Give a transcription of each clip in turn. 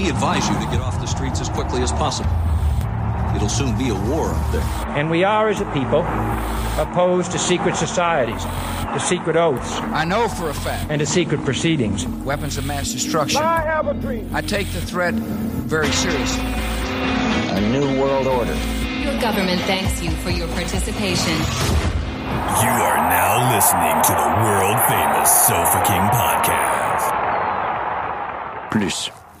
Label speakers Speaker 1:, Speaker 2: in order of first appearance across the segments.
Speaker 1: advise you to get off the streets as quickly as possible. It'll soon be a war up there.
Speaker 2: And we are, as a people, opposed to secret societies, to secret oaths,
Speaker 3: I know for a fact
Speaker 2: and to secret proceedings.
Speaker 3: weapons of mass destruction.
Speaker 4: I have a dream.
Speaker 3: I take the threat very seriously.
Speaker 5: A new world order.
Speaker 6: Your government thanks you for your participation.
Speaker 7: You are now listening to the world famous Sofa King podcast.
Speaker 8: Please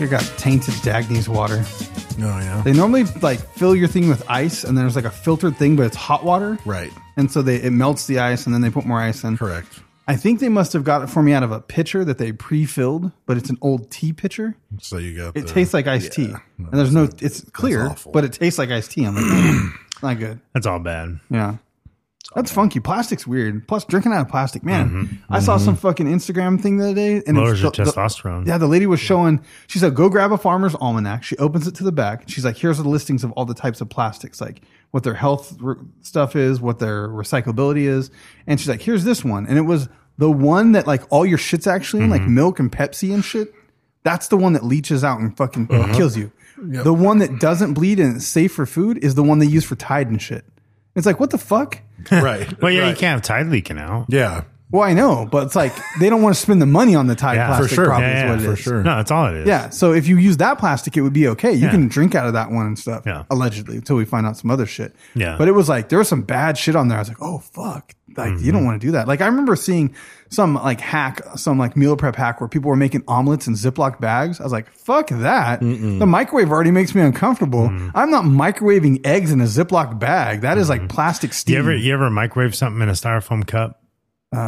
Speaker 9: I got tainted Dagny's water.
Speaker 10: Oh yeah.
Speaker 9: They normally like fill your thing with ice, and there's like a filtered thing, but it's hot water,
Speaker 10: Right.
Speaker 9: And so they it melts the ice, and then they put more ice in.
Speaker 10: Correct.
Speaker 9: I think they must have got it for me out of a pitcher that they pre-filled, but it's an old tea pitcher.
Speaker 10: So you got.
Speaker 9: It
Speaker 10: the-
Speaker 9: tastes like iced tea,
Speaker 10: Uh, yeah.
Speaker 9: and there's no. It's clear,
Speaker 10: awful.
Speaker 9: but it tastes like iced tea. I'm like, "Mm, it's not good.
Speaker 11: That's all bad.
Speaker 9: Yeah. That's funky. Plastic's weird. Plus, drinking out of plastic, man. I saw some fucking Instagram thing the other day, and it
Speaker 11: Mm-hmm. Lowers
Speaker 9: was
Speaker 11: your
Speaker 9: the- the-
Speaker 11: testosterone.
Speaker 9: yeah, the lady was showing. She said, "Go grab a farmer's almanac." She opens it to the back. She's like, "Here's the listings of all the types of plastics, like what their health re- stuff is, what their recyclability is." And she's like, "Here's this one," and it was the one that like all your shits actually in, like
Speaker 11: Mm-hmm.
Speaker 9: milk and Pepsi and shit. That's the one that leaches out and fucking
Speaker 11: Uh-huh.
Speaker 9: kills you. The one that doesn't bleed and is safe for food is the one they use for Tide and shit. It's like, what the fuck?
Speaker 10: Right.
Speaker 11: Well, yeah, you
Speaker 10: Right.
Speaker 11: can't have tide leaking out.
Speaker 10: Yeah.
Speaker 9: Well, I know, but it's like they don't want to spend the money on the Tide
Speaker 11: Yeah,
Speaker 9: plastic.
Speaker 11: for sure.
Speaker 9: probably is
Speaker 11: yeah,
Speaker 9: what it
Speaker 11: yeah, for
Speaker 9: is.
Speaker 11: sure. No, that's all it is.
Speaker 9: Yeah. So if you use that plastic, it would be okay. You
Speaker 11: Yeah.
Speaker 9: can drink out of that one and stuff.
Speaker 11: Yeah.
Speaker 9: Allegedly, until we find out some other shit.
Speaker 11: Yeah.
Speaker 9: But it was like there was some bad shit on there. I was like, oh fuck. Like you
Speaker 11: Mm-hmm.
Speaker 9: don't want to do that. Like I remember seeing some like hack, some like meal prep hack where people were making omelets in Ziploc bags. I was like, fuck that. The microwave already makes me uncomfortable.
Speaker 11: Mm-hmm.
Speaker 9: I'm not microwaving eggs in a Ziploc bag. That is like plastic steam.
Speaker 11: You ever you ever microwave something in a styrofoam cup?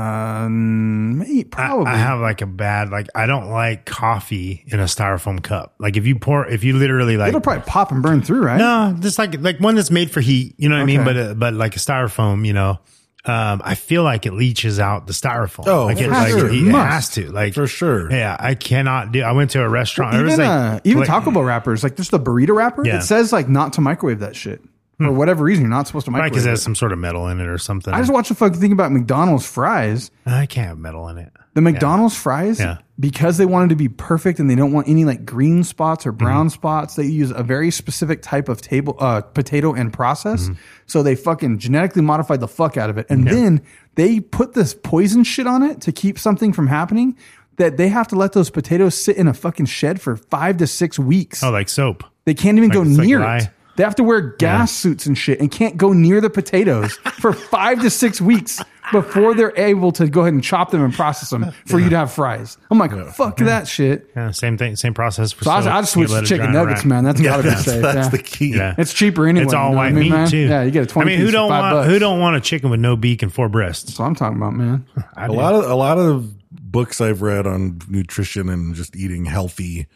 Speaker 9: um, mate,
Speaker 11: I-
Speaker 9: probably.
Speaker 11: I, have like a bad like I don't like coffee in a styrofoam cup. Like if you pour if you literally like
Speaker 9: It'll probably pop and burn through, right?
Speaker 11: no, just like like one that's made for heat. You know what I mean?
Speaker 9: Okay.
Speaker 11: But uh, but like a styrofoam, you know. Um, I feel like it leaches out the styrofoam.
Speaker 10: Oh,
Speaker 11: like it,
Speaker 10: for
Speaker 11: like
Speaker 10: sure.
Speaker 11: it, it
Speaker 9: Must.
Speaker 11: has to, like
Speaker 10: For sure.
Speaker 11: Yeah, I cannot do. I went to a restaurant. there
Speaker 9: even
Speaker 11: was like
Speaker 9: uh, even
Speaker 11: like-
Speaker 9: Taco Bell wrappers, like just the burrito wrapper,
Speaker 11: Yeah. Hmm.
Speaker 9: it says like not to microwave that shit for whatever reason. You're not supposed to
Speaker 11: Probably
Speaker 9: microwave.
Speaker 11: because it has
Speaker 9: it.
Speaker 11: some sort of metal in it or something.
Speaker 9: I just watched the fucking thing about McDonald's fries.
Speaker 11: I can't have metal in it.
Speaker 9: The McDonald's fries,
Speaker 11: Yeah.
Speaker 9: because they wanted to be perfect and they don't want any like green spots or brown
Speaker 11: Mm-hmm.
Speaker 9: spots, they use a very specific type of table uh, potato and process.
Speaker 11: Mm-hmm.
Speaker 9: So they fucking genetically modified the fuck out of it, and then they put this poison shit on it to keep something from happening. That they have to let those potatoes sit in a fucking shed for five to six weeks.
Speaker 11: Oh, like soap.
Speaker 9: They can't even
Speaker 11: Like,
Speaker 9: go
Speaker 11: it's like
Speaker 9: near it.
Speaker 11: rye.
Speaker 9: They have to wear gas suits and shit and can't go near the potatoes for five to six weeks before they're able to go ahead and chop them and process them for you to have fries. I'm like, fuck that shit.
Speaker 11: Yeah, same thing, same process for
Speaker 9: So I,
Speaker 11: soap.
Speaker 9: I just switch
Speaker 11: Mm-hmm.
Speaker 9: to
Speaker 11: You let it dry
Speaker 9: chicken
Speaker 11: and
Speaker 9: nuggets,
Speaker 11: rack.
Speaker 9: man. That's gotta be
Speaker 10: That's,
Speaker 9: safe.
Speaker 10: that's
Speaker 9: yeah.
Speaker 10: the key.
Speaker 11: Yeah.
Speaker 9: It's cheaper anyway.
Speaker 11: It's
Speaker 9: you
Speaker 11: all
Speaker 9: know what
Speaker 11: white
Speaker 9: I mean,
Speaker 11: meat
Speaker 9: man?
Speaker 11: too.
Speaker 9: Yeah, you get a twenty.
Speaker 11: I mean, who
Speaker 9: piece for
Speaker 11: don't
Speaker 9: five
Speaker 11: want
Speaker 9: bucks.
Speaker 11: who don't want a chicken with no beak and four breasts?
Speaker 9: That's what I'm talking about, man.
Speaker 11: I
Speaker 10: A
Speaker 11: do.
Speaker 10: lot of a lot of books I've read on nutrition and just eating healthy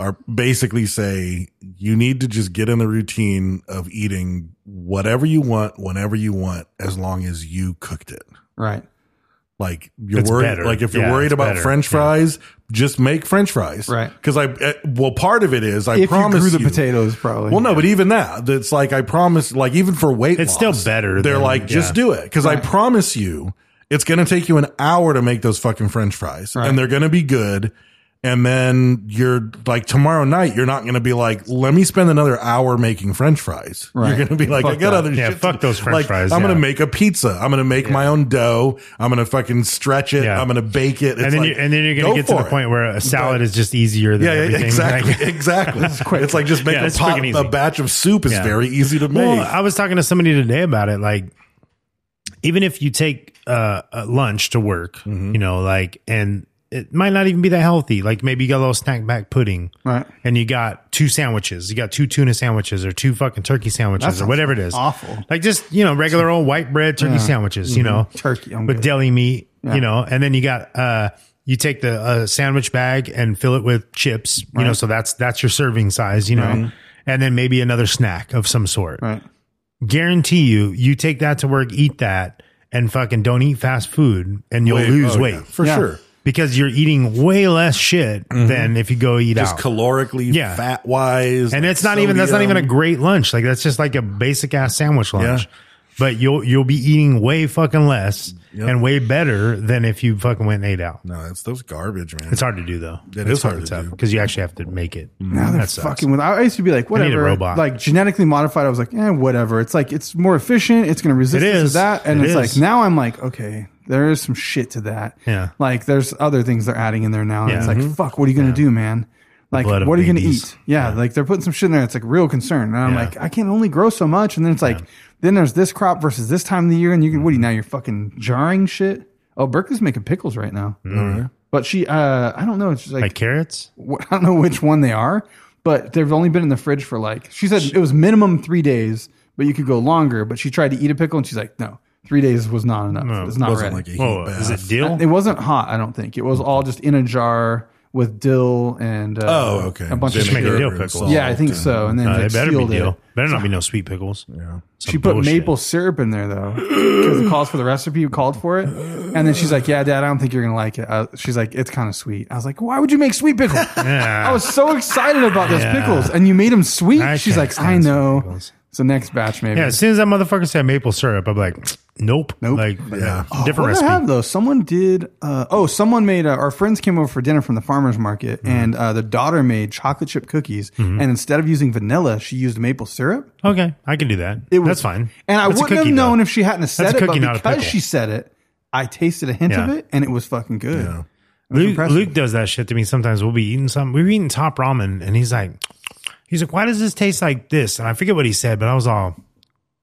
Speaker 10: are basically say you need to just get in the routine of eating whatever you want whenever you want as long as you cooked it.
Speaker 9: Right.
Speaker 10: Like you're
Speaker 11: It's
Speaker 10: worried,
Speaker 11: better.
Speaker 10: like if you're
Speaker 11: Yeah,
Speaker 10: worried
Speaker 11: it's
Speaker 10: about
Speaker 11: better.
Speaker 10: French
Speaker 11: Yeah.
Speaker 10: fries, just make French fries,
Speaker 9: Right.
Speaker 10: Because I eh, well, part of it is I
Speaker 9: if you
Speaker 10: promise
Speaker 9: grew the
Speaker 10: you-
Speaker 9: potatoes, probably.
Speaker 10: Well, no, but even that, that's like I promise, like even for weight,
Speaker 11: It's
Speaker 10: loss,
Speaker 11: still better
Speaker 10: They're
Speaker 11: than-
Speaker 10: like, just
Speaker 11: yeah.
Speaker 10: do it because I promise you, it's going to take you an hour to make those fucking French fries,
Speaker 9: Right.
Speaker 10: and they're going to be good. And then you're like tomorrow night, you're not going to be like, let me spend another hour making French fries.
Speaker 9: Right.
Speaker 10: You're going to be like,
Speaker 9: Fuck
Speaker 10: I got
Speaker 9: that.
Speaker 10: other
Speaker 11: Yeah,
Speaker 10: shit. to
Speaker 11: fuck
Speaker 10: do."
Speaker 11: those French
Speaker 10: Like,
Speaker 11: fries,
Speaker 10: I'm going to
Speaker 11: yeah.
Speaker 10: make a pizza. I'm going to make my own dough. I'm going to fucking stretch it.
Speaker 11: Yeah.
Speaker 10: I'm going to bake it. It's
Speaker 11: and then
Speaker 10: like,
Speaker 11: you, and then you're gonna
Speaker 10: go
Speaker 11: get to
Speaker 10: for
Speaker 11: the
Speaker 10: it.
Speaker 11: point where a salad
Speaker 10: But-
Speaker 11: is just easier than
Speaker 10: yeah, yeah,
Speaker 11: everything.
Speaker 10: exactly,
Speaker 11: Like-
Speaker 10: exactly. It's, like just making
Speaker 11: Yeah,
Speaker 10: a,
Speaker 11: it's
Speaker 10: pot,
Speaker 11: quick and easy.
Speaker 10: a batch of soup is
Speaker 11: Yeah.
Speaker 10: very easy to make.
Speaker 11: Well, I was talking to somebody today about it. Like, even if you take uh, a lunch to work,
Speaker 9: Mm-hmm.
Speaker 11: you know, like, and it might not even be that healthy. Like, maybe you got a little snack back pudding,
Speaker 9: Right.
Speaker 11: And you got two sandwiches. You got two tuna sandwiches or two fucking turkey sandwiches or
Speaker 9: sounds
Speaker 11: whatever it is.
Speaker 9: awful.
Speaker 11: Like just you know regular old white bread turkey
Speaker 9: Yeah. Mm-hmm.
Speaker 11: sandwiches. You know,
Speaker 9: Turkey, I'm
Speaker 11: with
Speaker 9: good.
Speaker 11: deli meat.
Speaker 9: Yeah.
Speaker 11: You know, and then you got uh. You take the uh, sandwich bag and fill it with chips, you know. So that's that's your serving size, you know.
Speaker 9: Right.
Speaker 11: and then maybe another snack of some sort.
Speaker 9: Right.
Speaker 11: Guarantee you, you take that to work, eat that, and fucking don't eat fast food, and you'll
Speaker 10: Wait,
Speaker 11: lose
Speaker 10: oh,
Speaker 11: weight
Speaker 10: yeah, for
Speaker 9: Yeah. Mm-hmm.
Speaker 10: sure.
Speaker 11: because you're eating way less shit than if you go eat
Speaker 10: Just
Speaker 11: out.
Speaker 10: calorically,
Speaker 11: Yeah.
Speaker 10: fat wise,
Speaker 11: and it's not even that's not even a great lunch. Like that's just like a basic ass sandwich lunch.
Speaker 10: Yeah.
Speaker 11: But you'll you'll be eating way fucking less
Speaker 10: Yep.
Speaker 11: and way better than if you fucking went and ate out.
Speaker 10: No, it's those garbage, man.
Speaker 11: It's hard to do though.
Speaker 10: It
Speaker 11: It's
Speaker 10: is hard to do. Mm.
Speaker 11: because you actually have to make it.
Speaker 9: Now they're
Speaker 11: That sucks.
Speaker 9: fucking with. I used to be like,
Speaker 11: need a
Speaker 9: whatever,
Speaker 11: robot.
Speaker 9: like genetically modified. I was like, eh, whatever. It's like it's more efficient. It's going to resist
Speaker 11: It
Speaker 9: this or
Speaker 11: is.
Speaker 9: that. And
Speaker 11: It
Speaker 9: it's
Speaker 11: is.
Speaker 9: like now I'm like, okay, there is some shit to that.
Speaker 11: Yeah.
Speaker 9: like there's other things they're adding in there now. And
Speaker 11: Yeah.
Speaker 9: It's like,
Speaker 11: Mhm.
Speaker 9: fuck, what are you going to do, man? Like,
Speaker 11: blood
Speaker 9: what
Speaker 11: of
Speaker 9: are you going to
Speaker 11: babies.
Speaker 9: eat? Yeah, like they're putting some shit in there. It's like real concern. And I'm
Speaker 11: Yeah.
Speaker 9: like, I can only grow so much. And then it's like, then there's this crop versus this time of the year, and you can what do you now? You're fucking jarring shit. Oh, Berkeley's making pickles right now.
Speaker 11: Mm-hmm.
Speaker 9: But she, uh, I don't know. It's just
Speaker 11: Like carrots?
Speaker 9: wh- I don't know which one they are, but they've only been in the fridge for like she said it was minimum three days, but you could go longer. But she tried to eat a pickle and she's like, no, three days was not enough. it's not
Speaker 10: wasn't
Speaker 9: ready.
Speaker 10: like a heat
Speaker 11: Oh,
Speaker 10: bath.
Speaker 11: is it deal?
Speaker 9: it wasn't hot. I don't think it was all just in a jar with dill and uh,
Speaker 10: Oh, okay.
Speaker 9: a bunch
Speaker 11: Just
Speaker 9: of
Speaker 11: make a
Speaker 9: sugar.
Speaker 11: deal
Speaker 10: and
Speaker 11: pickle.
Speaker 10: salt
Speaker 9: Yeah, I think
Speaker 10: and-
Speaker 9: so. And then
Speaker 11: No,
Speaker 10: Uh,
Speaker 9: like,
Speaker 11: Uh, it better be
Speaker 9: sealed
Speaker 11: deal.
Speaker 9: It.
Speaker 11: Better not be no sweet pickles. Yeah.
Speaker 9: She put maple syrup in there though, because it calls for the recipe. Called for it, and then she's like, "Yeah, Dad, I don't think you're gonna like it." Uh, she's like, "It's kind of sweet." I was like, "Why would you make sweet pickle?" I was so excited about those
Speaker 11: Yeah.
Speaker 9: pickles, and you made them sweet.
Speaker 11: I
Speaker 9: She's
Speaker 11: can't
Speaker 9: like, "I
Speaker 11: stand sweet
Speaker 9: know."
Speaker 11: pickles.
Speaker 9: So next batch, maybe.
Speaker 11: Yeah, as soon as that motherfucker said maple syrup, I'm like, nope.
Speaker 9: Nope.
Speaker 11: Like, yeah.
Speaker 9: What
Speaker 11: different
Speaker 9: did I
Speaker 11: recipe.
Speaker 9: have though? Someone did. Uh, oh, someone made. Uh, our friends came over for dinner from the farmers market,
Speaker 11: Mm-hmm.
Speaker 9: and uh, the daughter made chocolate chip cookies. And instead of using vanilla, she used maple syrup.
Speaker 11: Okay, I can do that.
Speaker 9: It was
Speaker 11: That's fine.
Speaker 9: And I
Speaker 11: That's a
Speaker 9: wouldn't
Speaker 11: cookie,
Speaker 9: have known
Speaker 11: though.
Speaker 9: if she hadn't have said
Speaker 11: That's a
Speaker 9: it,
Speaker 11: cookie, not
Speaker 9: but
Speaker 11: a
Speaker 9: because
Speaker 11: pickle.
Speaker 9: she said it, I tasted a hint of
Speaker 11: Yeah.
Speaker 9: it, and it was fucking good.
Speaker 10: Yeah.
Speaker 9: It was
Speaker 11: Luke,
Speaker 9: impressive.
Speaker 11: Luke does that shit to me sometimes. We'll be eating something. We were eating top ramen, and he's like, he's like, why does this taste like this? And I forget what he said, but I was all,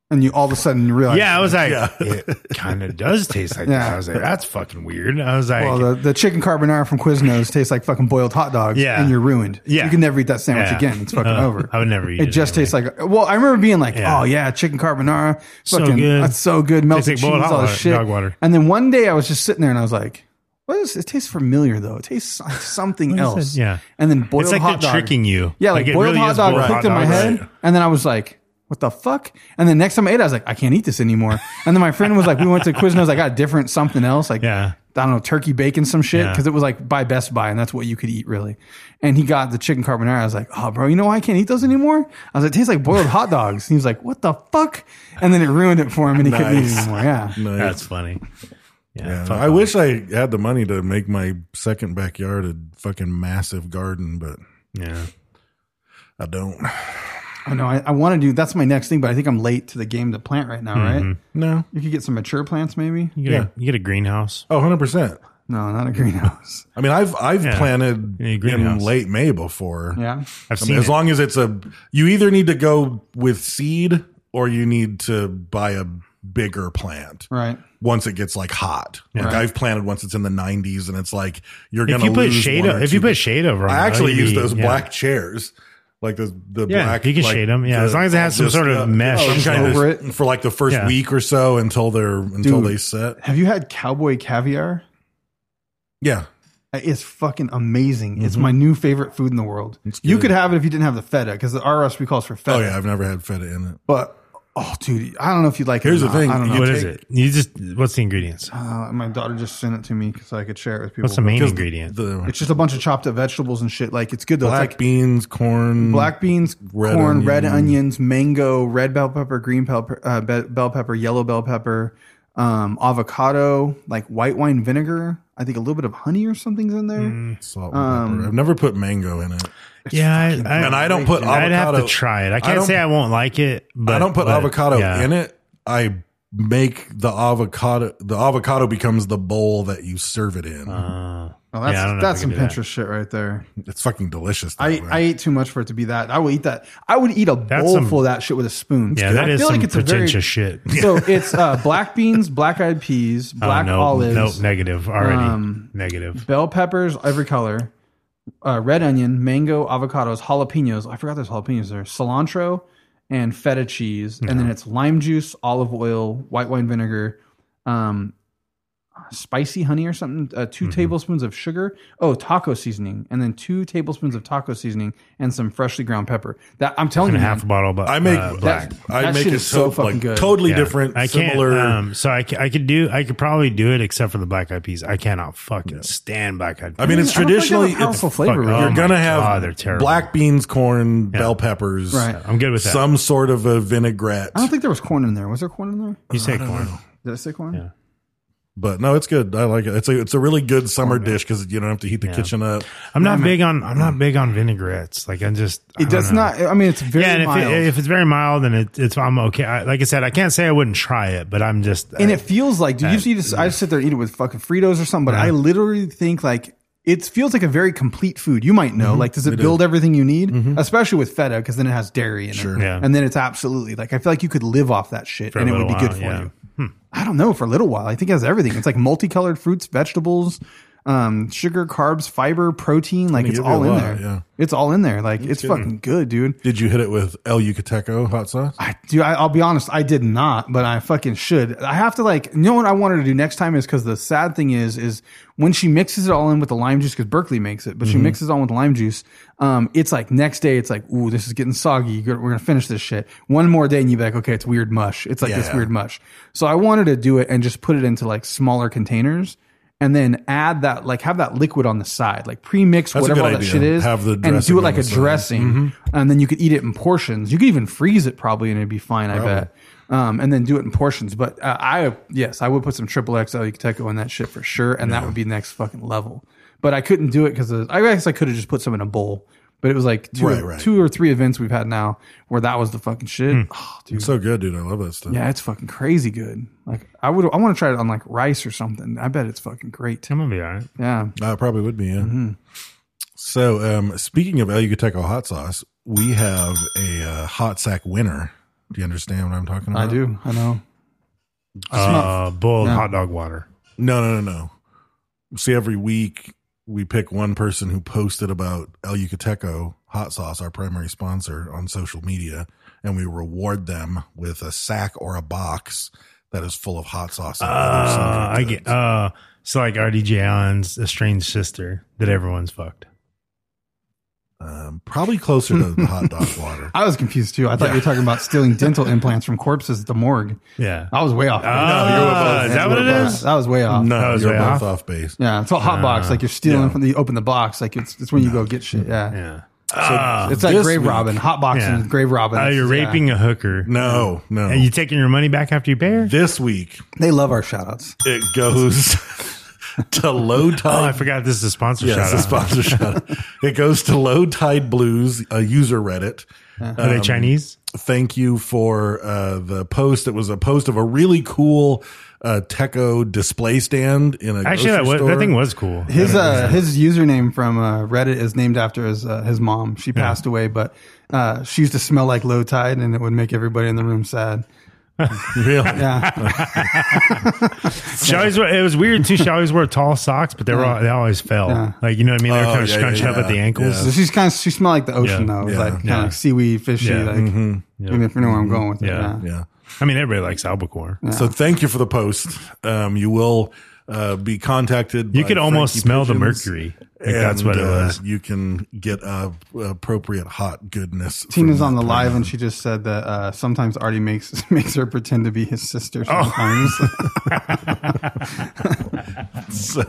Speaker 9: and you all of a sudden realize,
Speaker 11: yeah, I was like, it kind of does taste like that.
Speaker 9: Yeah.
Speaker 11: I was like, that's fucking weird. I was like,
Speaker 9: well, the, the chicken carbonara from Quiznos tastes like fucking boiled hot dogs,
Speaker 11: Yeah.
Speaker 9: and you're ruined.
Speaker 11: Yeah.
Speaker 9: you can never eat that sandwich
Speaker 11: Yeah.
Speaker 9: again. It's fucking
Speaker 11: Uh,
Speaker 9: over.
Speaker 11: I would never eat
Speaker 9: It
Speaker 11: it
Speaker 9: just
Speaker 11: anyway.
Speaker 9: tastes like. Well, I remember being like,
Speaker 11: Yeah.
Speaker 9: "Oh yeah, chicken carbonara,
Speaker 11: So
Speaker 9: fucking,
Speaker 11: good.
Speaker 9: that's so good,
Speaker 11: Tastes
Speaker 9: melted
Speaker 11: like
Speaker 9: cheese,
Speaker 11: boiled hot
Speaker 9: all
Speaker 11: water-
Speaker 9: this shit."
Speaker 11: dog water.
Speaker 9: And then one day I was just sitting there and I was like, "What is? It tastes familiar though. It tastes like something
Speaker 11: What is
Speaker 9: else."
Speaker 11: it? Yeah.
Speaker 9: and then boiled
Speaker 11: it's like
Speaker 9: hot
Speaker 11: they're
Speaker 9: dog.
Speaker 11: tricking you.
Speaker 9: Yeah, like,
Speaker 11: it
Speaker 9: boiled
Speaker 11: really
Speaker 9: hot
Speaker 11: is
Speaker 9: dog
Speaker 11: boiled
Speaker 9: clicked
Speaker 11: hot
Speaker 9: in my
Speaker 11: dog,
Speaker 9: head,
Speaker 11: right?
Speaker 9: and then I was like, "What the fuck?" And then next time I ate, I was like, "I can't eat this anymore." And then my friend was like, "We went to Quiznos. I got a different something else, like
Speaker 11: Yeah.
Speaker 9: I don't know, turkey bacon, some shit,
Speaker 11: Yeah.
Speaker 9: because it was like by Best Buy, and that's what you could eat really." And he got the chicken carbonara. I was like, "Oh, bro, you know why I can't eat those anymore?" I was like, "It tastes like boiled hot dogs." And he was like, "What the fuck?" And then it ruined it for him, and he couldn't eat it
Speaker 10: Nice.
Speaker 9: anymore. Yeah,
Speaker 10: Nice.
Speaker 11: That's funny. Yeah,
Speaker 10: Yeah,
Speaker 11: fuck
Speaker 10: I
Speaker 11: off.
Speaker 10: wish I had the money to make my second backyard a fucking massive garden, but
Speaker 11: Yeah,
Speaker 10: I don't.
Speaker 9: I know. Oh, I, I want to do. That's my next thing, but I think I'm late to the game to plant right now. Right?
Speaker 10: No.
Speaker 9: You could get some mature plants, maybe.
Speaker 11: you get,
Speaker 10: Yeah.
Speaker 11: a, you get a greenhouse.
Speaker 10: Oh, 100%.
Speaker 9: No, not a greenhouse.
Speaker 10: I mean, I've I've
Speaker 11: Yeah.
Speaker 10: planted
Speaker 11: You need a
Speaker 10: in
Speaker 11: greenhouse.
Speaker 10: late May before.
Speaker 9: Yeah.
Speaker 11: I've
Speaker 10: I
Speaker 11: seen
Speaker 10: mean, as
Speaker 11: it.
Speaker 10: long as it's a, you either need to go with seed or you need to buy a bigger plant.
Speaker 9: Right.
Speaker 10: Once it gets like hot, like I've planted once it's in the 90s, and it's like you're
Speaker 11: If
Speaker 10: gonna
Speaker 11: you put
Speaker 10: lose
Speaker 11: shade,
Speaker 10: one or
Speaker 11: o- if
Speaker 10: two
Speaker 11: you put
Speaker 10: big-
Speaker 11: shade over, 'em,
Speaker 10: I actually
Speaker 11: that'd
Speaker 10: use
Speaker 11: be-
Speaker 10: those
Speaker 11: yeah.
Speaker 10: black chairs, like the the
Speaker 11: Yeah,
Speaker 10: black.
Speaker 11: you can
Speaker 10: like, uh,
Speaker 11: shade 'em. Yeah, as long as it has some sort of mesh
Speaker 10: some
Speaker 9: or
Speaker 10: kind of-
Speaker 9: over it.
Speaker 10: for like the first
Speaker 11: Yeah.
Speaker 10: week or so until they're until
Speaker 9: Dude.
Speaker 10: they set.
Speaker 9: Have you had cowboy caviar?
Speaker 10: Yeah,
Speaker 9: It's fucking amazing. It's my new favorite food in the world. You
Speaker 10: Mm-hmm. good.
Speaker 9: could have it if you didn't have the feta because the our recipe calls for feta.
Speaker 10: oh yeah, I've never had feta in it.
Speaker 9: But oh, dude, I don't know if you'd like
Speaker 10: Here's
Speaker 9: it. or
Speaker 10: the thing.
Speaker 9: not. I don't know.
Speaker 10: You
Speaker 11: What
Speaker 10: take-
Speaker 11: is it? You just what's the ingredients?
Speaker 9: Uh, my daughter just sent it to me so I could share it with people.
Speaker 11: What's the main
Speaker 10: 'Cause
Speaker 11: ingredient?
Speaker 10: The
Speaker 9: It's just a bunch of chopped up vegetables and shit. Like it's good though.
Speaker 10: black
Speaker 9: it's like
Speaker 10: beans, corn,
Speaker 9: black beans,
Speaker 10: Red
Speaker 9: corn, red
Speaker 10: onion.
Speaker 9: onions, mango, red bell pepper, green pepper, uh, be- bell pepper, yellow bell pepper, um, avocado, like white wine vinegar. I think a little bit of honey or something's in there.
Speaker 11: Mm.
Speaker 10: salt. and pepper. I've never put mango in it,
Speaker 11: yeah, I, I,
Speaker 10: and I don't put. Avocado,
Speaker 11: I'd have to try it. I can't
Speaker 10: don't-
Speaker 11: say I won't like it, but
Speaker 10: I don't put
Speaker 11: but,
Speaker 10: avocado
Speaker 11: yeah.
Speaker 10: in it. I make the avocado. The avocado becomes the bowl that you serve it in.
Speaker 11: Uh-huh.
Speaker 9: Oh,
Speaker 11: Uh, Yeah, I
Speaker 9: that's
Speaker 11: don't know if I
Speaker 9: that's some
Speaker 11: can do that.
Speaker 9: Pinterest shit right there.
Speaker 10: it's fucking delicious. that
Speaker 9: I,
Speaker 10: way.
Speaker 9: I ate too much for it to be that. I would eat that. I would eat a
Speaker 11: That's
Speaker 9: bowl
Speaker 11: some-
Speaker 9: full of that shit with a spoon.
Speaker 11: Yeah, that
Speaker 9: I
Speaker 11: is
Speaker 9: feel
Speaker 11: some
Speaker 9: like it's a very-
Speaker 11: pretentious shit.
Speaker 9: So it's uh, black beans, black eyed peas, black
Speaker 11: oh, no,
Speaker 9: olives,
Speaker 11: no, negative already.
Speaker 9: Um,
Speaker 11: negative.
Speaker 9: bell peppers, every color, uh, red onion, mango, avocados, jalapenos. I forgot there's jalapenos there. Cilantro and feta cheese, and then it's lime juice, olive oil, white wine vinegar, um, spicy honey or something, uh,
Speaker 11: Mm-hmm.
Speaker 9: 2 tablespoons of sugar, oh taco seasoning, and then two tablespoons of taco seasoning and some freshly ground pepper. That I'm telling
Speaker 11: and a
Speaker 9: you,
Speaker 11: half a bottle, but
Speaker 10: I make
Speaker 11: uh,
Speaker 9: black.
Speaker 10: I
Speaker 9: That
Speaker 10: make
Speaker 9: shit
Speaker 10: it
Speaker 9: is so
Speaker 10: so,
Speaker 9: fucking
Speaker 10: like
Speaker 9: good.
Speaker 10: totally
Speaker 11: yeah.
Speaker 10: different.
Speaker 11: I can't.
Speaker 10: similar.
Speaker 11: Um, so I, ca- I could do. I could probably do it, except for the black eyed peas. I cannot fucking stand black eyed peas.
Speaker 10: I mean, it's
Speaker 9: I don't think I have a
Speaker 10: traditionally it's
Speaker 9: powerful flavor.
Speaker 11: fuck,
Speaker 9: right
Speaker 11: oh
Speaker 9: here.
Speaker 10: you're
Speaker 11: my
Speaker 10: gonna have
Speaker 11: God, they're terrible.
Speaker 10: black beans, corn, bell peppers.
Speaker 9: Right.
Speaker 11: I'm good with that.
Speaker 10: Some sort of a vinaigrette.
Speaker 9: I don't think there was corn in there. Was there corn in there?
Speaker 11: you say corn.
Speaker 9: Did I say corn? Yeah.
Speaker 10: But no, it's good. I like it. It's a it's a really good summer dish because you don't have to heat the kitchen up.
Speaker 11: I'm not big on. I'm not big on vinaigrettes. Like I'm just.
Speaker 9: mm.
Speaker 11: I
Speaker 9: It
Speaker 11: don't
Speaker 9: does
Speaker 11: know.
Speaker 9: not. I mean, it's very
Speaker 11: Yeah, and if,
Speaker 9: mild.
Speaker 11: it, if it's very mild and it, it's I'm okay. I, like I said, I can't say I wouldn't try it, but I'm just.
Speaker 9: and
Speaker 11: I-
Speaker 9: it feels like dude, you just eat this, I just sit there and eat it with fucking Fritos or something, but I literally think like it feels like a very complete food. You might
Speaker 11: Mm-hmm.
Speaker 9: know, like, does it, build everything you need, especially with feta because then it has dairy in it,
Speaker 11: Yeah.
Speaker 9: and then it's absolutely like I feel like you could live off that shit
Speaker 11: For a
Speaker 9: and it would
Speaker 11: little
Speaker 9: be good
Speaker 11: while,
Speaker 9: for
Speaker 11: yeah.
Speaker 9: you. I don't know for a little while. I think it has everything. It's like multicolored fruits, vegetables, um, sugar, carbs, fiber, protein. Like
Speaker 10: mean,
Speaker 9: it's
Speaker 10: it'd be
Speaker 9: all
Speaker 10: a
Speaker 9: in
Speaker 10: lot,
Speaker 9: there.
Speaker 10: yeah.
Speaker 9: It's all in there. Like it's
Speaker 10: kidding.
Speaker 9: fucking good, dude.
Speaker 10: Did you hit it with El Yucateco hot sauce?
Speaker 9: I do. I, I'll be honest. I did not, but I fucking should. I have to like. You know what I want her to do next time is because the sad thing is, is when she mixes it all in with the lime juice because Berkeley makes it, but
Speaker 10: Mm-hmm.
Speaker 9: she mixes it all with lime juice. Um, it's like next day, it's like, ooh, this is getting soggy. You're- We're gonna finish this shit. One more day, and you're like, okay, it's weird mush. It's like this
Speaker 10: Yeah.
Speaker 9: weird mush. So I wanted to do it and just put it into like smaller containers. And then add that, like, have that liquid on the side, like pre-mix
Speaker 10: That's a
Speaker 9: whatever
Speaker 10: good
Speaker 9: all that
Speaker 10: idea.
Speaker 9: shit is,
Speaker 10: Have the
Speaker 9: and
Speaker 10: dressing
Speaker 9: do it
Speaker 10: on
Speaker 9: like
Speaker 10: the
Speaker 9: a
Speaker 10: side.
Speaker 9: dress dressing, and then you could eat it in portions. You could even freeze it probably, and it'd be fine. I bet. Um, and then do it in portions. But uh, I yes, I would put some triple XL Yucateco in that shit for sure, and that would be next fucking level. But I couldn't do it because I guess I could have just put some in a bowl. But it was like two,
Speaker 10: Right, right.
Speaker 9: two or three events we've had now where that was the fucking shit. Oh, dude.
Speaker 10: It's so good, dude. I love that stuff.
Speaker 9: yeah, it's fucking crazy good. Like I would, I want to try it on like rice or something. I bet it's fucking great.
Speaker 11: I'm gonna be all right.
Speaker 9: Yeah,
Speaker 10: Uh, it probably would be, yeah.
Speaker 9: Mm-hmm.
Speaker 10: So, um, speaking of El Yucateco hot sauce, we have a uh, hot sack winner. Do you understand what I'm talking about?
Speaker 9: I do. I know.
Speaker 11: Uh, boiled
Speaker 9: No.
Speaker 11: hot dog water.
Speaker 10: No, no, no, no. See, every week we pick one person who posted about El Yucateco hot sauce, our primary sponsor, on social media, and we reward them with a sack or a box that is full of hot sauce. And
Speaker 9: Ah.
Speaker 10: other
Speaker 11: Uh,
Speaker 10: sundry
Speaker 11: I
Speaker 10: goods.
Speaker 11: get. Uh, so like RDJ Allen's estranged sister that everyone's fucked.
Speaker 10: um, probably closer to the hot dog water.
Speaker 9: I was confused too. I thought you were talking about stealing dental implants from corpses at the morgue.
Speaker 11: Yeah.
Speaker 9: I was way off.
Speaker 11: Ah,
Speaker 10: No, you're
Speaker 11: is that what it is?
Speaker 9: That was way off.
Speaker 10: No,
Speaker 11: was
Speaker 10: you're
Speaker 11: way
Speaker 10: both
Speaker 11: off.
Speaker 10: off, base.
Speaker 9: Yeah, it's a hot box. Like you're stealing
Speaker 10: Yeah.
Speaker 9: from the open the box. Like it's it's when you go get shit. Yeah,
Speaker 11: Yeah.
Speaker 9: Oh, it's like
Speaker 10: This
Speaker 9: grave
Speaker 10: week-
Speaker 9: robbing, hot box
Speaker 11: Yeah.
Speaker 9: and grave robbing.
Speaker 11: Uh, you're
Speaker 9: Yeah.
Speaker 11: raping a hooker.
Speaker 10: No, no.
Speaker 11: And you taking your money back after you pay her?
Speaker 10: this week
Speaker 9: They love our shout outs.
Speaker 10: it goes to low
Speaker 11: Oh, I
Speaker 10: tide.
Speaker 11: forgot this is a sponsor
Speaker 10: yes,
Speaker 11: shout
Speaker 10: the
Speaker 11: out.
Speaker 10: sponsor shout. It goes to low tide blues, a user Reddit.
Speaker 11: Are
Speaker 9: Um,
Speaker 11: they Chinese?
Speaker 10: Thank you for uh, the post. It was a post of a really cool uh, Teco display stand in a
Speaker 11: Actually, that,
Speaker 10: grocery
Speaker 11: was,
Speaker 10: store.
Speaker 11: that thing was cool.
Speaker 9: His uh, his username from uh, Reddit is named after his uh, his mom. She passed away, but uh, she used to smell like low tide, and it would make everybody in the room sad.
Speaker 10: really.
Speaker 9: Yeah,
Speaker 11: She always wore, it was weird too. She always wore tall socks, but they were all, they always fell.
Speaker 9: Yeah.
Speaker 11: Like you know what I mean? They were
Speaker 10: Oh,
Speaker 11: kind of
Speaker 10: yeah,
Speaker 11: scrunched
Speaker 10: yeah,
Speaker 11: up at the
Speaker 10: yeah.
Speaker 11: ankles.
Speaker 9: so she's kind of she smelled like the ocean
Speaker 11: Yeah.
Speaker 9: though. It was
Speaker 10: Yeah.
Speaker 9: like kind
Speaker 11: Yeah.
Speaker 9: of like seaweed, fishy.
Speaker 11: Yeah. Mm-hmm.
Speaker 9: Like even if you know where I'm going with it.
Speaker 11: Yeah.
Speaker 9: Yeah.
Speaker 10: Yeah.
Speaker 11: I mean, everybody likes albacore.
Speaker 10: So thank you for the post. Um, you will uh, be contacted.
Speaker 11: You
Speaker 10: by
Speaker 11: could almost
Speaker 10: Frankie
Speaker 11: smell the
Speaker 10: Pigeons,
Speaker 11: mercury. Like, that's what it
Speaker 10: uh,
Speaker 11: was.
Speaker 10: You can get uh, appropriate hot goodness. from
Speaker 9: Tina's on
Speaker 10: that
Speaker 9: the live
Speaker 10: person.
Speaker 9: and she just said that uh, sometimes Artie makes makes her pretend to be his sister sometimes. Oh,
Speaker 10: So,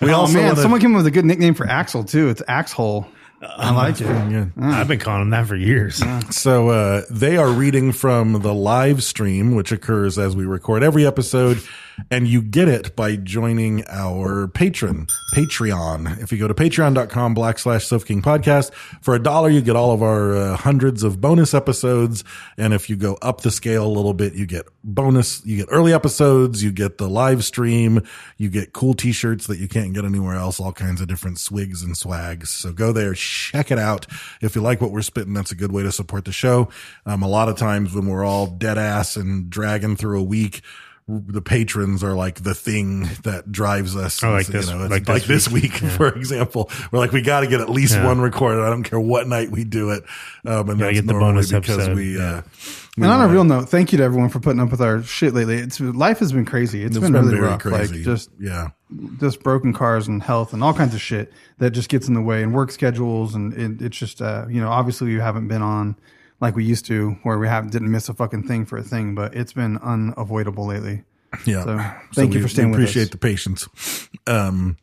Speaker 10: we also
Speaker 9: Oh, man,
Speaker 10: wanna-
Speaker 9: someone came up with a good nickname for Axel too. It's Axhole. I like it.
Speaker 10: Yeah.
Speaker 11: I've been calling them that for years.
Speaker 10: So uh, they are reading from the live stream, which occurs as we record every episode, and you get it by joining our patron Patreon. If you go to patreon.com backslash Sofa King Podcast for a dollar, you get all of our uh, hundreds of bonus episodes, and if you go up the scale a little bit, you get bonus, you get early episodes, you get the live stream, you get cool T-shirts that you can't get anywhere else, all kinds of different swigs and swags. So go there, check it out. If you like what we're spitting, that's a good way to support the show. Um, a lot of times when we're all dead ass and dragging through a week, the patrons are like the thing that drives us.
Speaker 11: Oh, like
Speaker 10: It's,
Speaker 11: this-
Speaker 10: you know, it's
Speaker 11: like
Speaker 10: like
Speaker 11: this
Speaker 10: this week, for example, we're like, we got to get at least
Speaker 11: Yeah.
Speaker 10: one recorded. I don't care what night we do it. Um, and
Speaker 11: Gotta
Speaker 10: that's
Speaker 11: get the
Speaker 10: normally
Speaker 11: bonus
Speaker 10: because
Speaker 11: episode.
Speaker 10: we, uh, we
Speaker 9: And on
Speaker 10: wanna-
Speaker 9: a real note, thank you to everyone for putting up with our shit lately. It's life has been crazy. it's been, really rough. Like just
Speaker 10: yeah.
Speaker 9: just broken cars and health and all kinds of shit that just gets in the way and work schedules and it, it's just uh, you know obviously we haven't been on like we used to where we have didn't miss a fucking thing for a thing, but it's been unavoidable lately.
Speaker 10: Yeah.
Speaker 9: So, thank you for staying with us.
Speaker 10: Appreciate the patience. Um,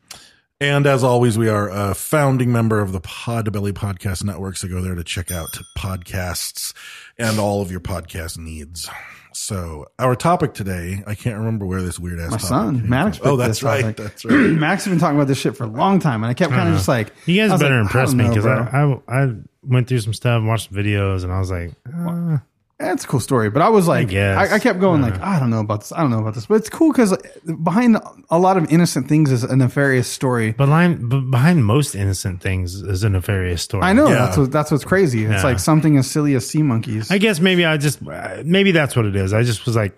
Speaker 10: and as always, we are a founding member of the Podbelly Podcast Network. So go there to check out podcasts and all of your podcast needs. So our topic today, I can't remember where this weird ass
Speaker 9: My son Max. picked
Speaker 10: Oh, that's
Speaker 9: this. I was
Speaker 10: right.
Speaker 9: like-
Speaker 10: that's right.
Speaker 9: Max has been talking about this shit for a long time, and I kept kind of just like
Speaker 11: You
Speaker 9: I
Speaker 11: guys
Speaker 9: was
Speaker 11: Uh-huh. better
Speaker 9: like, I
Speaker 11: impress
Speaker 9: don't
Speaker 11: me
Speaker 9: know,
Speaker 11: because
Speaker 9: bro.
Speaker 11: I, I I went through some stuff, watched some videos, and I was like, uh,
Speaker 9: That's a cool story, but I was like,
Speaker 11: guess.
Speaker 9: I, I kept going like, I don't know about this, I don't know about this, but it's cool because behind a lot of innocent things is a nefarious story.
Speaker 11: but line, but behind most innocent things is a nefarious story.
Speaker 9: I know
Speaker 10: Yeah.
Speaker 9: that's what, that's what's crazy. It's
Speaker 11: Yeah.
Speaker 9: like something as silly as sea monkeys.
Speaker 11: I guess maybe I just uh, maybe that's what it is. I just was like,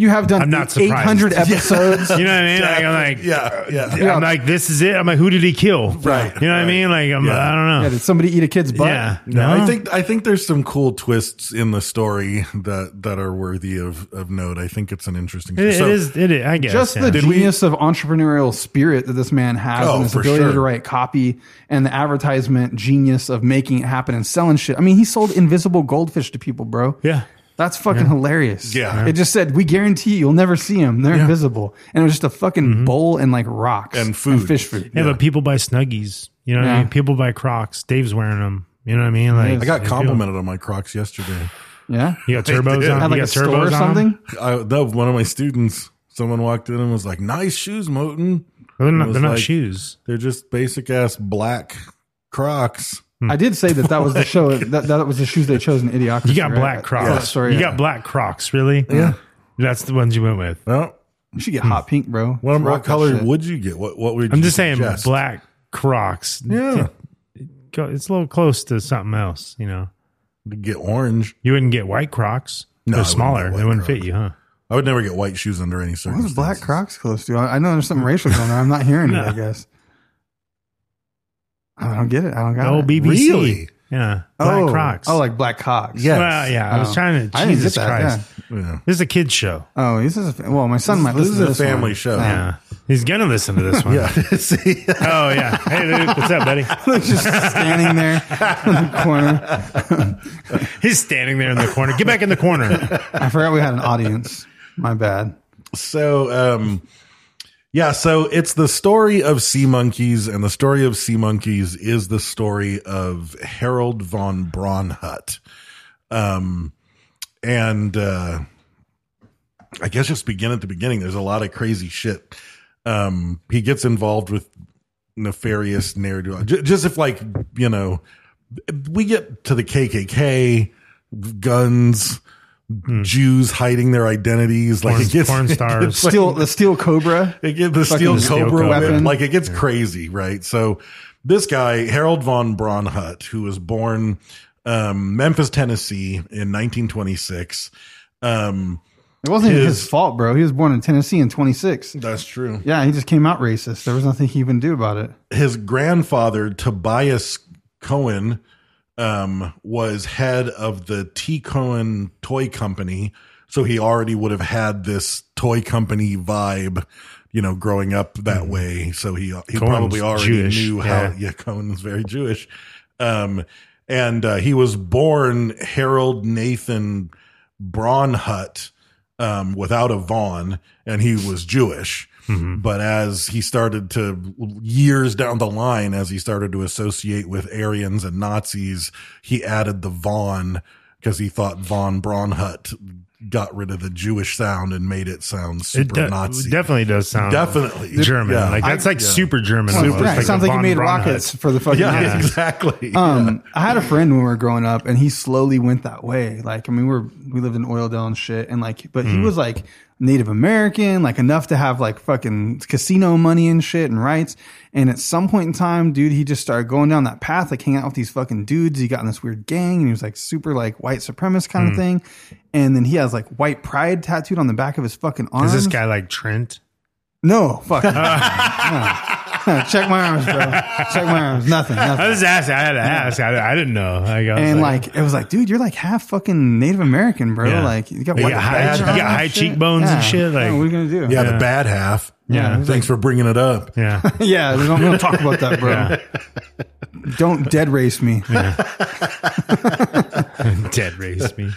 Speaker 9: you have done
Speaker 11: I'm not
Speaker 9: eight hundred
Speaker 11: surprised.
Speaker 9: episodes.
Speaker 11: you know what I mean? Like, I'm like,
Speaker 10: yeah, yeah,
Speaker 9: Yeah.
Speaker 11: I'm like, this is it. I'm like, who did he kill?
Speaker 10: Right,
Speaker 11: You know what I
Speaker 10: right.
Speaker 11: mean? Like, I'm,
Speaker 10: Yeah.
Speaker 11: I don't
Speaker 9: yeah,
Speaker 11: know.
Speaker 9: did somebody eat a kid's butt?
Speaker 11: Yeah.
Speaker 10: No, I think I think there's some cool twists in the story that that are worthy of of note. I think it's an interesting.
Speaker 11: It- it
Speaker 10: so-
Speaker 11: is. It is. I guess.
Speaker 9: Just
Speaker 11: yeah.
Speaker 9: the
Speaker 10: we-
Speaker 9: genius of entrepreneurial spirit that this man has
Speaker 10: Oh,
Speaker 9: and his
Speaker 10: for
Speaker 9: ability
Speaker 10: sure.
Speaker 9: to write copy and the advertisement genius of making it happen and selling shit. I mean, he sold invisible goldfish to people, bro.
Speaker 11: Yeah.
Speaker 9: That's fucking hilarious.
Speaker 10: Yeah.
Speaker 9: It just said, we guarantee you'll never see them. They're invisible. And it was just a fucking
Speaker 11: Mm-hmm.
Speaker 9: bowl and like rocks
Speaker 10: And food.
Speaker 9: fish food.
Speaker 11: Yeah, but people buy Snuggies. You know what
Speaker 9: Yeah.
Speaker 11: I mean? People buy Crocs. Dave's wearing them. You know what I mean? Like
Speaker 10: I got complimented on my Crocs yesterday.
Speaker 9: Yeah.
Speaker 11: You got turbos
Speaker 10: did.
Speaker 11: on.
Speaker 9: Had
Speaker 11: you
Speaker 9: like a
Speaker 11: got
Speaker 9: store or
Speaker 11: turbos on.
Speaker 9: something.
Speaker 11: them?
Speaker 10: I, that was one of my students. Someone walked in and was like, "Nice shoes, Moten."
Speaker 11: They're
Speaker 10: It
Speaker 11: not,
Speaker 10: was
Speaker 11: they're not
Speaker 10: like-
Speaker 11: shoes.
Speaker 10: They're just basic ass black Crocs.
Speaker 11: Hmm.
Speaker 9: I did say that that was the show. That, that was the shoes they chose in Idiocracy.
Speaker 11: You got
Speaker 9: right?
Speaker 11: black
Speaker 9: I saw that
Speaker 11: Crocs.
Speaker 9: story.
Speaker 11: You got black Crocs. Really? Yeah. That's the ones you went with.
Speaker 10: Well,
Speaker 9: You should get
Speaker 11: Hmm.
Speaker 9: hot pink, bro.
Speaker 10: what,
Speaker 9: Rock
Speaker 10: what
Speaker 9: that
Speaker 10: color
Speaker 9: shit.
Speaker 10: would you get? What what would
Speaker 11: I'm
Speaker 10: you
Speaker 11: just saying
Speaker 10: suggest?
Speaker 11: black Crocs.
Speaker 10: Yeah,
Speaker 11: Go- It's a little close to something else. You know,
Speaker 10: You'd get orange.
Speaker 11: you wouldn't get white Crocs.
Speaker 10: No, I
Speaker 11: They're
Speaker 10: wouldn't
Speaker 11: smaller.
Speaker 10: get
Speaker 11: They
Speaker 10: white
Speaker 11: wouldn't fit
Speaker 10: Crocs.
Speaker 11: you, huh?
Speaker 10: I would never get white shoes under any
Speaker 9: What was
Speaker 10: circumstances.
Speaker 9: black Crocs close to? I, I know there's something racial going on. I'm not hearing it. I guess. I don't get it. I don't got
Speaker 11: Oh,
Speaker 9: it.
Speaker 11: BBC.
Speaker 10: Really?
Speaker 11: Yeah. Black
Speaker 9: Oh,
Speaker 11: Crocs.
Speaker 9: Oh, like black cocks.
Speaker 10: Yes.
Speaker 11: Well, yeah. I was
Speaker 9: Oh.
Speaker 11: trying to.
Speaker 9: I didn't get
Speaker 11: Jesus
Speaker 9: that,
Speaker 11: Christ.
Speaker 10: Yeah.
Speaker 11: This is a kids show.
Speaker 9: Oh, this is a, fa- well. My son might
Speaker 10: This
Speaker 9: listen.
Speaker 10: is
Speaker 9: to
Speaker 10: a
Speaker 9: this
Speaker 10: family
Speaker 9: one.
Speaker 10: show.
Speaker 11: Yeah. He's gonna listen to this one.
Speaker 10: Yeah. See,
Speaker 11: Oh yeah. Hey dude, what's up, buddy?
Speaker 9: just standing there in the corner.
Speaker 11: He's standing there in the corner. Get back in the corner.
Speaker 9: I forgot we had an audience. My bad.
Speaker 10: so um yeah so it's the story of sea monkeys and the story of sea monkeys is the story of harold von braunhut um and uh i guess just begin at the beginning there's a lot of crazy shit um he gets involved with nefarious narrative Ju- just if like you know we get to the kkk guns jews hiding their identities like
Speaker 11: Hmm. Porn,
Speaker 10: it gets
Speaker 11: porn stars.
Speaker 10: like-
Speaker 9: Steel the steel cobra.
Speaker 10: It get the
Speaker 9: Fucking
Speaker 10: steel
Speaker 9: steel
Speaker 10: cobra
Speaker 9: cobra.
Speaker 10: weapon. Like it gets crazy, right? So this guy, Harold von Braunhut, who was born um, Memphis, Tennessee in 1926. Um,
Speaker 9: It wasn't even
Speaker 10: His-
Speaker 9: his fault, bro. He was born in Tennessee in 26.
Speaker 10: That's true.
Speaker 9: Yeah, he just came out racist. There was nothing he even do about it.
Speaker 10: His grandfather, Tobias Cohen, um, was head of the T. Cohen Toy Company. So he already would have had this toy company vibe, you know, growing up that way. So he he
Speaker 11: Mm-hmm. Cohen's
Speaker 10: probably already
Speaker 11: Jewish,
Speaker 10: knew how.
Speaker 11: yeah.
Speaker 10: Yeah, Cohen was very Jewish, um, and uh, he was born Harold Nathan Braunhut um, without a Vaughn, and he was Jewish. But as he started to years down the line, as he started to associate with Aryans and Nazis, he added the Vaughn because he thought von Braunhut got rid of the Jewish sound and made it sound
Speaker 11: It
Speaker 10: super
Speaker 11: de-
Speaker 10: Nazi.
Speaker 11: definitely does sound
Speaker 10: Definitely.
Speaker 11: German.
Speaker 10: Yeah.
Speaker 11: Like that's like
Speaker 10: I- yeah.
Speaker 11: super German.
Speaker 10: Super.
Speaker 11: almost.
Speaker 10: Yeah,
Speaker 9: Yeah,
Speaker 10: like
Speaker 9: it
Speaker 11: the
Speaker 9: sounds like he
Speaker 11: von
Speaker 9: made
Speaker 11: Braunhut.
Speaker 9: rockets for the fucking.
Speaker 10: yeah,
Speaker 9: Nazis.
Speaker 10: exactly.
Speaker 9: Um, I had a friend when we were growing up, and he slowly went that way. Like, I mean, we were we lived in Oildale and shit, and like, but
Speaker 11: Mm.
Speaker 9: he was like Native American, like enough to have like fucking casino money and shit and rights. And at some point in time, dude, he just started going down that
Speaker 11: Mm.
Speaker 9: path, like hanging out with these fucking dudes. He got in this weird gang, and he was like super like white supremacist kind of thing. And then he has like white pride tattooed on the back of his fucking arm.
Speaker 11: Is this guy like Trent?
Speaker 9: No, fuck. no. No. Check my arms, bro. Check my arms. Nothing.
Speaker 11: I
Speaker 9: nothing.
Speaker 11: was asking. I had to ask. I, I didn't know. Like, I was
Speaker 9: And like, it was like, dude, you're like half fucking Native American, bro.
Speaker 11: Yeah.
Speaker 9: Like, you got
Speaker 11: You
Speaker 9: white
Speaker 11: got high-
Speaker 9: badge
Speaker 11: you
Speaker 9: on
Speaker 11: got high cheekbones and shit, like-
Speaker 9: Yeah, what are we gonna do?
Speaker 10: Yeah, the bad half.
Speaker 9: Yeah.
Speaker 10: Thanks for bringing it up.
Speaker 11: yeah,
Speaker 9: yeah. We don't, we don't talk about that, bro. Don't dead race me.
Speaker 11: dead raised me.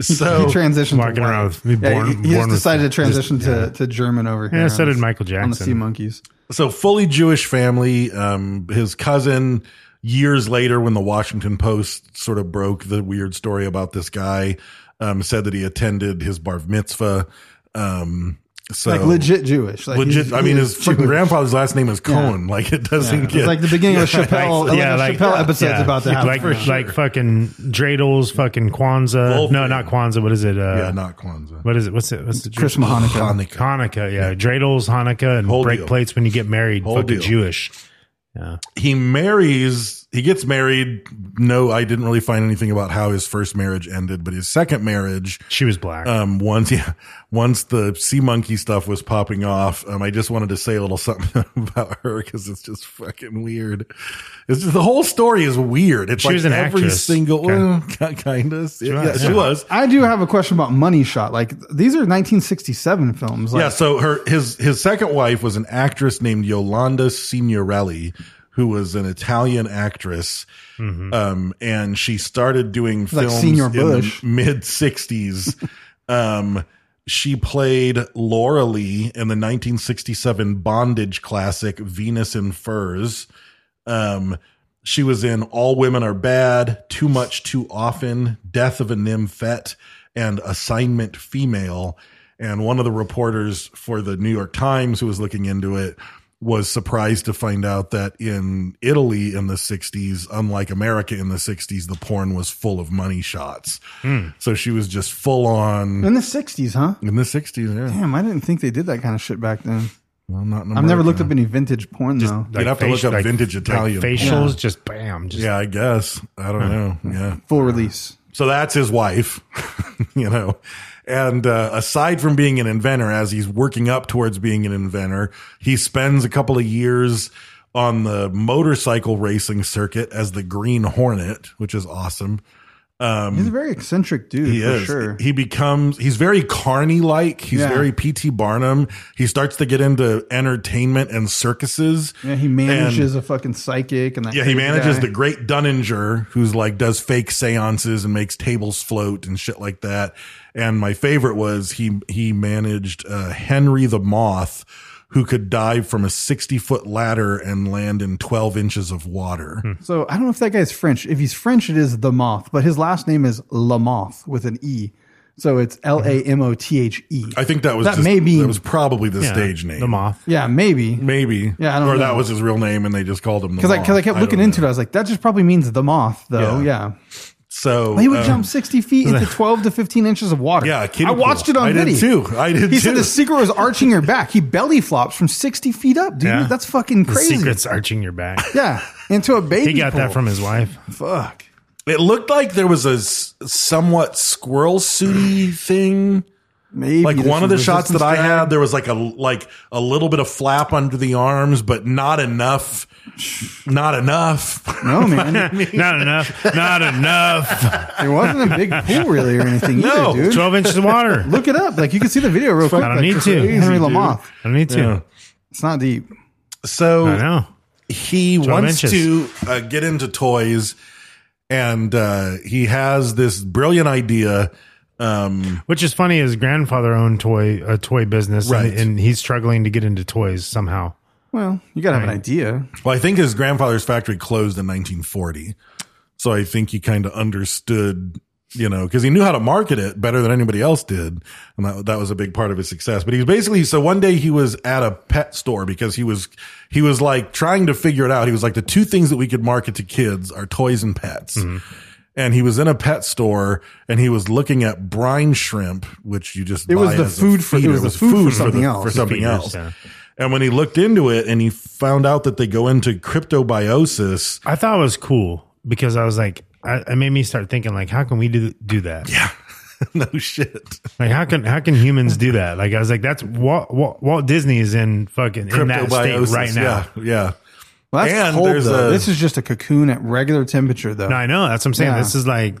Speaker 10: So
Speaker 9: he transitioned
Speaker 11: Walking
Speaker 9: to white.
Speaker 11: around with me
Speaker 9: Yeah,
Speaker 11: born-
Speaker 9: he, he
Speaker 11: born
Speaker 9: just
Speaker 11: with-
Speaker 9: decided to transition to, to German over here.
Speaker 11: Yeah, so
Speaker 9: on
Speaker 11: did
Speaker 9: the-
Speaker 11: Michael
Speaker 9: on the Sea
Speaker 11: Jackson.
Speaker 9: Monkeys.
Speaker 10: so fully Jewish family. Um, his cousin years later, when the Washington Post sort of broke the weird story about this guy, um, said that he attended his bar mitzvah. Um, so
Speaker 9: Like legit Jewish. Like
Speaker 10: legit.
Speaker 9: he's-
Speaker 10: I
Speaker 9: he
Speaker 10: mean,
Speaker 9: is
Speaker 10: his fucking
Speaker 9: Jewish.
Speaker 10: grandfather's last name is Cohen. Like it doesn't
Speaker 9: Yeah.
Speaker 10: get
Speaker 9: It's like the beginning of a Chappelle, like,
Speaker 11: yeah, like
Speaker 9: Chappelle episodes
Speaker 11: yeah,
Speaker 9: about that.
Speaker 11: Like, like fucking dreidels, fucking Kwanzaa.
Speaker 10: Wolf-
Speaker 11: no, not Kwanzaa. What is it? Uh,
Speaker 10: yeah, not Kwanzaa.
Speaker 11: What is it? What's it? What's the
Speaker 9: Chris Hanukkah.
Speaker 10: Hanukkah.
Speaker 11: Hanukkah, yeah. Dreidels, Hanukkah, and
Speaker 10: Whole
Speaker 11: break
Speaker 10: deal.
Speaker 11: plates when you get married.
Speaker 10: Whole
Speaker 11: fucking
Speaker 10: deal.
Speaker 11: Jewish.
Speaker 10: he marries he gets married no i didn't really find anything about how his first marriage ended but his second marriage
Speaker 11: She was black.
Speaker 10: um once yeah once the sea monkey stuff was popping off um i just wanted to say a little something about her because it's just fucking weird it's just, the whole story is weird it's
Speaker 11: She
Speaker 10: like
Speaker 11: was an
Speaker 10: every
Speaker 11: actress.
Speaker 10: single
Speaker 11: Kinda.
Speaker 10: kind of yeah,
Speaker 11: was,
Speaker 10: she
Speaker 11: yeah.
Speaker 10: was
Speaker 9: I do have a question about Money Shot. Like these are 1967 films. Like,
Speaker 10: yeah, so her his his second wife was an actress named Yolanda Signorelli, who was an Italian actress, um, and she started doing
Speaker 9: Mm-hmm. Like
Speaker 10: films
Speaker 9: Senior
Speaker 10: in the
Speaker 9: Bush.
Speaker 10: mid '60s. um, she played Laura Lee in the 1967 bondage classic Venus in Furs. Um, she was in All Women Are Bad, Too Much Too Often, Death of a Nymphette, and Assignment Female. And one of the reporters for the New York Times who was looking into it was surprised to find out that in Italy in the 60s, unlike America in the 60s, the porn was full of money shots.
Speaker 9: Hmm.
Speaker 10: So she was just full on
Speaker 9: in the 60s, huh?
Speaker 10: in the 60s. Yeah.
Speaker 9: Damn, I didn't think they did that kind of shit back then.
Speaker 10: Well, not in
Speaker 9: I've never
Speaker 10: America.
Speaker 9: looked up any vintage porn though.
Speaker 10: You'd have to look up vintage Italian
Speaker 11: facials, just bam. Just,
Speaker 10: Yeah, I guess. I don't know. Yeah.
Speaker 9: Full release.
Speaker 10: So that's his wife, you know. And uh, aside from being an inventor, as he's working up towards being an inventor, he spends a couple of years on the motorcycle racing circuit as the Green Hornet, which is awesome.
Speaker 9: He's a very eccentric dude
Speaker 10: He
Speaker 9: for
Speaker 10: is.
Speaker 9: sure.
Speaker 10: He becomes. He's very Carney like. He's
Speaker 9: Yeah.
Speaker 10: very P.T. Barnum. He starts to get into entertainment and circuses.
Speaker 9: yeah, he manages
Speaker 10: And-
Speaker 9: a fucking psychic and that
Speaker 10: yeah, he
Speaker 9: crazy
Speaker 10: manages
Speaker 9: guy.
Speaker 10: the great Dunninger, who's like does fake seances and makes tables float and shit like that. And my favorite was he he managed uh, Henry the Moth, who could dive from a sixty foot ladder and land in twelve inches of water.
Speaker 9: So I don't know if that guy's French. If he's French, it is the moth, but his last name is La Moth with an E. So it's L A M O T H E.
Speaker 10: I think that was
Speaker 9: that
Speaker 10: just-
Speaker 9: may be
Speaker 10: that was probably the
Speaker 11: yeah,
Speaker 10: stage name,
Speaker 11: The moth.
Speaker 9: yeah maybe
Speaker 10: maybe.
Speaker 9: Yeah, I don't
Speaker 10: or
Speaker 9: know.
Speaker 10: that was his real name, and they just called him the
Speaker 9: because I because I
Speaker 10: Moth.
Speaker 9: kept
Speaker 10: don't
Speaker 9: looking into
Speaker 10: know.
Speaker 9: it. I was like, that just probably means the moth though.
Speaker 10: Yeah.
Speaker 9: Yeah,
Speaker 10: So
Speaker 9: he would
Speaker 10: um,
Speaker 9: jump sixty feet into twelve to fifteen inches of water.
Speaker 10: Yeah, a kiddie
Speaker 9: I watched
Speaker 10: pool.
Speaker 9: it on
Speaker 10: I did
Speaker 9: video
Speaker 10: too. I did
Speaker 9: He
Speaker 10: too.
Speaker 9: said the secret was arching your back. He belly flops from sixty feet up, dude.
Speaker 11: Yeah.
Speaker 9: That's fucking
Speaker 11: The
Speaker 9: crazy.
Speaker 11: secret's arching your back.
Speaker 9: Yeah, into a baby.
Speaker 11: He got that
Speaker 9: pool.
Speaker 11: from his wife.
Speaker 9: fuck.
Speaker 10: It looked like there was a s- somewhat squirrel suity thing.
Speaker 9: Maybe
Speaker 10: like
Speaker 9: there's
Speaker 10: one of the
Speaker 9: some
Speaker 10: shots that I
Speaker 9: resistance
Speaker 10: had, there was like a like a little bit of flap under the arms, but not enough. Not enough.
Speaker 9: No man,
Speaker 11: Not enough. Not enough.
Speaker 9: it wasn't a big pool really or anything
Speaker 10: No,
Speaker 9: either, dude.
Speaker 11: 12 inches of water.
Speaker 9: Look it up. Like you can see the video real quick.
Speaker 11: I don't
Speaker 9: Like,
Speaker 11: need to.
Speaker 9: Henry
Speaker 11: Dude.
Speaker 9: Lamoth.
Speaker 11: I don't need to.
Speaker 9: It's not deep.
Speaker 11: I
Speaker 10: So
Speaker 11: know.
Speaker 10: he wants
Speaker 11: inches.
Speaker 10: to uh, get into toys, and uh, he has this brilliant idea. Um,
Speaker 11: Which is funny. His grandfather owned toy a toy business,
Speaker 10: Right.
Speaker 11: and, and he's struggling to get into toys somehow.
Speaker 9: Well, you gotta have an idea.
Speaker 10: well, I think his grandfather's factory closed in 1940, so I think he kind of understood. You know, because he knew how to market it better than anybody else did, and that that was a big part of his success. But he was basically so one day he was at a pet store because he was he was like trying to figure it out. He was like the two things that we could market to kids are toys and pets. And he was in a pet store and he was looking at brine shrimp, which you just
Speaker 9: It was
Speaker 10: buy
Speaker 9: the
Speaker 10: as a
Speaker 9: food for- it
Speaker 10: feeder.
Speaker 9: was the food for something
Speaker 10: the-
Speaker 9: else.
Speaker 10: for something else.
Speaker 11: Feeders, yeah.
Speaker 10: And when he looked into it and he found out that they go into cryptobiosis,
Speaker 11: I thought it was cool because I was like, I, it made me start thinking like, how can we do do that? Yeah.
Speaker 10: no shit.
Speaker 11: Like how can how can humans do that? Like I was like, that's Walt, Walt, Walt Disney is in fucking in that state
Speaker 10: Cryptobiosis,
Speaker 11: right now.
Speaker 10: Yeah, yeah.
Speaker 9: Well, that's
Speaker 10: And
Speaker 9: cold
Speaker 10: there's
Speaker 9: though.
Speaker 10: a-
Speaker 9: this is just a cocoon at regular temperature though.
Speaker 11: No, I know. That's what I'm saying.
Speaker 9: Yeah.
Speaker 11: This is like,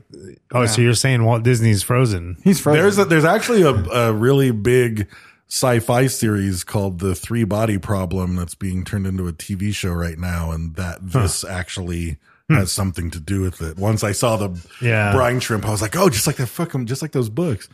Speaker 11: oh, so you're saying Walt Disney's frozen?
Speaker 9: He's frozen.
Speaker 10: There's a, there's actually a, a really big sci-fi series called the Three Body Problem that's being turned into a TV show right now, and that this actually
Speaker 9: Hmm.
Speaker 10: has something to do with it. Once I saw the
Speaker 11: Yeah.
Speaker 10: brine shrimp, I was like, oh, just like that fucking, just like those books.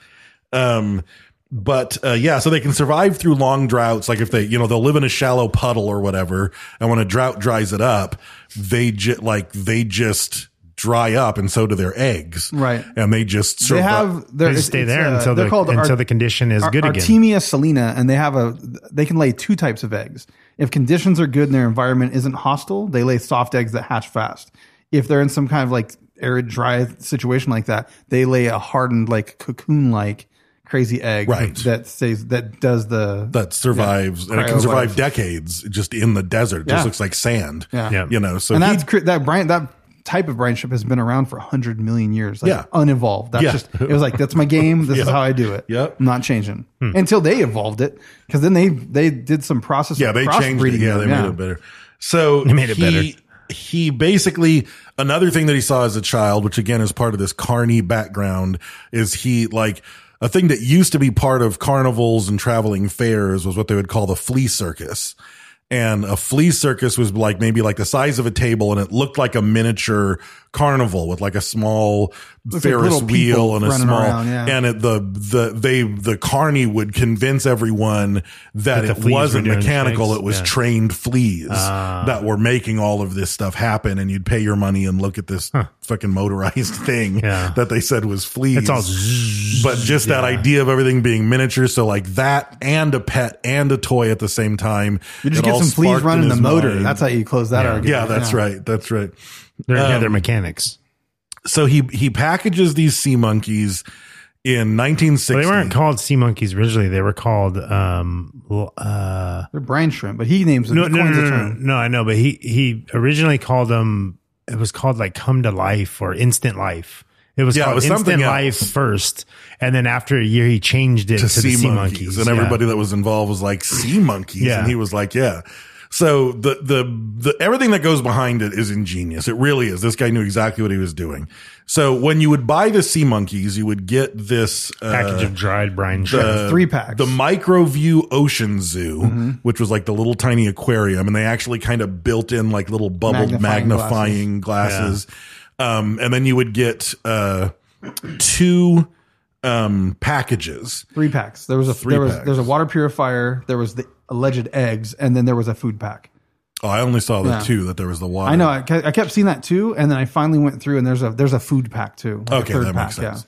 Speaker 10: Um, but uh, yeah, so they can survive through long droughts. Like if they, you know, they'll live in a shallow puddle or whatever, and when a drought dries it up, they just like they just dry up, and so do their eggs,
Speaker 9: Right.
Speaker 10: And they just
Speaker 9: they
Speaker 10: survive.
Speaker 9: have
Speaker 11: They stay there
Speaker 9: uh,
Speaker 11: until the until the condition is good again.
Speaker 9: Artemia salina, and they have a they can lay two types of eggs. If conditions are good and their environment isn't hostile, they lay soft eggs that hatch fast. If they're in some kind of like arid, dry situation like that, they lay a hardened, like cocoon like crazy egg
Speaker 10: Right.
Speaker 9: that stays that does the
Speaker 10: that survives and it can
Speaker 9: Cryo
Speaker 10: survive
Speaker 9: life.
Speaker 10: decades just in the desert. It just
Speaker 9: Yeah.
Speaker 10: looks like sand.
Speaker 9: Yeah. Yeah.
Speaker 10: You know, so
Speaker 9: and
Speaker 10: he-
Speaker 9: that's cr- that brine that type of brine ship has been around for 100 million years like
Speaker 10: Yeah.
Speaker 9: unevolved that's
Speaker 10: Yeah.
Speaker 9: just it was like that's my game this is
Speaker 10: Yeah. Hmm.
Speaker 9: how i do it
Speaker 10: Yep.
Speaker 9: i'm not changing until they evolved it because then they they did some process
Speaker 10: yeah, they changed it.
Speaker 9: crossbreeding
Speaker 10: Yeah,
Speaker 9: of
Speaker 10: they
Speaker 9: them,
Speaker 10: made it better. So they
Speaker 11: made it better.
Speaker 10: He basically another thing that he saw as a child, which again is part of this carny background, is he like a thing that used to be part of carnivals and traveling fairs was what they would call the flea circus. and a flea circus was like maybe like the size of a table and it looked like a miniature carnival with like a small
Speaker 9: like
Speaker 10: ferris
Speaker 9: little people
Speaker 10: wheel and a
Speaker 9: running
Speaker 10: small
Speaker 9: around, yeah.
Speaker 10: and it, the the they the carney would convince everyone that,
Speaker 11: That the
Speaker 10: it
Speaker 11: fleas were
Speaker 10: wasn't
Speaker 11: doing
Speaker 10: mechanical
Speaker 11: tricks,
Speaker 10: it was
Speaker 11: yeah. Ah.
Speaker 10: trained fleas that were making all of this stuff happen and you'd pay your money and look at this fucking motorized thing
Speaker 11: Yeah.
Speaker 10: that they said was fleas
Speaker 11: It's all
Speaker 10: but just that idea of everything being miniature. So like that and a pet and a toy at the same time.
Speaker 9: you just
Speaker 10: It
Speaker 9: get
Speaker 10: all
Speaker 9: some fleas
Speaker 10: sparked in
Speaker 9: running the
Speaker 10: his
Speaker 9: motor
Speaker 10: mind.
Speaker 9: that's how you close that argument
Speaker 10: yeah, that's right. That's right.
Speaker 11: They're, yeah,
Speaker 10: Um,
Speaker 11: they're mechanics.
Speaker 10: So he, he packages these sea monkeys in 1960.
Speaker 11: Well, they weren't called sea monkeys originally. They were called um l- uh
Speaker 9: they're brine shrimp but he names them
Speaker 11: no
Speaker 9: no,
Speaker 11: no no, no,
Speaker 9: the
Speaker 11: no,
Speaker 9: term.
Speaker 11: no, I know, but he he originally called them. It was called like come to life or instant life. It was
Speaker 10: Yeah, it
Speaker 11: called
Speaker 10: was something
Speaker 11: instant life
Speaker 10: else.
Speaker 11: first, and then after a year he changed it to,
Speaker 10: to,
Speaker 11: the
Speaker 10: sea, monkeys. and
Speaker 11: Yeah.
Speaker 10: everybody that was involved was like sea monkeys
Speaker 11: Yeah.
Speaker 10: and he was like yeah so the, the the everything that goes behind it is ingenious it really is this guy knew exactly what he was doing so when you would buy the sea monkeys you would get this uh,
Speaker 11: package of dried brine shrimp.
Speaker 10: the-
Speaker 9: Three packs.
Speaker 10: The Microview Ocean Zoo, which was like the little tiny aquarium, and they actually kind of built in like little bubbled magnifying,
Speaker 9: Magnifying
Speaker 10: glasses. Um, and then you would get uh, two um, packages.
Speaker 9: three packs there was a
Speaker 10: Three
Speaker 9: there was
Speaker 10: packs.
Speaker 9: there's a water purifier there was the alleged eggs and then there was a food pack
Speaker 10: Oh, I only saw the
Speaker 9: Yeah.
Speaker 10: two that there was the water.
Speaker 9: I know. I, ke- I kept seeing that too, and then I finally went through, and there's a there's a food pack too. like a
Speaker 10: Okay,
Speaker 9: third
Speaker 10: that makes sense.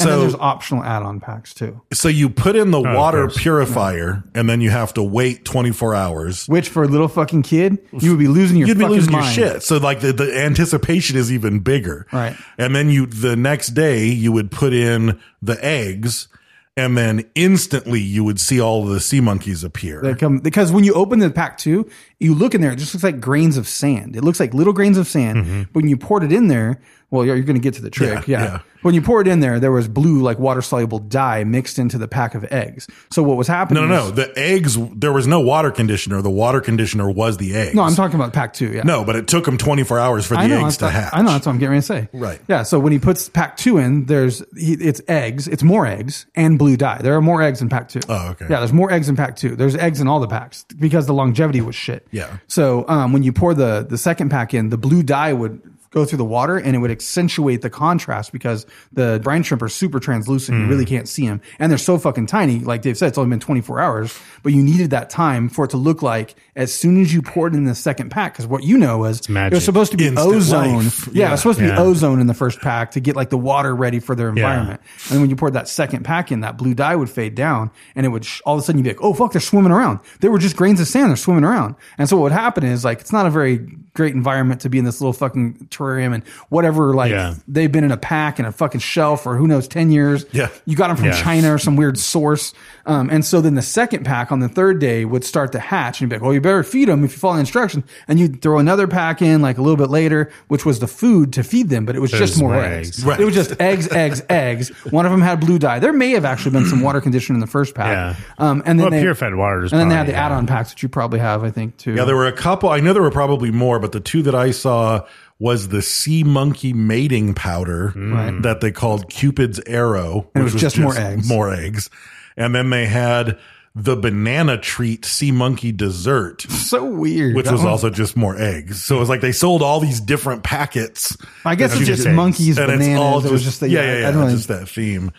Speaker 9: and then there's
Speaker 10: So,
Speaker 9: optional add-on packs too,
Speaker 10: so you put in the
Speaker 11: Oh, of
Speaker 10: water
Speaker 11: course.
Speaker 10: purifier, and then you have to wait 24 hours.
Speaker 9: which for a little fucking kid, you would be losing your
Speaker 10: You'd be
Speaker 9: fucking
Speaker 10: losing
Speaker 9: mind.
Speaker 10: your shit. So like the, the anticipation is even bigger.
Speaker 9: Right.
Speaker 10: And then you the next day you would put in the eggs and then instantly you would see all the sea monkeys appear.
Speaker 9: They come because when you open the pack too, you look in there, it just looks like grains of sand. It looks like little grains of sand. But when you poured it in there, well, you're, you're going to get to the trick.
Speaker 10: Mm-hmm. Yeah,
Speaker 9: Yeah,
Speaker 10: yeah.
Speaker 9: When you pour it in there, there was blue, like water soluble dye mixed into the pack of eggs. So what was happening?
Speaker 10: no, no, no.
Speaker 9: is-
Speaker 10: The eggs there was no water conditioner. The water conditioner was the eggs.
Speaker 9: no. I'm talking about pack two. Yeah.
Speaker 10: No, but it took them 24 hours for the
Speaker 9: I know,
Speaker 10: eggs
Speaker 9: that's
Speaker 10: to
Speaker 9: what-
Speaker 10: hatch.
Speaker 9: I know that's what I'm getting ready to say.
Speaker 10: Right.
Speaker 9: Yeah. So when he puts pack two in, there's he, it's eggs, it's more eggs and blue dye. There are more eggs in pack two.
Speaker 10: Oh, okay.
Speaker 9: Yeah, there's more eggs in pack two. There's eggs in all the packs because the longevity was shit.
Speaker 10: Yeah.
Speaker 9: So um, when you pour the the second pack in, the blue dye would go through the water and it would accentuate the contrast because the brine shrimp are super translucent. You
Speaker 10: Hmm.
Speaker 9: really can't see them, and they're so fucking tiny. Like Dave said, it's only been 24 hours, but you needed that time for it to look like as soon as you poured in the second pack. Because what you know is
Speaker 11: magic.
Speaker 9: it was supposed to be
Speaker 10: Instant
Speaker 9: ozone.
Speaker 10: life.
Speaker 9: Yeah, it
Speaker 10: Yeah.
Speaker 9: was supposed to be
Speaker 11: Yeah.
Speaker 9: ozone in the first pack to get like the water ready for their environment. And when you poured that second pack in, that blue dye would fade down, and it would sh- all of a sudden you'd be like, "Oh fuck, they're swimming around. They were just grains of sand. They're swimming around." And so what would happen is like it's not a very great environment to be in this little fucking aquarium and whatever. Like
Speaker 11: Yeah.
Speaker 9: they've been in a pack and a fucking shelf for who knows ten years.
Speaker 10: Yeah.
Speaker 9: you got them from
Speaker 11: Yeah.
Speaker 9: China or some weird source. Um, and so then the second pack on the third day would start to hatch, and you'd be like, "Well, you better feed them if you follow the instructions." And you'd throw another pack in like a little bit later, which was the food to feed them, but it was just
Speaker 11: There's
Speaker 9: more
Speaker 11: more
Speaker 9: eggs.
Speaker 11: eggs.
Speaker 10: Right.
Speaker 9: It was just eggs, eggs, eggs. One of them had blue dye. There may have actually been some water conditioner in the first pack.
Speaker 11: Yeah.
Speaker 9: Um, and then
Speaker 11: Well,
Speaker 9: they,
Speaker 11: purified water is
Speaker 9: And then they had
Speaker 11: probably,
Speaker 9: the
Speaker 11: yeah.
Speaker 9: add-on packs, which you probably have, I think, too.
Speaker 10: Yeah, there were a couple. I know there were probably more, but the two that I saw was the sea monkey mating powder
Speaker 9: Right.
Speaker 10: that they called Cupid's arrow,
Speaker 9: And it was just more eggs.
Speaker 10: more eggs. And then they had the banana treat sea monkey dessert,
Speaker 9: so weird. Uh-huh.
Speaker 10: which
Speaker 9: That
Speaker 10: was
Speaker 9: one-
Speaker 10: also just more eggs. So it was like they sold all these different packets.
Speaker 9: I guess
Speaker 10: that
Speaker 9: it's
Speaker 10: you
Speaker 9: just
Speaker 11: eggs.
Speaker 9: monkeys,
Speaker 10: and
Speaker 9: bananas.
Speaker 10: it's all
Speaker 9: it
Speaker 10: just,
Speaker 9: was just the,
Speaker 10: yeah, yeah, yeah,
Speaker 9: I don't really-
Speaker 10: just that theme.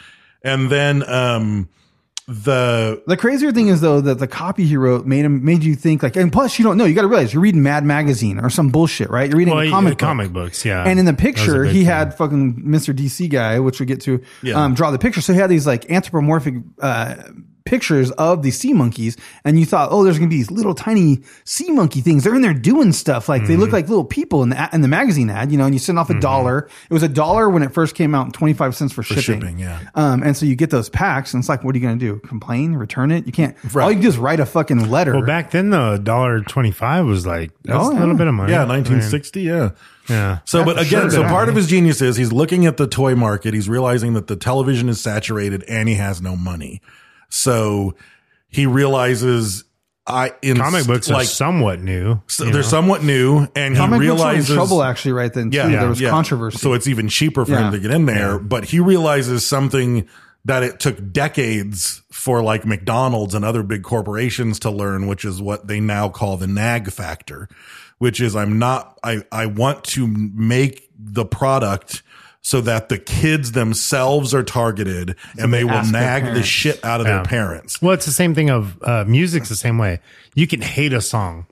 Speaker 10: And then um the
Speaker 9: The crazier thing is though that the copy he wrote made him made you think like, and plus you don't know. You got to realize you're reading Mad Magazine or some bullshit, right? You're reading
Speaker 11: Well,
Speaker 9: a
Speaker 11: yeah,
Speaker 9: comic book.
Speaker 11: comic books, yeah.
Speaker 9: And in the
Speaker 11: That was a
Speaker 9: picture,
Speaker 11: big
Speaker 9: he
Speaker 11: thing.
Speaker 9: had fucking Mr. DC guy, which we get to
Speaker 10: Yeah.
Speaker 9: um, draw the picture. So he had these like anthropomorphic. Uh, Pictures of the sea monkeys, and you thought, oh, there's gonna be these little tiny sea monkey things. They're in there doing stuff like
Speaker 11: Mm-hmm.
Speaker 9: they look like little people in the a- in the magazine ad, you know. And you send off a dollar. It was a dollar when it first came out, and twenty five cents for, shipping.
Speaker 10: shipping, yeah.
Speaker 9: Um, and so you get those packs, and it's like, what are you going to do? Complain? Return it? You can't.
Speaker 10: Right.
Speaker 9: All you can do is write a fucking letter.
Speaker 11: Well, back then the dollar twenty five was like that's
Speaker 9: Oh,
Speaker 11: a little
Speaker 9: yeah.
Speaker 11: bit of money.
Speaker 10: yeah,
Speaker 11: I mean,
Speaker 10: 1960, yeah.
Speaker 11: Yeah.
Speaker 10: So, but
Speaker 9: That's a
Speaker 10: again,
Speaker 9: shirt
Speaker 10: so
Speaker 9: that I
Speaker 10: part of
Speaker 9: made.
Speaker 10: his genius is he's looking at the toy market. He's realizing that the television is saturated and he has no money. So he realizes I in
Speaker 11: Comic books are
Speaker 10: like
Speaker 11: somewhat new.
Speaker 10: so
Speaker 11: you
Speaker 10: they're
Speaker 11: know?
Speaker 10: somewhat new, and
Speaker 9: Comic
Speaker 10: he
Speaker 9: books were in
Speaker 10: realizes
Speaker 9: trouble actually right then. too. there was controversy.
Speaker 10: So it's even cheaper for
Speaker 9: Yeah.
Speaker 10: him to get in there. But he realizes something that it took decades for like McDonald's and other big corporations to learn, which is what they now call the nag factor, which is I'm not, I, I want to make the product so that the kids themselves are targeted and they will
Speaker 9: ask their
Speaker 10: nag the
Speaker 9: parents.
Speaker 10: shit out of
Speaker 11: Yeah.
Speaker 10: their parents.
Speaker 11: Well, it's the same thing of uh, music's the same way. You can hate a song,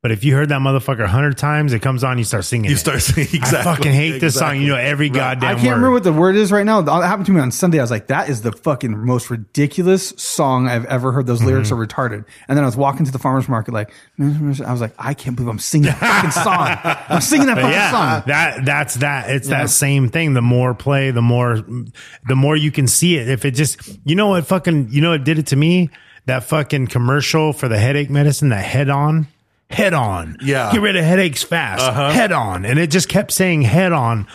Speaker 11: but if you heard that motherfucker a hundred times, it comes on, you start singing.
Speaker 10: You
Speaker 11: it.
Speaker 10: start saying exactly.
Speaker 11: I fucking hate this song.
Speaker 10: exactly.
Speaker 11: You know every goddamn.
Speaker 9: I can't
Speaker 11: word.
Speaker 9: remember what the word is right now. That happened to me on Sunday. I was like, that is the fucking most ridiculous song I've ever heard. Those lyrics
Speaker 11: Mm-hmm.
Speaker 9: are retarded. And then I was walking to the farmer's market, like, I was like, I can't believe I'm singing that fucking song. I'm singing that fucking
Speaker 11: But yeah,
Speaker 9: song.
Speaker 11: that that's that. It's
Speaker 9: Yeah.
Speaker 11: that same thing. The more play, the more, the more you can see it. If it just, you know, what fucking, you know, it did it to me. That fucking commercial for the headache medicine, that head on, head on.
Speaker 10: Yeah. Uh-huh.
Speaker 11: get rid of headaches fast. Head on, and it just kept saying head on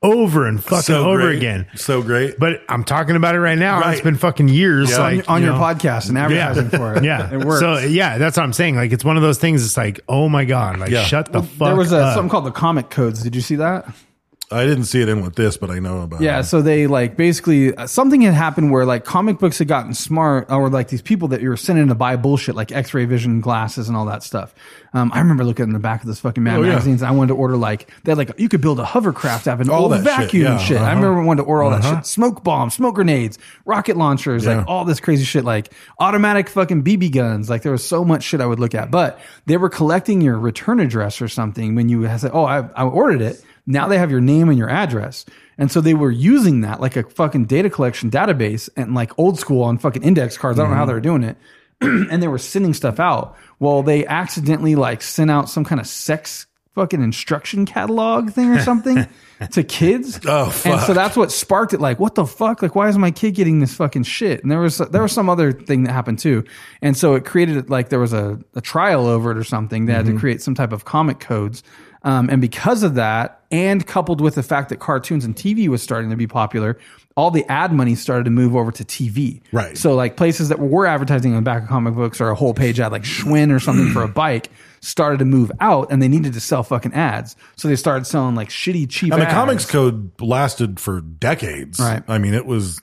Speaker 11: over and fucking
Speaker 10: So
Speaker 11: over
Speaker 10: great.
Speaker 11: again.
Speaker 10: So great.
Speaker 11: But I'm talking about it right now. and
Speaker 10: Right.
Speaker 11: It's been fucking years.
Speaker 10: Yeah.
Speaker 11: Like,
Speaker 9: on
Speaker 11: you
Speaker 9: your
Speaker 11: know.
Speaker 9: podcast and advertising for it.
Speaker 11: Yeah.
Speaker 9: It works.
Speaker 11: So yeah, that's what I'm saying. Like it's one of those things. It's like, oh my god, like
Speaker 10: Yeah.
Speaker 11: shut the fuck.
Speaker 9: there was a,
Speaker 11: up.
Speaker 9: something called the comic codes. Did you see that?
Speaker 10: I didn't see it in with this, but I know about
Speaker 9: Yeah,
Speaker 10: it.
Speaker 9: so they like basically uh, something had happened where like comic books had gotten smart, or like these people that you were sending to buy bullshit like X-ray vision glasses and all that stuff. Um, I remember looking in the back of this fucking Mad
Speaker 10: Oh, yeah.
Speaker 9: magazines. And I wanted to order like they had, like you could build a hovercraft out of an
Speaker 10: All
Speaker 9: old
Speaker 10: that shit,
Speaker 9: vacuum
Speaker 10: yeah,
Speaker 9: and shit. I
Speaker 10: uh-huh.
Speaker 9: remember wanting to order all that shit: smoke bombs, smoke grenades, rocket launchers,
Speaker 10: Yeah.
Speaker 9: like all this crazy shit, like automatic fucking BB guns. Like there was so much shit I would look at, but they were collecting your return address or something when you said, "Oh, I, I ordered it." Now they have your name and your address. And so they were using that like a fucking data collection database and like old school on fucking index cards. I don't know how they were doing it. and they were sending stuff out. Well, they accidentally like sent out some kind of sex fucking instruction catalog thing or something to kids.
Speaker 10: Oh,
Speaker 9: And so
Speaker 10: fuck.
Speaker 9: that's what sparked it. Like, what the fuck? Like, why is my kid getting this fucking shit? And there was there was some other thing that happened too. And so it created like there was a, a trial over it or something. They
Speaker 10: Mm-hmm.
Speaker 9: had to create some type of comic codes. Um, and because of that, and coupled with the fact that cartoons and TV was starting to be popular, all the ad money started to move over to TV.
Speaker 10: Right.
Speaker 9: So like places that were advertising on the back of comic books or a whole page ad, like Schwinn or something for a bike, started to move out, and they needed to sell fucking ads. So they started selling like shitty cheap.
Speaker 10: And the
Speaker 9: ads.
Speaker 10: comics code lasted for decades.
Speaker 9: Right.
Speaker 10: I mean, it was,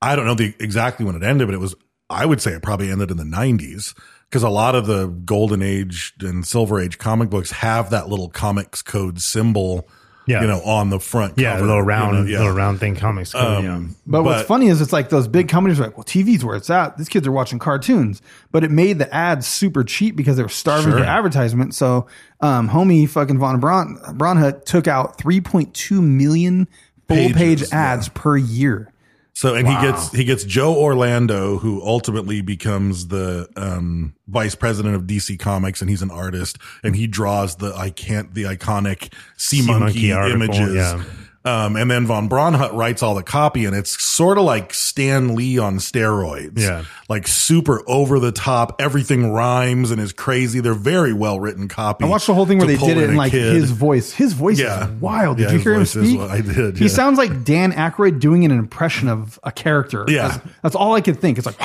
Speaker 10: I don't know the exactly when it ended, but it was, I would say it probably ended in the 90s because a lot of the golden age and silver age comic books have that little comics code symbol,
Speaker 11: Yeah.
Speaker 10: you know, on the front.
Speaker 11: Yeah,
Speaker 10: cover,
Speaker 11: a little round,
Speaker 10: you know, yeah.
Speaker 11: little round thing. Comics. Um,
Speaker 9: But, what's funny is it's like those big companies are like, well, TV's where it's at. These kids are watching cartoons, but it made the ads super cheap because they were starving for advertisement. So, um, homie fucking von Braun, Braunhut took out 3.2 million full page
Speaker 10: Pages,
Speaker 9: ads per year.
Speaker 10: So and he gets he gets Joe Orlando, who ultimately becomes the um, vice president of DC Comics, and he's an artist, and he draws the I can't the iconic sea, monkey,
Speaker 11: monkey article,
Speaker 10: images.
Speaker 11: yeah.
Speaker 10: Um, and then von Braunhut writes all the copy, and it's sort of like Stan Lee on steroids.
Speaker 11: Yeah.
Speaker 10: like super over the top. Everything rhymes and is crazy. They're very well written copy.
Speaker 9: I watched the whole thing where
Speaker 10: to
Speaker 9: they
Speaker 10: pull
Speaker 9: did it in
Speaker 10: a
Speaker 9: like
Speaker 10: kid.
Speaker 9: his voice. His voice
Speaker 10: Yeah.
Speaker 9: is wild. Did
Speaker 10: Yeah,
Speaker 9: you
Speaker 10: his
Speaker 9: hear him
Speaker 10: voice is
Speaker 9: speak?
Speaker 10: what I did,
Speaker 9: He
Speaker 10: yeah.
Speaker 9: sounds like Dan Aykroyd doing an impression of a character.
Speaker 10: Yeah.
Speaker 9: that's, that's all I could think. It's like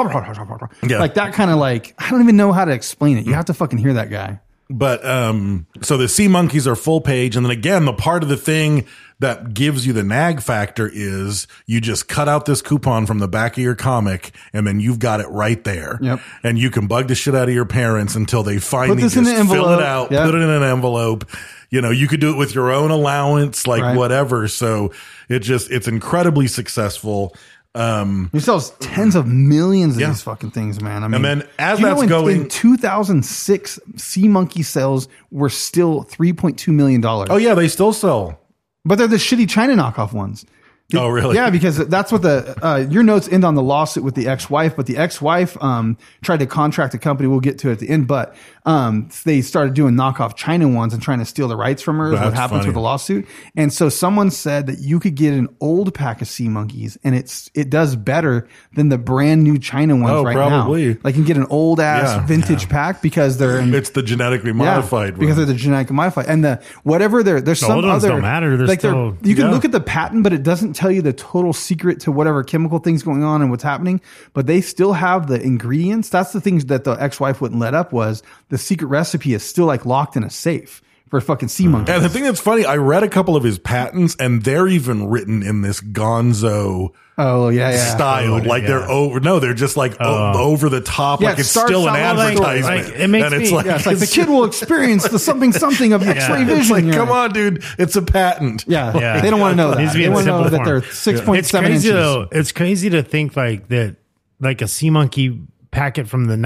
Speaker 10: Yeah.
Speaker 9: like that kind of like I don't even know how to explain it. You have to fucking hear that guy.
Speaker 10: But um, so the sea monkeys are full page, and then again, the part of the thing that gives you the nag factor is you just cut out this coupon from the back of your comic, and then you've got it right there.
Speaker 9: Yep.
Speaker 10: And you can bug the shit out of your parents until they finally
Speaker 9: this
Speaker 10: just
Speaker 9: in an
Speaker 10: fill it
Speaker 9: envelope.
Speaker 10: out,
Speaker 9: Yeah.
Speaker 10: put it in an envelope. You know, you could do it with your own allowance, like
Speaker 9: Right.
Speaker 10: whatever. So it just it's incredibly successful. Um,
Speaker 9: He sells tens of millions of
Speaker 10: Yeah.
Speaker 9: these fucking things, man. I mean,
Speaker 10: then as
Speaker 9: you know,
Speaker 10: that's
Speaker 9: in,
Speaker 10: going-
Speaker 9: in 2006, Sea Monkey sales were still 3.2 million dollars.
Speaker 10: oh yeah, they still sell.
Speaker 9: But they're the shitty China knockoff ones. The-
Speaker 10: Oh, really?
Speaker 9: Yeah, because that's what the uh, your notes end on the lawsuit with the ex-wife, but the ex-wife um, tried to contract a company. We'll get to it at the end, but um, they started doing knockoff China ones and trying to steal the rights from her. Is what
Speaker 10: That's
Speaker 9: happens
Speaker 10: funny.
Speaker 9: with the lawsuit? And so someone said that you could get an old pack of sea monkeys, and it's it does better than the brand new China ones
Speaker 10: Oh,
Speaker 9: right
Speaker 10: probably.
Speaker 9: now. Like you can get an old ass
Speaker 10: Yeah.
Speaker 9: vintage pack because they're in,
Speaker 10: It's the genetically
Speaker 9: yeah,
Speaker 10: modified
Speaker 9: because
Speaker 10: one.
Speaker 9: they're the genetically modified, and the whatever there, there's
Speaker 11: The
Speaker 9: some
Speaker 11: old ones
Speaker 9: other
Speaker 11: don't matter. They're still-
Speaker 9: you can
Speaker 10: yeah.
Speaker 9: look at the patent, but it doesn't tell you the total secret to whatever chemical things going on and what's happening. But they still have the ingredients. That's the things that the ex-wife wouldn't let up was the secret recipe is still like locked in a safe for fucking sea monkeys.
Speaker 10: Mm. And the thing that's funny, I read a couple of his patents, and they're even written in this Gonzo
Speaker 9: Oh yeah, yeah.
Speaker 10: style.
Speaker 11: Code,
Speaker 10: like they're
Speaker 11: yeah. Oh.
Speaker 10: over. No, they're just like o- over the top.
Speaker 9: Yeah,
Speaker 10: like
Speaker 9: it
Speaker 10: it's
Speaker 9: starts
Speaker 10: still an
Speaker 9: out like-
Speaker 10: advertisement.
Speaker 11: like, it makes
Speaker 10: and it's
Speaker 11: me-
Speaker 10: like,
Speaker 9: Yeah, it's like the kid will experience the something something of X-ray
Speaker 11: Yeah.
Speaker 9: vision.
Speaker 10: it's like,
Speaker 9: here.
Speaker 10: come on, dude, it's a patent.
Speaker 9: Yeah,
Speaker 11: Yeah.
Speaker 9: they don't want to know
Speaker 11: It needs
Speaker 9: that.
Speaker 11: to be
Speaker 9: They
Speaker 11: in
Speaker 9: want to know
Speaker 11: simple
Speaker 9: that
Speaker 11: form.
Speaker 9: they're
Speaker 11: Yeah.
Speaker 9: six point
Speaker 11: it's
Speaker 9: seven
Speaker 11: crazy
Speaker 9: inches.
Speaker 11: though. It's crazy to think like that, like a sea monkey packet from the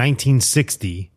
Speaker 11: 1960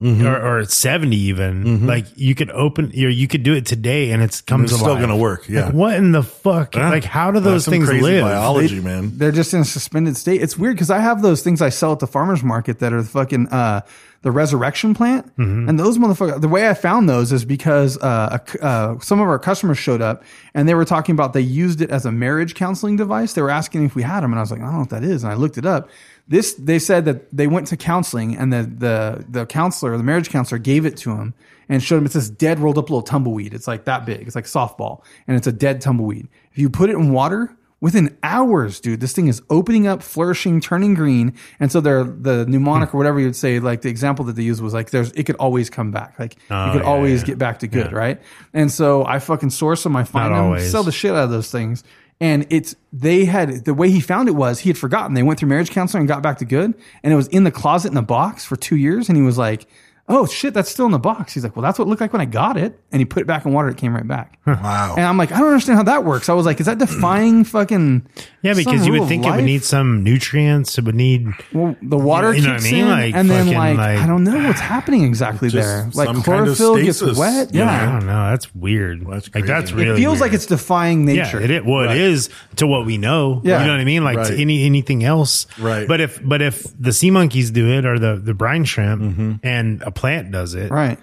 Speaker 10: Mm-hmm.
Speaker 11: or, or 70 even. Like you could open, you you could do it today, and it comes
Speaker 10: It's still
Speaker 11: alive.
Speaker 10: gonna work,
Speaker 11: Like,
Speaker 10: yeah.
Speaker 11: what in the fuck?
Speaker 10: Yeah.
Speaker 11: Like how do
Speaker 10: That's
Speaker 11: those
Speaker 10: some
Speaker 11: things
Speaker 10: crazy
Speaker 11: live?
Speaker 10: Biology, man.
Speaker 9: They're just in a suspended state. It's weird because I have those things I sell at the farmers market that are the fucking uh, the resurrection plant, and those motherfuckers. The way I found those is because uh, a c uh, some of our customers showed up and they were talking about they used it as a marriage counseling device. They were asking if we had them, and I was like, I don't know what that is, and I looked it up. This they said that they went to counseling and the the the counselor, the marriage counselor, gave it to him and showed him it's this dead rolled up little tumbleweed. It's like that big. It's like softball, and it's a dead tumbleweed. If you put it in water within hours, dude, this thing is opening up, flourishing, turning green. And so they're the mnemonic or whatever you would say, like the example that they used was like, there's, it could always come back. Like you could always get back to good. Right. And so I fucking source them. I find them,
Speaker 11: always.
Speaker 9: sell the shit out of those things. And it's, they had, the way he found it was he had forgotten. They went through marriage counseling and got back to good. And it was in the closet in a box for two years. And he was like, Oh shit, that's still in the box. He's like, well, that's what it looked like when I got it. And he put it back in water. It came right back.
Speaker 10: Wow.
Speaker 9: And I'm like, I don't understand how that works. I was like, is that defying fucking?
Speaker 11: Yeah, because
Speaker 9: some rule
Speaker 11: you would
Speaker 9: of
Speaker 11: think it would
Speaker 9: life?
Speaker 11: need some nutrients. It would need
Speaker 9: well, the water
Speaker 11: You know
Speaker 9: kicks
Speaker 11: what I mean?
Speaker 9: in,
Speaker 11: Like,
Speaker 9: and then
Speaker 11: fucking,
Speaker 9: like,
Speaker 11: like-
Speaker 9: I don't know what's happening exactly
Speaker 10: Just
Speaker 9: there. Like
Speaker 10: some kind of
Speaker 9: chlorophyll
Speaker 10: stasis,
Speaker 9: gets wet.
Speaker 10: you
Speaker 9: Yeah,
Speaker 11: I don't know. That's weird.
Speaker 10: That's
Speaker 11: like that's
Speaker 10: crazy.
Speaker 11: really
Speaker 9: it feels
Speaker 11: weird.
Speaker 9: like it's defying nature.
Speaker 11: Yeah, it, it well,
Speaker 9: Right.
Speaker 11: it is to what we know.
Speaker 9: Yeah.
Speaker 11: you know what I mean. Like
Speaker 10: Right.
Speaker 11: to any anything else.
Speaker 10: Right.
Speaker 11: But if but if the sea monkeys do it or the the brine shrimp
Speaker 10: Mm-hmm.
Speaker 11: and a plant does it,
Speaker 9: right.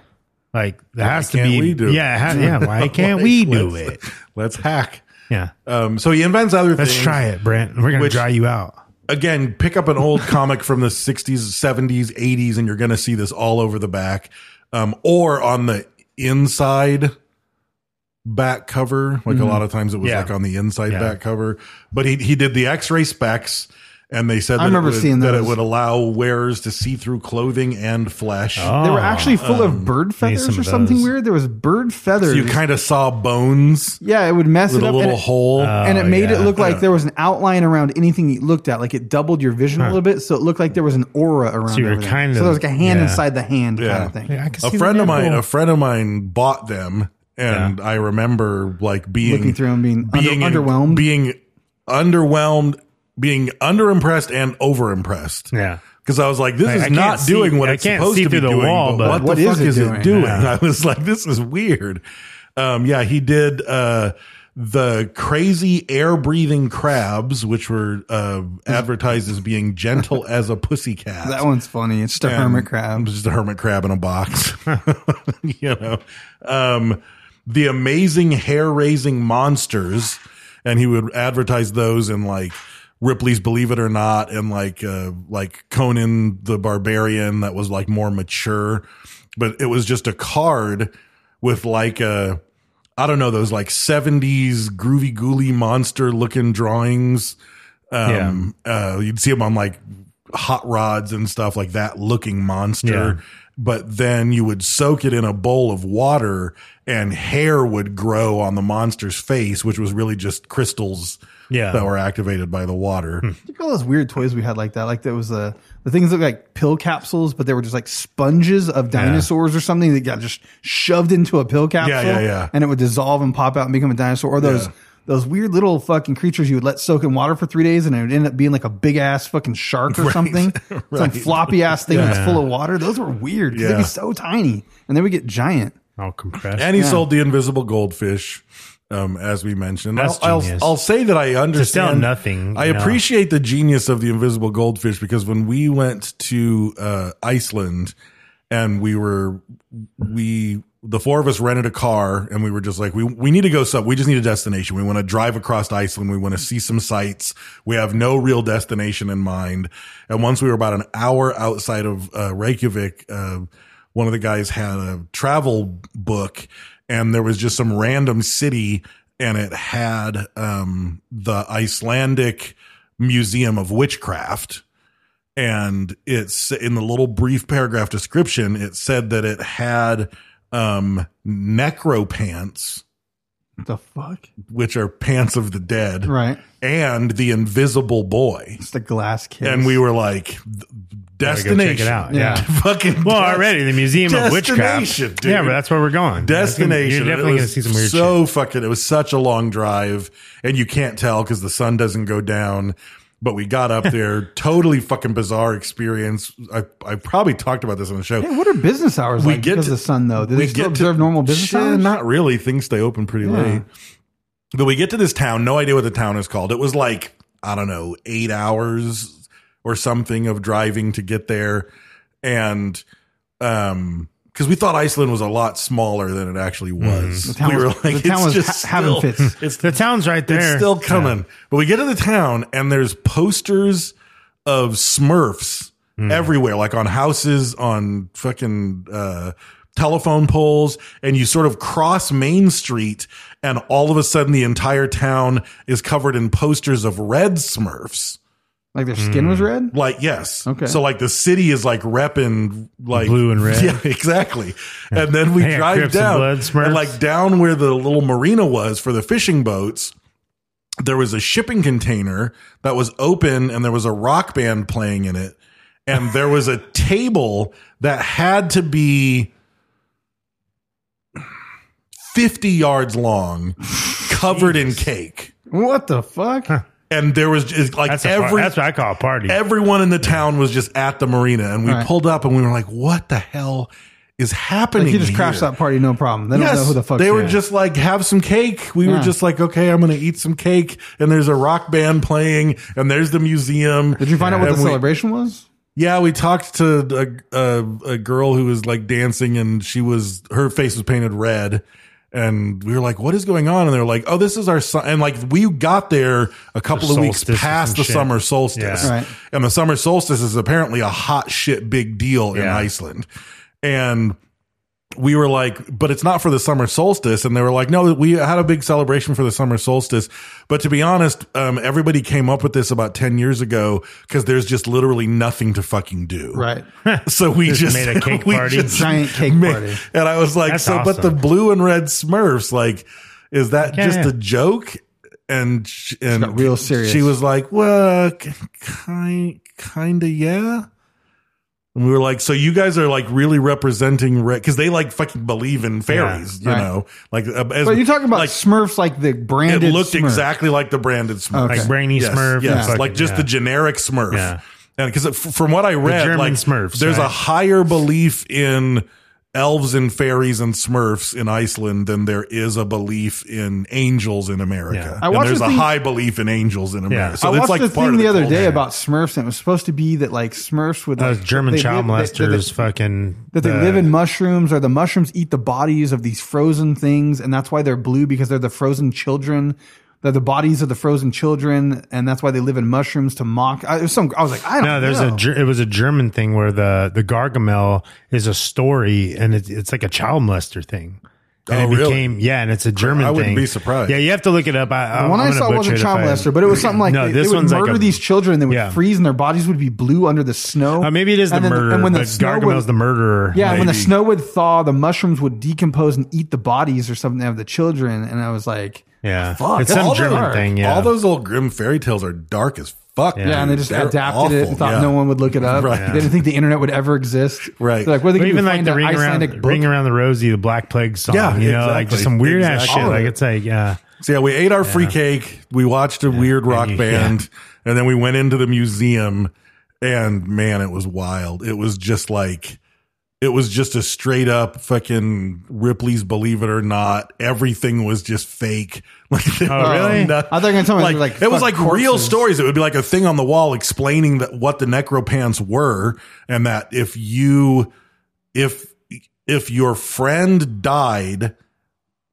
Speaker 11: Like there has to
Speaker 10: can't
Speaker 11: be.
Speaker 10: we do it?
Speaker 11: yeah, ha- yeah. Why can't
Speaker 10: Like,
Speaker 11: we do
Speaker 10: let's-
Speaker 11: it?
Speaker 10: Let's hack.
Speaker 11: Yeah.
Speaker 10: Um, so he invents other
Speaker 11: Let's
Speaker 10: things.
Speaker 11: try it, Brent. We're gonna
Speaker 10: Which-
Speaker 11: dry you out.
Speaker 10: again, pick up an old comic from the 60s, 70s, 80s, and you're going to see this all over the back um, or on the inside back cover. Like
Speaker 9: Mm-hmm.
Speaker 10: a lot of times it was
Speaker 11: Yeah.
Speaker 10: like on the inside
Speaker 11: Yeah.
Speaker 10: back cover. But he, he did the x ray specs. And they said that,
Speaker 9: I remember
Speaker 10: it would,
Speaker 9: seeing
Speaker 10: that it
Speaker 9: those.
Speaker 10: would allow wearers to see through clothing and flesh.
Speaker 9: Oh. They were actually full
Speaker 10: um,
Speaker 9: of bird feathers
Speaker 11: some
Speaker 9: or
Speaker 11: of
Speaker 9: something
Speaker 11: those.
Speaker 9: weird. There was bird feathers.
Speaker 10: So you kind of saw bones
Speaker 9: yeah, it would mess
Speaker 10: with
Speaker 9: it
Speaker 10: a
Speaker 9: up.
Speaker 10: little
Speaker 9: and it-
Speaker 10: hole.
Speaker 9: and it made
Speaker 11: Oh, yeah.
Speaker 9: it look like
Speaker 10: Yeah.
Speaker 9: there was an outline around anything you looked at. Like it doubled your vision a little bit, so it looked like there was an aura around.
Speaker 11: So you were
Speaker 9: everything.
Speaker 11: kind
Speaker 9: so there
Speaker 11: of-
Speaker 9: was like a hand
Speaker 11: yeah.
Speaker 9: inside the hand kind
Speaker 10: Yeah.
Speaker 9: of thing.
Speaker 11: Yeah, I can
Speaker 10: a
Speaker 11: see
Speaker 10: friend
Speaker 11: the
Speaker 10: of mine,
Speaker 11: nipple.
Speaker 10: a friend of mine bought them, and I remember like being
Speaker 9: Looking through 'em, being under-
Speaker 10: in-
Speaker 9: underwhelmed.
Speaker 10: being underwhelmed, being underimpressed and overimpressed.
Speaker 11: Yeah.
Speaker 10: Because I was like, this
Speaker 11: Like,
Speaker 10: is
Speaker 11: I can't
Speaker 10: not
Speaker 11: see-
Speaker 10: doing what
Speaker 11: I
Speaker 10: it's
Speaker 11: can't
Speaker 10: supposed
Speaker 11: see
Speaker 10: to be
Speaker 11: through the
Speaker 10: doing. but
Speaker 11: wall, but
Speaker 10: what,
Speaker 9: what
Speaker 10: the
Speaker 9: is
Speaker 10: fuck
Speaker 9: it
Speaker 10: is
Speaker 9: doing?
Speaker 10: it doing?
Speaker 11: Yeah.
Speaker 10: I was like, this is weird. Um, yeah, he did uh, the crazy air breathing crabs, which were uh, advertised as being gentle as a pussycat.
Speaker 9: That one's funny. It's just a hermit crab.
Speaker 10: It's just a hermit crab in a box. you know, um, the amazing hair raising monsters. And he would advertise those in like Ripley's Believe It or Not and like, uh, like Conan the Barbarian that was like more mature, but it was just a card with like a, I don't know, those like 70s groovy gooly monster looking drawings. Um, uh, you'd see them on like hot rods and stuff like that looking monster.
Speaker 11: Yeah.
Speaker 10: But then you would soak it in a bowl of water and hair would grow on the monster's face, which was really just crystals
Speaker 11: Yeah. Hmm.
Speaker 10: that were activated by the water.
Speaker 9: Look at all those weird toys we had like that. Like there was uh, the things that looked like pill capsules, but they were just like sponges of dinosaurs or something that got just shoved into a pill capsule.
Speaker 10: yeah, yeah.
Speaker 9: And it would dissolve and pop out and become a dinosaur. Or those
Speaker 10: Yeah.
Speaker 9: those weird little fucking creatures you would let soak in water for three days and it would end up being like a big ass fucking shark or something. Some
Speaker 10: right.
Speaker 9: floppy ass thing that's full of water. Those were weird 'cause they'd
Speaker 10: Yeah.
Speaker 9: be so tiny. And they would get giant.
Speaker 11: All compressed.
Speaker 10: And he sold the invisible goldfish. Um, as we mentioned,
Speaker 11: That's
Speaker 10: I'll, I'll,
Speaker 11: genius.
Speaker 10: I'll say that I understand
Speaker 11: nothing,
Speaker 10: I
Speaker 11: you know.
Speaker 10: appreciate the genius of the invisible goldfish because when we went to uh, Iceland and we were we the four of us rented a car and we were just like we we need to go sub we just need a destination we want to drive across Iceland we want to see some sights we have no real destination in mind and once we were about an hour outside of uh, Reykjavik uh, one of the guys had a travel book and there was just some random city and it had um, the Icelandic Museum of Witchcraft and it's in the little brief paragraph description it said that it had um necro pants
Speaker 9: What the fuck?
Speaker 10: which are pants of the dead
Speaker 9: Right.
Speaker 10: and the invisible boy
Speaker 9: It's the glass kiss.
Speaker 10: and we were like
Speaker 11: Gotta go
Speaker 10: destination
Speaker 11: check it out. Yeah.
Speaker 10: fucking
Speaker 11: Well,
Speaker 10: des-
Speaker 11: already the Museum of Witchcraft.
Speaker 10: Destination, dude.
Speaker 11: Yeah, but that's where we're going. That's gonna-
Speaker 10: destination.
Speaker 11: You're
Speaker 10: It
Speaker 11: definitely going to
Speaker 10: was
Speaker 11: see some weird
Speaker 10: so
Speaker 11: shit.
Speaker 10: fucking. It was such a long drive, and you can't tell because the sun doesn't go down. But we got up there, totally fucking bizarre experience. I I probably talked about this on the show.
Speaker 9: Hey, what are business hours
Speaker 10: We
Speaker 9: like
Speaker 10: get
Speaker 9: because
Speaker 10: to-
Speaker 9: of the sun though? Do
Speaker 10: we
Speaker 9: they still
Speaker 10: get to-
Speaker 9: observe normal business
Speaker 10: Shit,
Speaker 9: hours?
Speaker 10: Not really. Things stay open pretty
Speaker 9: Yeah.
Speaker 10: late. But we get to this town. No idea what the town is called. It was like I don't know, eight hours or something of driving to get there, and um. Because we thought Iceland was a lot smaller than it actually was.
Speaker 9: Mm-hmm. The town
Speaker 10: we were
Speaker 9: was-
Speaker 10: like,
Speaker 9: the town
Speaker 10: it's
Speaker 9: was
Speaker 10: just
Speaker 9: ha- having
Speaker 10: still-
Speaker 9: fits.
Speaker 10: It's
Speaker 11: The town's right there.
Speaker 10: it's still coming. But we get to the town and there's posters of Smurfs
Speaker 11: Hmm.
Speaker 10: everywhere, like on houses, on fucking uh, telephone poles, and you sort of cross Main Street, and all of a sudden the entire town is covered in posters of red Smurfs.
Speaker 9: Like
Speaker 10: Hmm.
Speaker 9: their skin was red?
Speaker 10: Like yes,
Speaker 9: Okay.
Speaker 10: So like the city is like repping like
Speaker 11: Blue and red.
Speaker 10: Yeah, exactly. And then we
Speaker 11: Yeah,
Speaker 10: drive
Speaker 11: Crips and
Speaker 10: down
Speaker 11: Blood, Smurfs.
Speaker 10: and like down where the little marina was for the fishing boats. There was a shipping container that was open, and there was a rock band playing in it, and there was a table that had to be. 50 yards long covered in cake
Speaker 9: What the fuck?
Speaker 10: and there was just like
Speaker 11: That's, a par-
Speaker 10: every
Speaker 11: that's what I call a party.
Speaker 10: everyone in the town was just at the marina and we
Speaker 9: Right.
Speaker 10: pulled up and we were like what the hell is happening
Speaker 9: Like you just
Speaker 10: here?
Speaker 9: crashed that party, no problem. They don't know who the fuck
Speaker 10: they were just like have some cake. We were
Speaker 9: Yeah.
Speaker 10: just like, okay, I'm gonna eat some cake, and there's a rock band playing, and there's the museum.
Speaker 9: Did you find out what
Speaker 10: And
Speaker 9: the
Speaker 10: we-
Speaker 9: celebration was?
Speaker 10: Yeah, we talked to a, a a girl who was like dancing, and she was her face was painted red, and we were like, "What is going on?" And they were like, "Oh, this is our sun." And like we got there a couple
Speaker 11: The
Speaker 10: of weeks
Speaker 11: solstice
Speaker 10: past
Speaker 11: and
Speaker 10: the
Speaker 11: shit.
Speaker 10: summer solstice,
Speaker 11: Yeah.
Speaker 9: Right.
Speaker 10: and the summer solstice is apparently a hot shit big deal in
Speaker 11: Yeah.
Speaker 10: Iceland, and we were like, but it's not for the summer solstice. And they were like, no, we had a big celebration for the summer solstice. But to be honest, um, everybody came up with this about 10 years ago because there's just literally nothing to fucking do.
Speaker 9: Right.
Speaker 10: So we
Speaker 11: Just
Speaker 10: just,
Speaker 11: made a cake
Speaker 10: we
Speaker 11: party.
Speaker 9: Giant cake
Speaker 10: made-
Speaker 9: party.
Speaker 10: And I was like,
Speaker 11: That's
Speaker 10: so, but the
Speaker 11: awesome.
Speaker 10: blue and red Smurfs, like, is that
Speaker 11: Yeah,
Speaker 10: just
Speaker 11: yeah.
Speaker 10: a joke? And, sh- and
Speaker 9: got real serious.
Speaker 10: she was like, well, kind, kind of, yeah. And we were like, so you guys are like really representing red because they like fucking believe in fairies,
Speaker 9: Yeah,
Speaker 10: you
Speaker 9: right.
Speaker 10: know? Like, uh, as,
Speaker 9: But you're talking about
Speaker 10: like,
Speaker 9: Smurfs, like the
Speaker 10: it
Speaker 9: branded.
Speaker 10: looked
Speaker 9: Smurf.
Speaker 10: exactly like the branded Smurf,
Speaker 9: Okay.
Speaker 11: like Brainy
Speaker 10: yes,
Speaker 11: Smurf.
Speaker 10: yes,
Speaker 11: and fucking-
Speaker 10: like just
Speaker 11: yeah.
Speaker 10: the generic Smurf.
Speaker 11: Yeah.
Speaker 10: And because from what I read,
Speaker 11: German
Speaker 10: like
Speaker 11: Smurfs,
Speaker 10: there's a
Speaker 11: right?
Speaker 10: higher belief in elves and fairies and smurfs in Iceland than there is a belief in angels in America.
Speaker 11: Yeah.
Speaker 9: I
Speaker 10: And
Speaker 9: watched
Speaker 10: there's
Speaker 9: the
Speaker 10: a
Speaker 9: thing-
Speaker 10: high belief in angels in America.
Speaker 11: Yeah.
Speaker 10: So
Speaker 9: I
Speaker 10: it's
Speaker 9: watched
Speaker 10: like
Speaker 9: the
Speaker 10: part
Speaker 9: thing
Speaker 10: of
Speaker 9: the other day
Speaker 10: culture.
Speaker 9: about Smurfs, and it was supposed to be that like Smurfs would
Speaker 11: That was
Speaker 9: like,
Speaker 11: German
Speaker 9: they
Speaker 11: child
Speaker 9: live- they- they-
Speaker 11: molesters. Fucking
Speaker 9: that they live in mushrooms or the mushrooms eat the bodies of these frozen things and that's why they're blue because they're the frozen children they're the bodies of the frozen children and that's why they live in mushrooms to mock I, it was some, I was like I don't
Speaker 11: No, there's
Speaker 9: know.
Speaker 11: a Ger- it was a German thing where the the Gargamel is a story and it's it's like a child molester thing.
Speaker 10: Oh,
Speaker 11: And it
Speaker 10: really?
Speaker 11: became yeah, and it's a German.
Speaker 10: I wouldn't
Speaker 11: thing.
Speaker 10: be surprised.
Speaker 11: Yeah, you have to look it up. I,
Speaker 9: the
Speaker 11: I'm
Speaker 9: one I
Speaker 11: gonna
Speaker 9: saw
Speaker 11: butcher
Speaker 9: wasn't
Speaker 11: it if
Speaker 9: child
Speaker 11: I-
Speaker 9: molester, but it was something like
Speaker 11: no,
Speaker 9: they,
Speaker 11: this
Speaker 9: they would
Speaker 11: one's
Speaker 9: murder
Speaker 11: like a,
Speaker 9: these children. They would
Speaker 11: yeah.
Speaker 9: freeze, and their bodies would be blue under the snow.
Speaker 11: Uh, maybe it is the
Speaker 9: And then-
Speaker 11: murderer,
Speaker 9: and when the
Speaker 11: but
Speaker 9: snow would-
Speaker 11: Gargamel's the murderer.
Speaker 9: Yeah, and when the
Speaker 10: Maybe.
Speaker 9: snow would thaw, the mushrooms would decompose and eat the bodies or something of the children. And I was like,
Speaker 11: Yeah,
Speaker 9: Fuck,
Speaker 11: it's
Speaker 9: that's
Speaker 11: some
Speaker 9: all
Speaker 11: German
Speaker 9: dark.
Speaker 11: thing. Yeah,
Speaker 10: All those old grim fairy tales are dark as fuck.
Speaker 11: Yeah.
Speaker 9: Yeah, and they
Speaker 10: dude.
Speaker 9: just
Speaker 10: They're
Speaker 9: adapted it and
Speaker 10: awful.
Speaker 9: thought
Speaker 10: Yeah.
Speaker 9: no one would look it up.
Speaker 10: Right.
Speaker 9: They didn't think the internet would ever exist.
Speaker 10: Right.
Speaker 9: They're like, what are they gonna
Speaker 11: Or even
Speaker 9: do,
Speaker 11: like
Speaker 9: find
Speaker 11: the
Speaker 9: an
Speaker 11: ring
Speaker 9: Icelandic
Speaker 11: around,
Speaker 9: book?
Speaker 11: ring around the Rosie, the Black Plague song.
Speaker 10: Yeah,
Speaker 11: you know, like
Speaker 10: exactly.
Speaker 11: just some weird
Speaker 10: Exactly.
Speaker 11: ass shit. Like it's like yeah,
Speaker 10: So yeah, we ate our free cake. We watched a weird rock
Speaker 11: you-
Speaker 10: band, and then we went into the museum. And man, it was wild. It was just like, it was just a straight up fucking Ripley's Believe It or Not. Everything was just fake. Like, there
Speaker 11: Oh,
Speaker 10: was
Speaker 11: really?
Speaker 10: nothing-
Speaker 9: I thought you were gonna tell me
Speaker 10: like,
Speaker 9: it was like
Speaker 10: it was
Speaker 9: fuck
Speaker 10: like real
Speaker 9: corpses.
Speaker 10: stories. It would be like a thing on the wall explaining that what the necropants were, and that if you if if your friend died,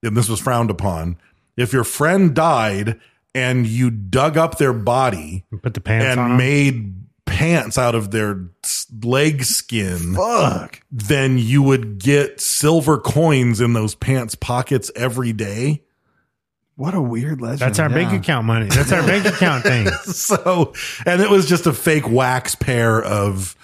Speaker 10: and this was frowned upon, if your friend died and you dug up their body
Speaker 11: put the pants
Speaker 10: and
Speaker 11: on. 'em.
Speaker 10: made pants out of their s- leg skin, fuck, then you would get silver coins in those pants pockets every day.
Speaker 9: What a weird legend.
Speaker 11: That's our bank
Speaker 9: yeah.
Speaker 11: account money. That's our bank account thing.
Speaker 10: so and it was just a fake wax pair of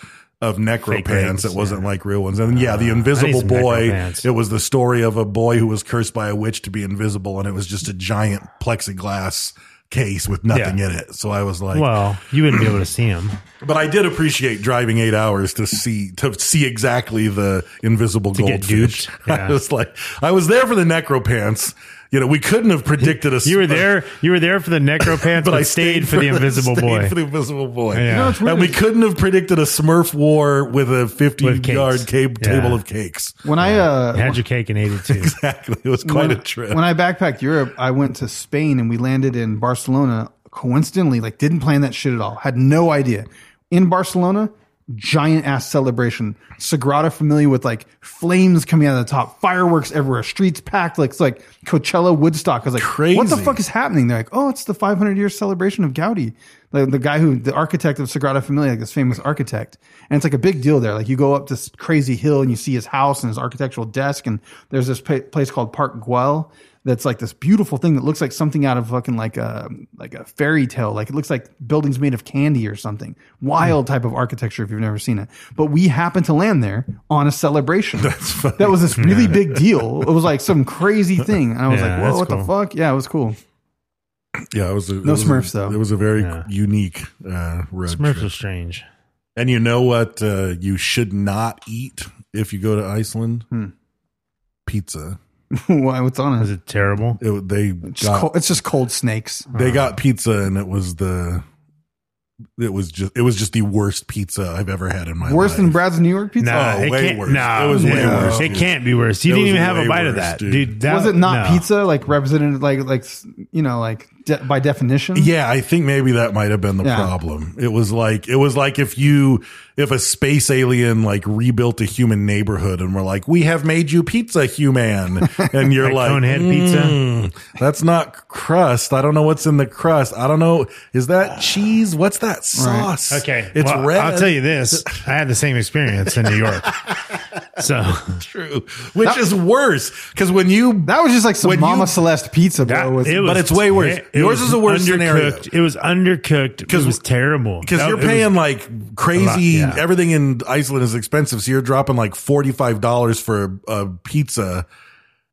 Speaker 10: of necro
Speaker 11: Fake
Speaker 10: pants. It
Speaker 11: rings,
Speaker 10: wasn't like real ones. And yeah, the invisible
Speaker 11: some necro
Speaker 10: boy.
Speaker 11: pants.
Speaker 10: It was the story of a boy who was cursed by a witch to be invisible, and it was just a giant plexiglass case with nothing
Speaker 11: Yeah.
Speaker 10: in it. So I was like,
Speaker 11: Well, you wouldn't be able to see him.
Speaker 10: but I did appreciate driving eight hours to see to see exactly the invisible
Speaker 11: get
Speaker 10: goldfish.
Speaker 11: duped. Yeah.
Speaker 10: I was like, I was there for the necro pants. You know, we couldn't have predicted a.
Speaker 11: You were
Speaker 10: a-
Speaker 11: there. You were there for the necro pants, but, I stayed, for the invisible
Speaker 10: stayed
Speaker 11: boy.
Speaker 10: For the invisible boy.
Speaker 11: Yeah. You know, it's
Speaker 10: and we couldn't have predicted a Smurf war with a
Speaker 11: With cakes.
Speaker 10: fifty-yard
Speaker 11: Yeah.
Speaker 10: table of cakes.
Speaker 9: When I uh
Speaker 11: Had your cake and ate it too.
Speaker 10: Exactly, it was quite
Speaker 9: when,
Speaker 10: a trip.
Speaker 9: when I backpacked Europe, I went to Spain and we landed in Barcelona coincidentally, like didn't plan that shit at all. Had no idea. In Barcelona, giant ass celebration. Sagrada familiar with like flames coming out of the top, fireworks everywhere, streets packed, like it's like Coachella Woodstock. I was like, what the
Speaker 10: Crazy.
Speaker 9: fuck is happening? They're like, oh, it's the 500 year celebration of Gaudi, the, the guy who, the architect of Sagrada Familia, like this famous architect. And it's like a big deal there. Like you go up this crazy hill and you see his house and his architectural desk. And there's this pa- place called Park Guel that's like this beautiful thing that looks like something out of fucking like a, like a fairy tale. Like it looks like buildings made of candy or something. Wild type of architecture if you've never seen it. But we happened to land there on a celebration. That's funny. That was this really big deal. It was like some crazy thing. And I was
Speaker 11: Yeah,
Speaker 9: like, whoa,
Speaker 11: that's
Speaker 9: what
Speaker 11: cool.
Speaker 9: the fuck? Yeah, it was cool.
Speaker 10: yeah, it was a, it
Speaker 9: No
Speaker 10: was a-
Speaker 9: Smurfs, though.
Speaker 10: It was a very
Speaker 11: Yeah.
Speaker 10: unique uh, road
Speaker 11: Smurfs
Speaker 10: trip.
Speaker 11: was strange.
Speaker 10: And you know what? Uh, you should not eat if you go to Iceland.
Speaker 9: Hmm.
Speaker 10: Pizza.
Speaker 9: Why? What's on
Speaker 11: Was
Speaker 9: it?
Speaker 11: it terrible?
Speaker 10: It, they
Speaker 9: It's
Speaker 10: got
Speaker 9: just, cold, it's just cold snakes.
Speaker 11: Oh, Ah.
Speaker 10: they got pizza, and it was the it was just it was just the worst pizza I've ever had in my
Speaker 9: Worse
Speaker 10: life.
Speaker 9: than Brad's New York pizza?
Speaker 11: Nah,
Speaker 10: Oh,
Speaker 11: it
Speaker 10: way
Speaker 11: can't,
Speaker 10: worse.
Speaker 11: Nah,
Speaker 10: It was way
Speaker 11: yeah.
Speaker 10: worse,
Speaker 11: It
Speaker 10: dude.
Speaker 11: can't be worse. You
Speaker 10: It
Speaker 11: didn't
Speaker 10: was
Speaker 11: even have a
Speaker 10: way
Speaker 11: bite of
Speaker 10: worse,
Speaker 11: that,
Speaker 10: dude.
Speaker 11: dude. that-
Speaker 9: was it not
Speaker 11: no.
Speaker 9: pizza? Like represented, like like s- you know, like de- by definition.
Speaker 10: Yeah, I think maybe that might have been the
Speaker 9: Yeah.
Speaker 10: problem. It was like it was like if you if a space alien like rebuilt a human neighborhood and we're like, "We have made you pizza, human," and you're
Speaker 11: Like
Speaker 10: like,
Speaker 11: Conehead pizza?
Speaker 10: "Mm, That's not crust. I don't know what's in the crust. I don't know. Is that cheese? What's that sauce?
Speaker 11: Okay,
Speaker 10: it's
Speaker 11: well,
Speaker 10: red.
Speaker 11: I'll tell you this: I had the same experience in New York. So
Speaker 10: true, which is worse because when you
Speaker 9: that was just like some
Speaker 10: When
Speaker 9: Mama
Speaker 10: you-
Speaker 9: Celeste pizza, bro.
Speaker 11: that-
Speaker 9: was,
Speaker 10: but it's way worse.
Speaker 11: it
Speaker 10: Yours
Speaker 11: was
Speaker 10: is a worse scenario.
Speaker 11: undercooked. It was undercooked. It
Speaker 10: 'Cause-
Speaker 11: was terrible.
Speaker 10: because
Speaker 11: That-
Speaker 10: you're
Speaker 11: it was-
Speaker 10: paying like crazy.
Speaker 11: lot, yeah.
Speaker 10: Everything in Iceland is expensive, so you're dropping like forty five dollars for a, a pizza,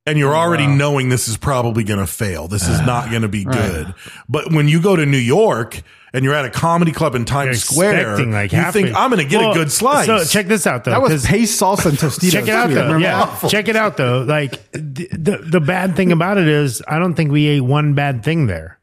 Speaker 10: and you're already knowing this is probably going to fail. This is not going to be good. But when you go to New York and you're at a comedy club in Times Square,
Speaker 11: expecting, like
Speaker 10: you
Speaker 11: half
Speaker 10: think
Speaker 11: it.
Speaker 10: I'm going to get
Speaker 11: Well,
Speaker 10: a good slice.
Speaker 11: So check this out though.
Speaker 9: that
Speaker 11: 'cause-
Speaker 9: was paste salsa and Tostitos.
Speaker 11: check it out
Speaker 9: too.
Speaker 11: though.
Speaker 9: Remember that?
Speaker 11: Yeah, check it out though. Like the, the the bad thing about it is, I don't think we ate one bad thing there,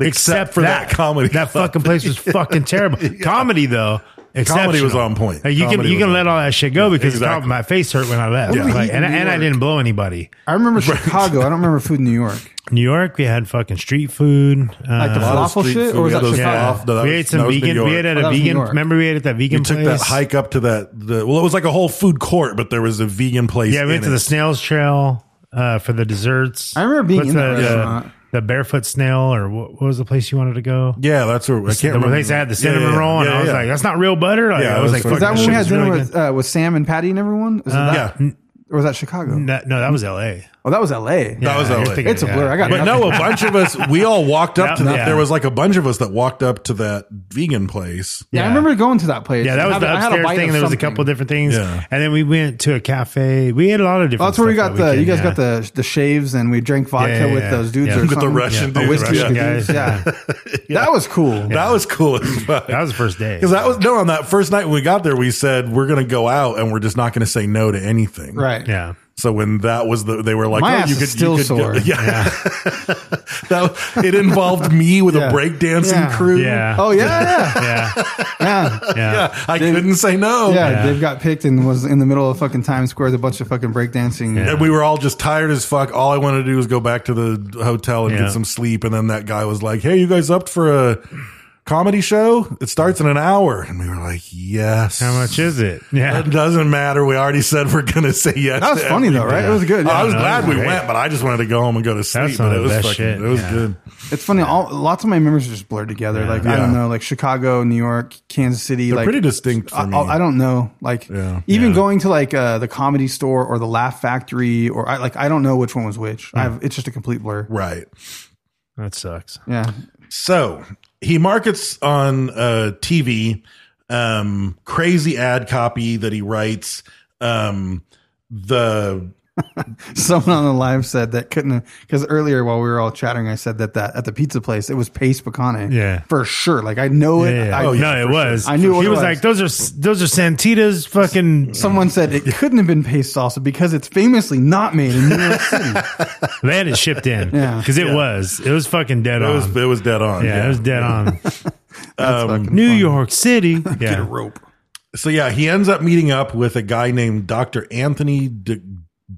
Speaker 10: Except for that comedy
Speaker 11: That
Speaker 10: club.
Speaker 11: fucking place was fucking terrible. Comedy though,
Speaker 10: Comedy was
Speaker 11: Exceptional.
Speaker 10: on point.
Speaker 11: Like, you
Speaker 10: Comedy
Speaker 11: can you
Speaker 10: was
Speaker 11: can
Speaker 10: on
Speaker 11: let all
Speaker 10: point.
Speaker 11: that shit go
Speaker 10: Yeah,
Speaker 11: because
Speaker 10: exactly.
Speaker 11: God, my face hert when I left,
Speaker 10: Yeah.
Speaker 11: Like, and, I- and I didn't blow anybody.
Speaker 9: I remember Chicago. I don't remember food in New York.
Speaker 11: New York, we had fucking street food. Uh,
Speaker 9: Like
Speaker 10: A
Speaker 9: the
Speaker 10: lot of
Speaker 9: falafel
Speaker 10: street
Speaker 9: shit,
Speaker 10: food.
Speaker 9: or was
Speaker 10: Yeah,
Speaker 9: that
Speaker 10: those
Speaker 9: Chicago?
Speaker 11: yeah,
Speaker 10: falafel- that
Speaker 11: we
Speaker 10: was-
Speaker 11: ate
Speaker 10: that
Speaker 11: some
Speaker 10: was New
Speaker 11: vegan. We
Speaker 10: York.
Speaker 11: ate at
Speaker 9: Oh, that
Speaker 11: a
Speaker 9: was New
Speaker 11: vegan.
Speaker 9: York.
Speaker 11: Remember, we ate at that vegan
Speaker 10: We took
Speaker 11: place.
Speaker 10: that hike up to that. The, well, it was like a whole food court, but there was a vegan place.
Speaker 11: Yeah, we went
Speaker 10: in
Speaker 11: to the
Speaker 10: it.
Speaker 11: snails trail uh, for the desserts.
Speaker 9: I remember being
Speaker 11: What's
Speaker 9: in that
Speaker 11: the,
Speaker 9: restaurant.
Speaker 11: the barefoot snail, or what, what was the place you wanted to go?
Speaker 10: Yeah, that's where I can't
Speaker 11: the
Speaker 10: remember.
Speaker 11: place that had the cinnamon
Speaker 10: yeah, yeah,
Speaker 11: roll, and
Speaker 10: yeah,
Speaker 11: I was
Speaker 10: yeah.
Speaker 11: like, "That's not real butter." Like,
Speaker 10: Yeah,
Speaker 11: I was like,
Speaker 10: that's
Speaker 11: "Fuck,
Speaker 9: Is that
Speaker 11: that
Speaker 9: when we
Speaker 11: shit
Speaker 9: had
Speaker 11: is
Speaker 9: dinner
Speaker 11: really good." Uh,
Speaker 9: with, uh, with Sam and Patty and everyone? Is it that,
Speaker 10: yeah.
Speaker 9: Or was that Chicago?
Speaker 11: No, no, that was L.A.
Speaker 9: Oh, that was L.A.
Speaker 10: That was
Speaker 11: you're
Speaker 10: LA.
Speaker 11: thinking-
Speaker 9: It's a blur. I got
Speaker 10: But
Speaker 9: nothing.
Speaker 10: no, a bunch of us, we all walked up to
Speaker 11: Yeah.
Speaker 10: that.
Speaker 11: Yeah.
Speaker 10: There was like a bunch of us that walked up to that vegan place.
Speaker 9: Yeah,
Speaker 11: Yeah.
Speaker 9: I remember going to that place.
Speaker 11: Yeah, that
Speaker 9: I
Speaker 11: was
Speaker 9: had-
Speaker 11: the
Speaker 9: I had a
Speaker 11: upstairs
Speaker 9: bite
Speaker 11: thing.
Speaker 9: of
Speaker 11: There was a
Speaker 9: something.
Speaker 11: couple different things,
Speaker 10: Yeah.
Speaker 11: and then we went to a cafe. We had a lot of different.
Speaker 9: Oh, that's where we
Speaker 11: stuff
Speaker 9: got
Speaker 11: that
Speaker 9: the you
Speaker 11: weekend,
Speaker 9: guys
Speaker 11: yeah.
Speaker 9: got the the shaves and we drank vodka
Speaker 11: Yeah, yeah,
Speaker 9: with
Speaker 11: yeah.
Speaker 9: those dudes
Speaker 11: Yeah.
Speaker 9: or
Speaker 11: With
Speaker 10: the
Speaker 9: something.
Speaker 10: Russian
Speaker 9: yeah.
Speaker 11: Oh,
Speaker 10: dudes,
Speaker 9: whiskey
Speaker 10: Russian
Speaker 9: dudes. Yeah.
Speaker 11: guys.
Speaker 9: that was cool.
Speaker 10: That was cool. that
Speaker 11: That was the first day.
Speaker 10: Because that was no on that first night when we got there, we said we're going to go out and we're just not going to say no to anything.
Speaker 9: right.
Speaker 11: Yeah.
Speaker 10: So when that was the, they were like,
Speaker 9: My
Speaker 10: oh,
Speaker 9: ass
Speaker 10: you
Speaker 9: is
Speaker 10: could
Speaker 9: still
Speaker 10: you could
Speaker 9: sore.
Speaker 10: Go. Yeah, that it involved me with
Speaker 9: Yeah.
Speaker 10: a breakdancing
Speaker 9: Yeah.
Speaker 10: crew.
Speaker 11: Yeah.
Speaker 9: Oh yeah,
Speaker 11: Yeah.
Speaker 9: yeah, yeah.
Speaker 11: Yeah.
Speaker 10: Yeah, I couldn't say no.
Speaker 9: Dave got picked and was in the middle of fucking Times Square with a bunch of fucking breakdancing.
Speaker 10: And we were all just tired as fuck. All I wanted to do was go back to the hotel and
Speaker 11: Yeah.
Speaker 10: get some sleep. And then that guy was like, "Hey, you guys up for a comedy show? It starts in an hour." And we were like, "Yes."
Speaker 11: How much is it? Yeah.
Speaker 9: uh,
Speaker 10: It doesn't matter. We already said we're gonna say yes.
Speaker 9: That was
Speaker 10: to
Speaker 9: funny though,
Speaker 10: everything.
Speaker 9: right? It was good.
Speaker 10: I was
Speaker 9: Yeah.
Speaker 10: glad
Speaker 11: that was
Speaker 10: we
Speaker 11: great.
Speaker 10: went, but I just wanted to go home and go to sleep.
Speaker 11: some of
Speaker 10: But it
Speaker 11: the
Speaker 10: was
Speaker 11: best
Speaker 10: fucking,
Speaker 11: shit.
Speaker 10: it was
Speaker 11: Yeah.
Speaker 10: good.
Speaker 9: It's funny. All lots of my memories are just blurred together. Like I don't
Speaker 10: Yeah.
Speaker 9: know, like Chicago, New York, Kansas City.
Speaker 10: They're
Speaker 9: like
Speaker 10: pretty distinct for
Speaker 9: I,
Speaker 10: me.
Speaker 9: I don't know. Like
Speaker 10: Yeah.
Speaker 9: even
Speaker 10: Yeah.
Speaker 9: going to like uh, the comedy store or the Laugh Factory or I like I don't know which one was which. I've, it's just a complete blur.
Speaker 10: Right.
Speaker 11: That sucks.
Speaker 9: Yeah,
Speaker 10: So he markets on uh, TV um, crazy ad copy that he writes. Um, the
Speaker 9: someone on the live said that couldn't because earlier while we were all chatting, I said that that at the pizza place it was paste picante.
Speaker 11: Yeah.
Speaker 9: for sure. Like I know it.
Speaker 11: Yeah, yeah.
Speaker 9: I,
Speaker 11: oh, no, it was.
Speaker 9: I knew what
Speaker 11: he
Speaker 9: it
Speaker 11: was,
Speaker 9: was.
Speaker 11: like, "Those are those are Santita's fucking."
Speaker 9: Someone said it couldn't have been paste salsa because it's famously not made in New York City.
Speaker 11: They had it shipped in
Speaker 9: Yeah.
Speaker 11: because it was it was fucking dead
Speaker 10: it
Speaker 11: on.
Speaker 10: was it was dead on.
Speaker 11: yeah, it was dead on. Um,
Speaker 9: That's fucking
Speaker 11: New
Speaker 9: funny.
Speaker 11: York City.
Speaker 9: Get a
Speaker 11: Yeah.
Speaker 9: rope.
Speaker 10: So yeah, he ends up meeting up with a guy named Dr. Anthony D-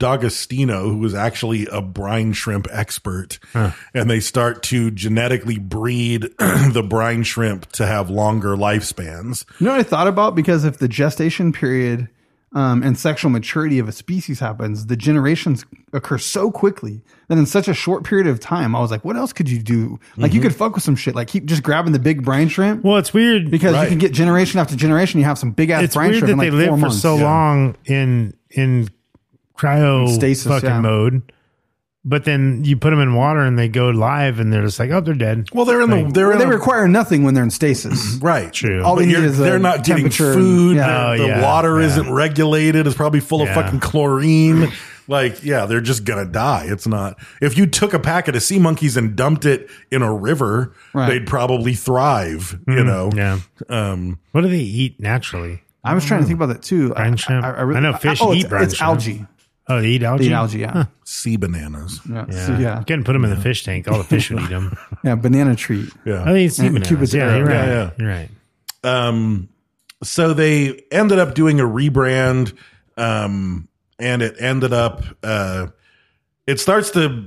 Speaker 10: D'Agostino, who was actually a brine shrimp expert, and they start to genetically breed the brine shrimp to have longer lifespans.
Speaker 9: You know what I thought about? Because if the gestation period um, and sexual maturity of a species happens, the generations occur so quickly that in such a short period of time, I was like, what else could you do? Like,
Speaker 11: Mm-hmm.
Speaker 9: you could fuck with some shit. Like, keep just grabbing the big brine shrimp
Speaker 11: Well, it's weird
Speaker 9: because
Speaker 10: Right.
Speaker 9: you can get generation after generation. You have some big ass
Speaker 11: it's
Speaker 9: brine
Speaker 11: weird
Speaker 9: shrimp
Speaker 11: that
Speaker 9: in like
Speaker 11: they live
Speaker 9: four
Speaker 11: for
Speaker 9: months.
Speaker 11: so long in in cryo
Speaker 9: In stasis,
Speaker 11: fucking
Speaker 9: yeah.
Speaker 11: mode. But then you put them in water and they go live and they're just like, oh, they're dead.
Speaker 10: Well, they're in the
Speaker 11: Right.
Speaker 10: they're in
Speaker 9: They
Speaker 10: the-
Speaker 9: require nothing when they're in stasis.
Speaker 10: right.
Speaker 11: True.
Speaker 9: All
Speaker 10: But
Speaker 9: they need
Speaker 10: you're-
Speaker 9: is a
Speaker 10: they're not getting
Speaker 9: temperature and-
Speaker 10: food.
Speaker 9: yeah.
Speaker 11: Oh,
Speaker 10: the
Speaker 11: yeah,
Speaker 10: water
Speaker 11: yeah.
Speaker 10: isn't regulated. It's probably full
Speaker 11: Yeah.
Speaker 10: of fucking chlorine. Like, yeah, they're just gonna die. It's not. If you took a packet of sea monkeys and dumped it in a river,
Speaker 9: Right.
Speaker 10: they'd probably thrive. You know.
Speaker 11: Mm, Mm-hmm. Yeah.
Speaker 10: Um,
Speaker 11: What do they eat naturally?
Speaker 9: I was trying to think about that too.
Speaker 11: Brine
Speaker 9: I-
Speaker 11: shrimp?
Speaker 9: I, really-
Speaker 11: I know fish
Speaker 9: oh,
Speaker 11: eat
Speaker 9: it's,
Speaker 11: brine
Speaker 9: it's
Speaker 11: shrimp.
Speaker 9: algae.
Speaker 11: Oh, they eat algae.
Speaker 9: They eat algae, yeah.
Speaker 10: sea bananas.
Speaker 9: Yeah.
Speaker 11: Yeah.
Speaker 9: So, yeah.
Speaker 11: You couldn't put them in the fish tank. All the fish would eat them.
Speaker 9: Yeah. Banana treat.
Speaker 11: Oh, they eat sea
Speaker 9: And
Speaker 11: bananas.
Speaker 9: Cupid's
Speaker 11: yeah,
Speaker 9: arrow.
Speaker 11: you're right.
Speaker 10: Yeah, yeah.
Speaker 11: You're right.
Speaker 10: Um, so they ended up doing a rebrand, um, and it ended up. Uh, it starts to,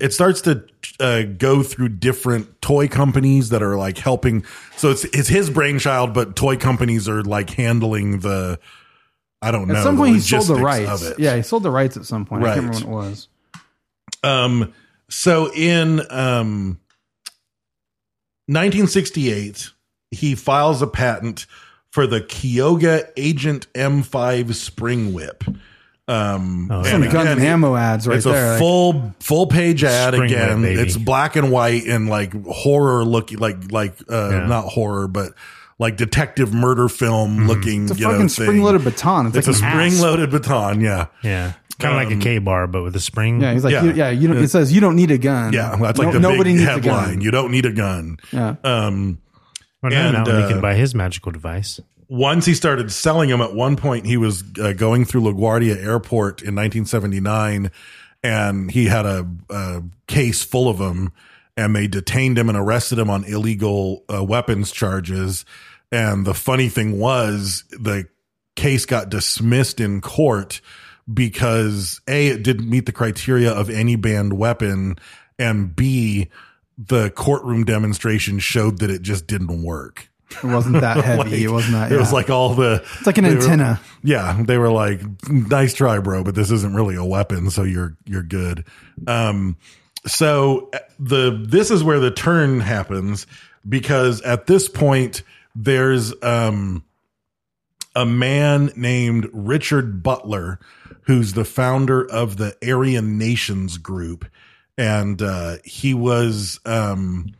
Speaker 10: it starts to uh, go through different toy companies that are like helping. So it's it's his brainchild, but toy companies are like handling the. I don't know.
Speaker 9: At some
Speaker 10: the
Speaker 9: point, he sold the
Speaker 10: logistics
Speaker 9: rights. Yeah, he sold the rights at some point. I can't
Speaker 10: Right.
Speaker 9: remember when it was.
Speaker 10: Um, so in um, 1968, he files a patent for the Kyoga Agent M5 Spring Whip. Um,
Speaker 11: Oh,
Speaker 10: and
Speaker 11: yeah.
Speaker 9: Guns
Speaker 10: again,
Speaker 9: and ammo ads right
Speaker 10: it's
Speaker 9: there.
Speaker 10: a
Speaker 9: like-
Speaker 10: full full page ad
Speaker 11: Spring Whip,
Speaker 10: again.
Speaker 11: baby.
Speaker 10: it's black and white and like horror looking, like like uh,
Speaker 11: Yeah.
Speaker 10: not horror, but like detective murder film
Speaker 11: Mm-hmm.
Speaker 10: looking.
Speaker 9: it's a
Speaker 10: you know,
Speaker 9: fucking spring loaded baton. It's,
Speaker 10: It's
Speaker 9: like
Speaker 10: a
Speaker 9: an
Speaker 10: spring
Speaker 9: ass.
Speaker 10: loaded baton. Yeah,
Speaker 11: Yeah. Kind of like
Speaker 10: Um,
Speaker 11: a K bar, but with a spring.
Speaker 9: Yeah, he's like,
Speaker 10: Yeah.
Speaker 9: yeah, you, yeah, you don't, it says you don't need a gun.
Speaker 10: yeah. That's like
Speaker 9: No-
Speaker 10: the
Speaker 9: nobody
Speaker 10: big
Speaker 9: needs
Speaker 10: headline.
Speaker 9: a gun.
Speaker 10: You don't need a gun.
Speaker 9: yeah.
Speaker 10: Um,
Speaker 11: Well, now,
Speaker 10: And,
Speaker 11: now he
Speaker 10: uh,
Speaker 11: can buy his magical device.
Speaker 10: once he started selling them, at one point he was uh, going through LaGuardia Airport in 1979, and he had a, a case full of them, and they detained him and arrested him on illegal uh, weapons charges. And the funny thing was the case got dismissed in court because A, it didn't meet the criteria of any banned weapon, and B, the courtroom demonstration showed that it just didn't work.
Speaker 9: It wasn't that heavy. it wasn't that.
Speaker 10: It was
Speaker 9: yeah.
Speaker 10: like all the.
Speaker 9: It's like an
Speaker 10: they were-
Speaker 9: antenna.
Speaker 10: yeah, they were like, "Nice try, bro," but this isn't really a weapon, so you're you're good. Um, so uh, the this is where the turn happens because at this point there's um a man named Richard Butler who's the founder of the Aryan Nations group and uh he was um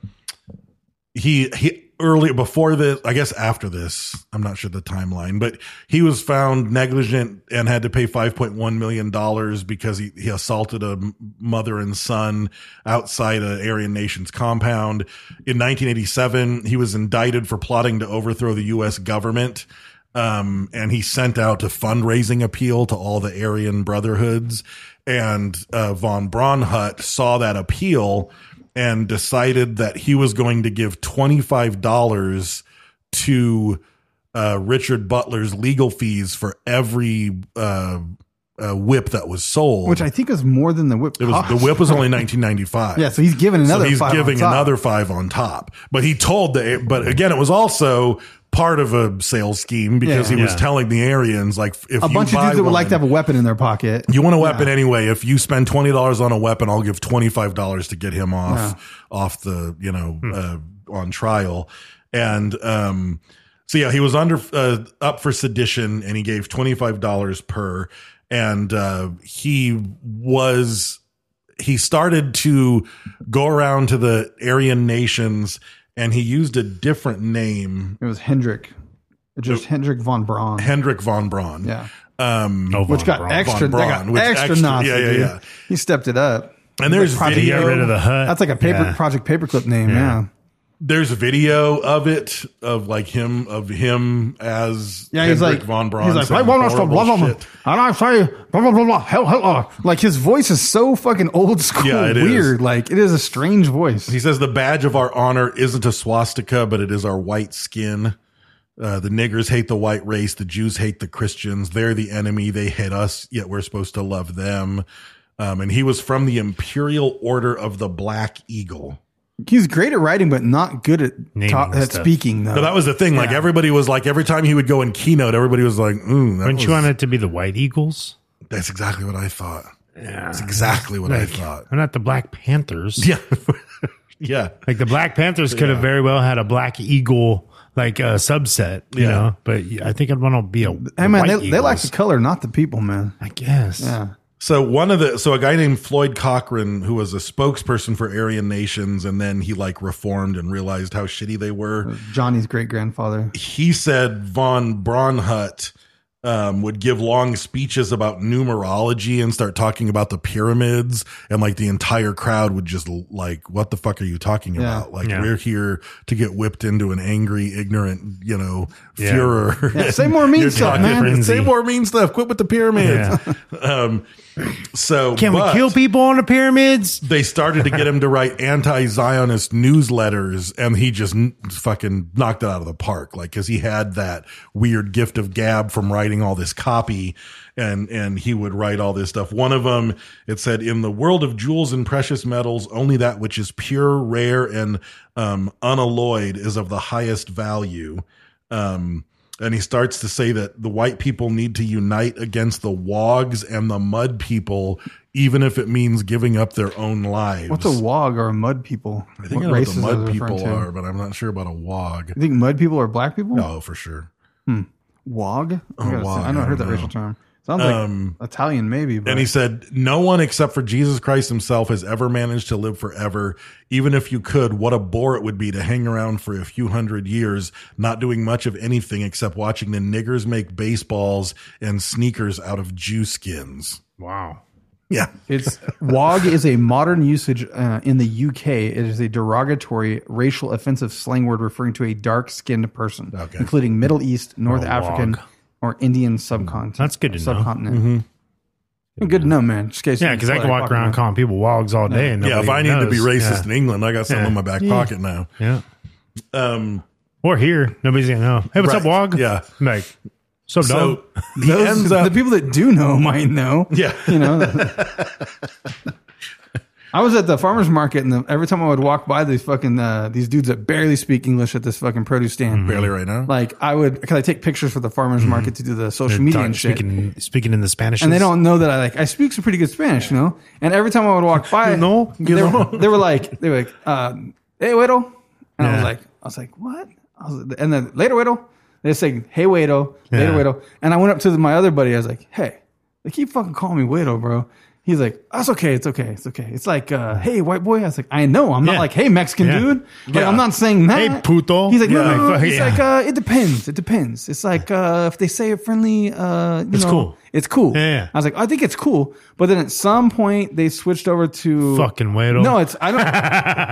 Speaker 10: he he earlier before this i guess after this i'm not sure the timeline but he was found negligent and had to pay 5.1 million dollars because he, he assaulted a m- mother and son outside a aryan nation's compound in 1987 he was indicted for plotting to overthrow the u.s government um, and he sent out a fundraising appeal to all the aryan brotherhoods and uh, von braunhut saw that appeal and decided that he was going to give $25 to uh, Richard Butler's legal fees for every uh, uh, whip that was sold.
Speaker 9: which I think is more than the whip.
Speaker 10: it was, the
Speaker 9: cost.
Speaker 10: whip was only 1995.
Speaker 9: Yeah, so he's giving another.
Speaker 10: So he's
Speaker 9: five on
Speaker 10: giving
Speaker 9: top.
Speaker 10: another five on top. But he told the, but again, it was also part of a sales scheme because
Speaker 9: Yeah.
Speaker 10: he was
Speaker 11: Yeah.
Speaker 10: telling the Aryans, like, if
Speaker 9: A
Speaker 10: you
Speaker 9: bunch of
Speaker 10: buy
Speaker 9: dudes that would
Speaker 10: one-
Speaker 9: like to have a weapon in their pocket.
Speaker 10: you want a weapon anyway. If you spend twenty dollars on a weapon, I'll give twenty five dollars to get him off off the you know uh, on trial. And um, so yeah, he was under uh, up for sedition, and he gave twenty five dollars per. And uh, he was he started to go around to the Aryan nations, and he used a different name,
Speaker 9: It was Hendrick. It just Hendrick von Braun.
Speaker 10: Hendrik von Braun.
Speaker 9: yeah.
Speaker 11: Oh,
Speaker 9: Which
Speaker 11: Von
Speaker 9: got
Speaker 11: Braun.
Speaker 9: extra,
Speaker 10: Von Braun,
Speaker 9: they got
Speaker 10: which
Speaker 9: extra,
Speaker 10: extra-
Speaker 9: Nazi.
Speaker 10: yeah, yeah,
Speaker 9: dude.
Speaker 10: yeah.
Speaker 9: He stepped it up.
Speaker 10: And there's
Speaker 9: Like Project
Speaker 11: They
Speaker 10: video.
Speaker 11: got rid of the hut.
Speaker 9: That's like a paper
Speaker 11: Yeah.
Speaker 9: Project Paperclip name. Yeah. yeah.
Speaker 10: there's video of it of like him of him as
Speaker 9: he's
Speaker 10: Hendrik
Speaker 9: like
Speaker 10: von Braun.
Speaker 9: He's like,
Speaker 10: saying
Speaker 9: I want us to
Speaker 10: horrible
Speaker 9: blah blah blah,
Speaker 10: shit.
Speaker 9: and I say blah blah blah blah. Hell, hell, uh. like his voice is so fucking old school,
Speaker 10: Yeah, it is.
Speaker 9: weird. Like it is a strange voice.
Speaker 10: He says the badge of our honor isn't a swastika, but it is our white skin. Uh, the niggers hate the white race. The Jews hate the Christians. They're the enemy. They hate us, yet we're supposed to love them. Um, and he was from the Imperial Order of the Black Eagle.
Speaker 9: He's great at writing, but not good at
Speaker 11: Naming
Speaker 9: ta-
Speaker 11: this
Speaker 9: at
Speaker 11: stuff.
Speaker 9: speaking. Though
Speaker 10: So that was the thing. Like
Speaker 9: Yeah.
Speaker 10: everybody was like, every time he would go in keynote, everybody was like, mm, that
Speaker 11: Wouldn't you
Speaker 10: was-
Speaker 11: want it to be the White Eagles?
Speaker 10: That's exactly what I thought. That's exactly what I thought.
Speaker 11: They're not the Black Panthers.
Speaker 10: Yeah. yeah.
Speaker 11: Like the Black Panthers could have very well had a Black Eagle like uh, subset, you
Speaker 10: Yeah.
Speaker 11: know. But yeah, I think I'd want to be a.
Speaker 9: hey man, they, they like the color, not the people, man.
Speaker 11: I guess.
Speaker 9: Yeah,
Speaker 10: So one of the so a guy named Floyd Cochran, who was a spokesperson for Aryan Nations, and then he like reformed and realized how shitty they were.
Speaker 9: Johnny's great grandfather.
Speaker 10: He said von Braunhut um, would give long speeches about numerology and start talking about the pyramids, and like the entire crowd would just like, "What the fuck are you talking
Speaker 9: Yeah.
Speaker 10: about? Like
Speaker 11: Yeah.
Speaker 10: we're here to get whipped into an angry, ignorant, you know,
Speaker 11: Yeah.
Speaker 10: furor."
Speaker 9: Yeah, say more mean
Speaker 10: You're
Speaker 9: stuff,
Speaker 10: talking-
Speaker 9: man.
Speaker 11: Frenzy.
Speaker 10: Say more mean stuff. Quit with the pyramids. um, so
Speaker 11: Can
Speaker 10: but-
Speaker 11: we kill people on the pyramids?
Speaker 10: they started to get him to write anti-Zionist newsletters, and he just n- fucking knocked it out of the park. Like, because he had that weird gift of gab from writing all this copy, and and he would write all this stuff. One of them, it said, "In the world of jewels and precious metals, only that which is pure, rare, and um, unalloyed is of the highest value." Um, and he starts to say that the white people need to unite against the wogs and the mud people, even if it means giving up their own lives.
Speaker 9: What's a wog or a mud people?
Speaker 10: I think I know what the mud people are, but I'm not sure about a wog.
Speaker 9: You think mud people are black people?
Speaker 10: No, for sure.
Speaker 9: Wog?
Speaker 10: Oh,
Speaker 9: I, gotta say-
Speaker 10: wog,
Speaker 9: I
Speaker 10: I
Speaker 9: never heard that
Speaker 10: don't
Speaker 9: racial
Speaker 10: know.
Speaker 9: term. Sounds
Speaker 10: Um,
Speaker 9: like Italian, maybe. But
Speaker 10: And he said, No one except for Jesus Christ himself has ever managed to live forever. Even if you could, what a bore it would be to hang around for a few hundred years, not doing much of anything except watching the niggers make baseballs and sneakers out of Jew skins.
Speaker 11: Wow.
Speaker 10: Yeah.
Speaker 9: It's wog is a modern usage uh, in the UK. It is a derogatory, racial, offensive slang word referring to a dark-skinned person,
Speaker 10: Okay.
Speaker 9: including Middle East, North
Speaker 11: A wog.
Speaker 9: African, or Indian subcontinent.
Speaker 11: That's good to know.
Speaker 9: subcontinent.
Speaker 10: Mm-hmm.
Speaker 9: Good to know, man. Just in case
Speaker 11: Yeah, because I can walk around calling people wogs all day. And
Speaker 10: Yeah,
Speaker 11: nobody
Speaker 10: if I need
Speaker 11: even
Speaker 10: to be
Speaker 11: knows.
Speaker 10: racist in England, I got something
Speaker 11: Yeah.
Speaker 10: in my back pocket now.
Speaker 11: Yeah. yeah.
Speaker 10: Um,
Speaker 11: Or here. Nobody's gonna know. Hey, what's up,
Speaker 10: Right.
Speaker 11: Wog?
Speaker 10: Yeah.
Speaker 11: I'm like, what's up,
Speaker 10: So
Speaker 11: dog?
Speaker 10: he ends
Speaker 9: the
Speaker 10: up
Speaker 9: people that do know might know.
Speaker 10: Yeah.
Speaker 9: you know. I was at the farmers market, and the, every time I would walk by these fucking uh, these dudes that barely speak English at this fucking produce stand,
Speaker 10: barely right now.
Speaker 9: Like I would, because I take pictures for the farmers
Speaker 10: Mm-hmm.
Speaker 9: market to do the social media
Speaker 11: Talking-
Speaker 9: and shit,
Speaker 11: speaking speaking in the Spanish.
Speaker 9: and they don't know that I like I speak some pretty good Spanish, you know. And every time I would walk by,
Speaker 11: You know?
Speaker 9: they,
Speaker 11: You
Speaker 9: were,
Speaker 11: know?
Speaker 9: they were like, they were like, um, "Hey, Widow," and I was
Speaker 11: Yeah.
Speaker 9: like, I was like, "What?" I was, and then later, Widow, they say, "Hey, Widow," later,
Speaker 11: Yeah.
Speaker 9: Widow, and I went up to my other buddy. I was like, "Hey, they keep fucking calling me Widow, bro." He's like, "That's okay, it's okay, it's okay." It's like, uh, "Hey, white boy." I was like, "I know, I'm not
Speaker 11: Yeah.
Speaker 9: like, hey, Mexican
Speaker 11: Yeah.
Speaker 9: dude." Like,
Speaker 10: Yeah.
Speaker 9: I'm not saying that.
Speaker 11: Hey, puto.
Speaker 9: He's like, "No,
Speaker 11: Yeah.
Speaker 9: no, no."
Speaker 11: Like,
Speaker 9: He's
Speaker 11: yeah.
Speaker 9: like, uh, "It depends. It depends. It's like uh, if they say it friendly, uh, you
Speaker 11: It's
Speaker 9: know,
Speaker 11: cool.
Speaker 9: It's cool."
Speaker 11: Yeah, yeah.
Speaker 9: I was like, I think it's cool. But then at some point they switched over to
Speaker 11: Fucking weirdo.
Speaker 9: No, it's I don't.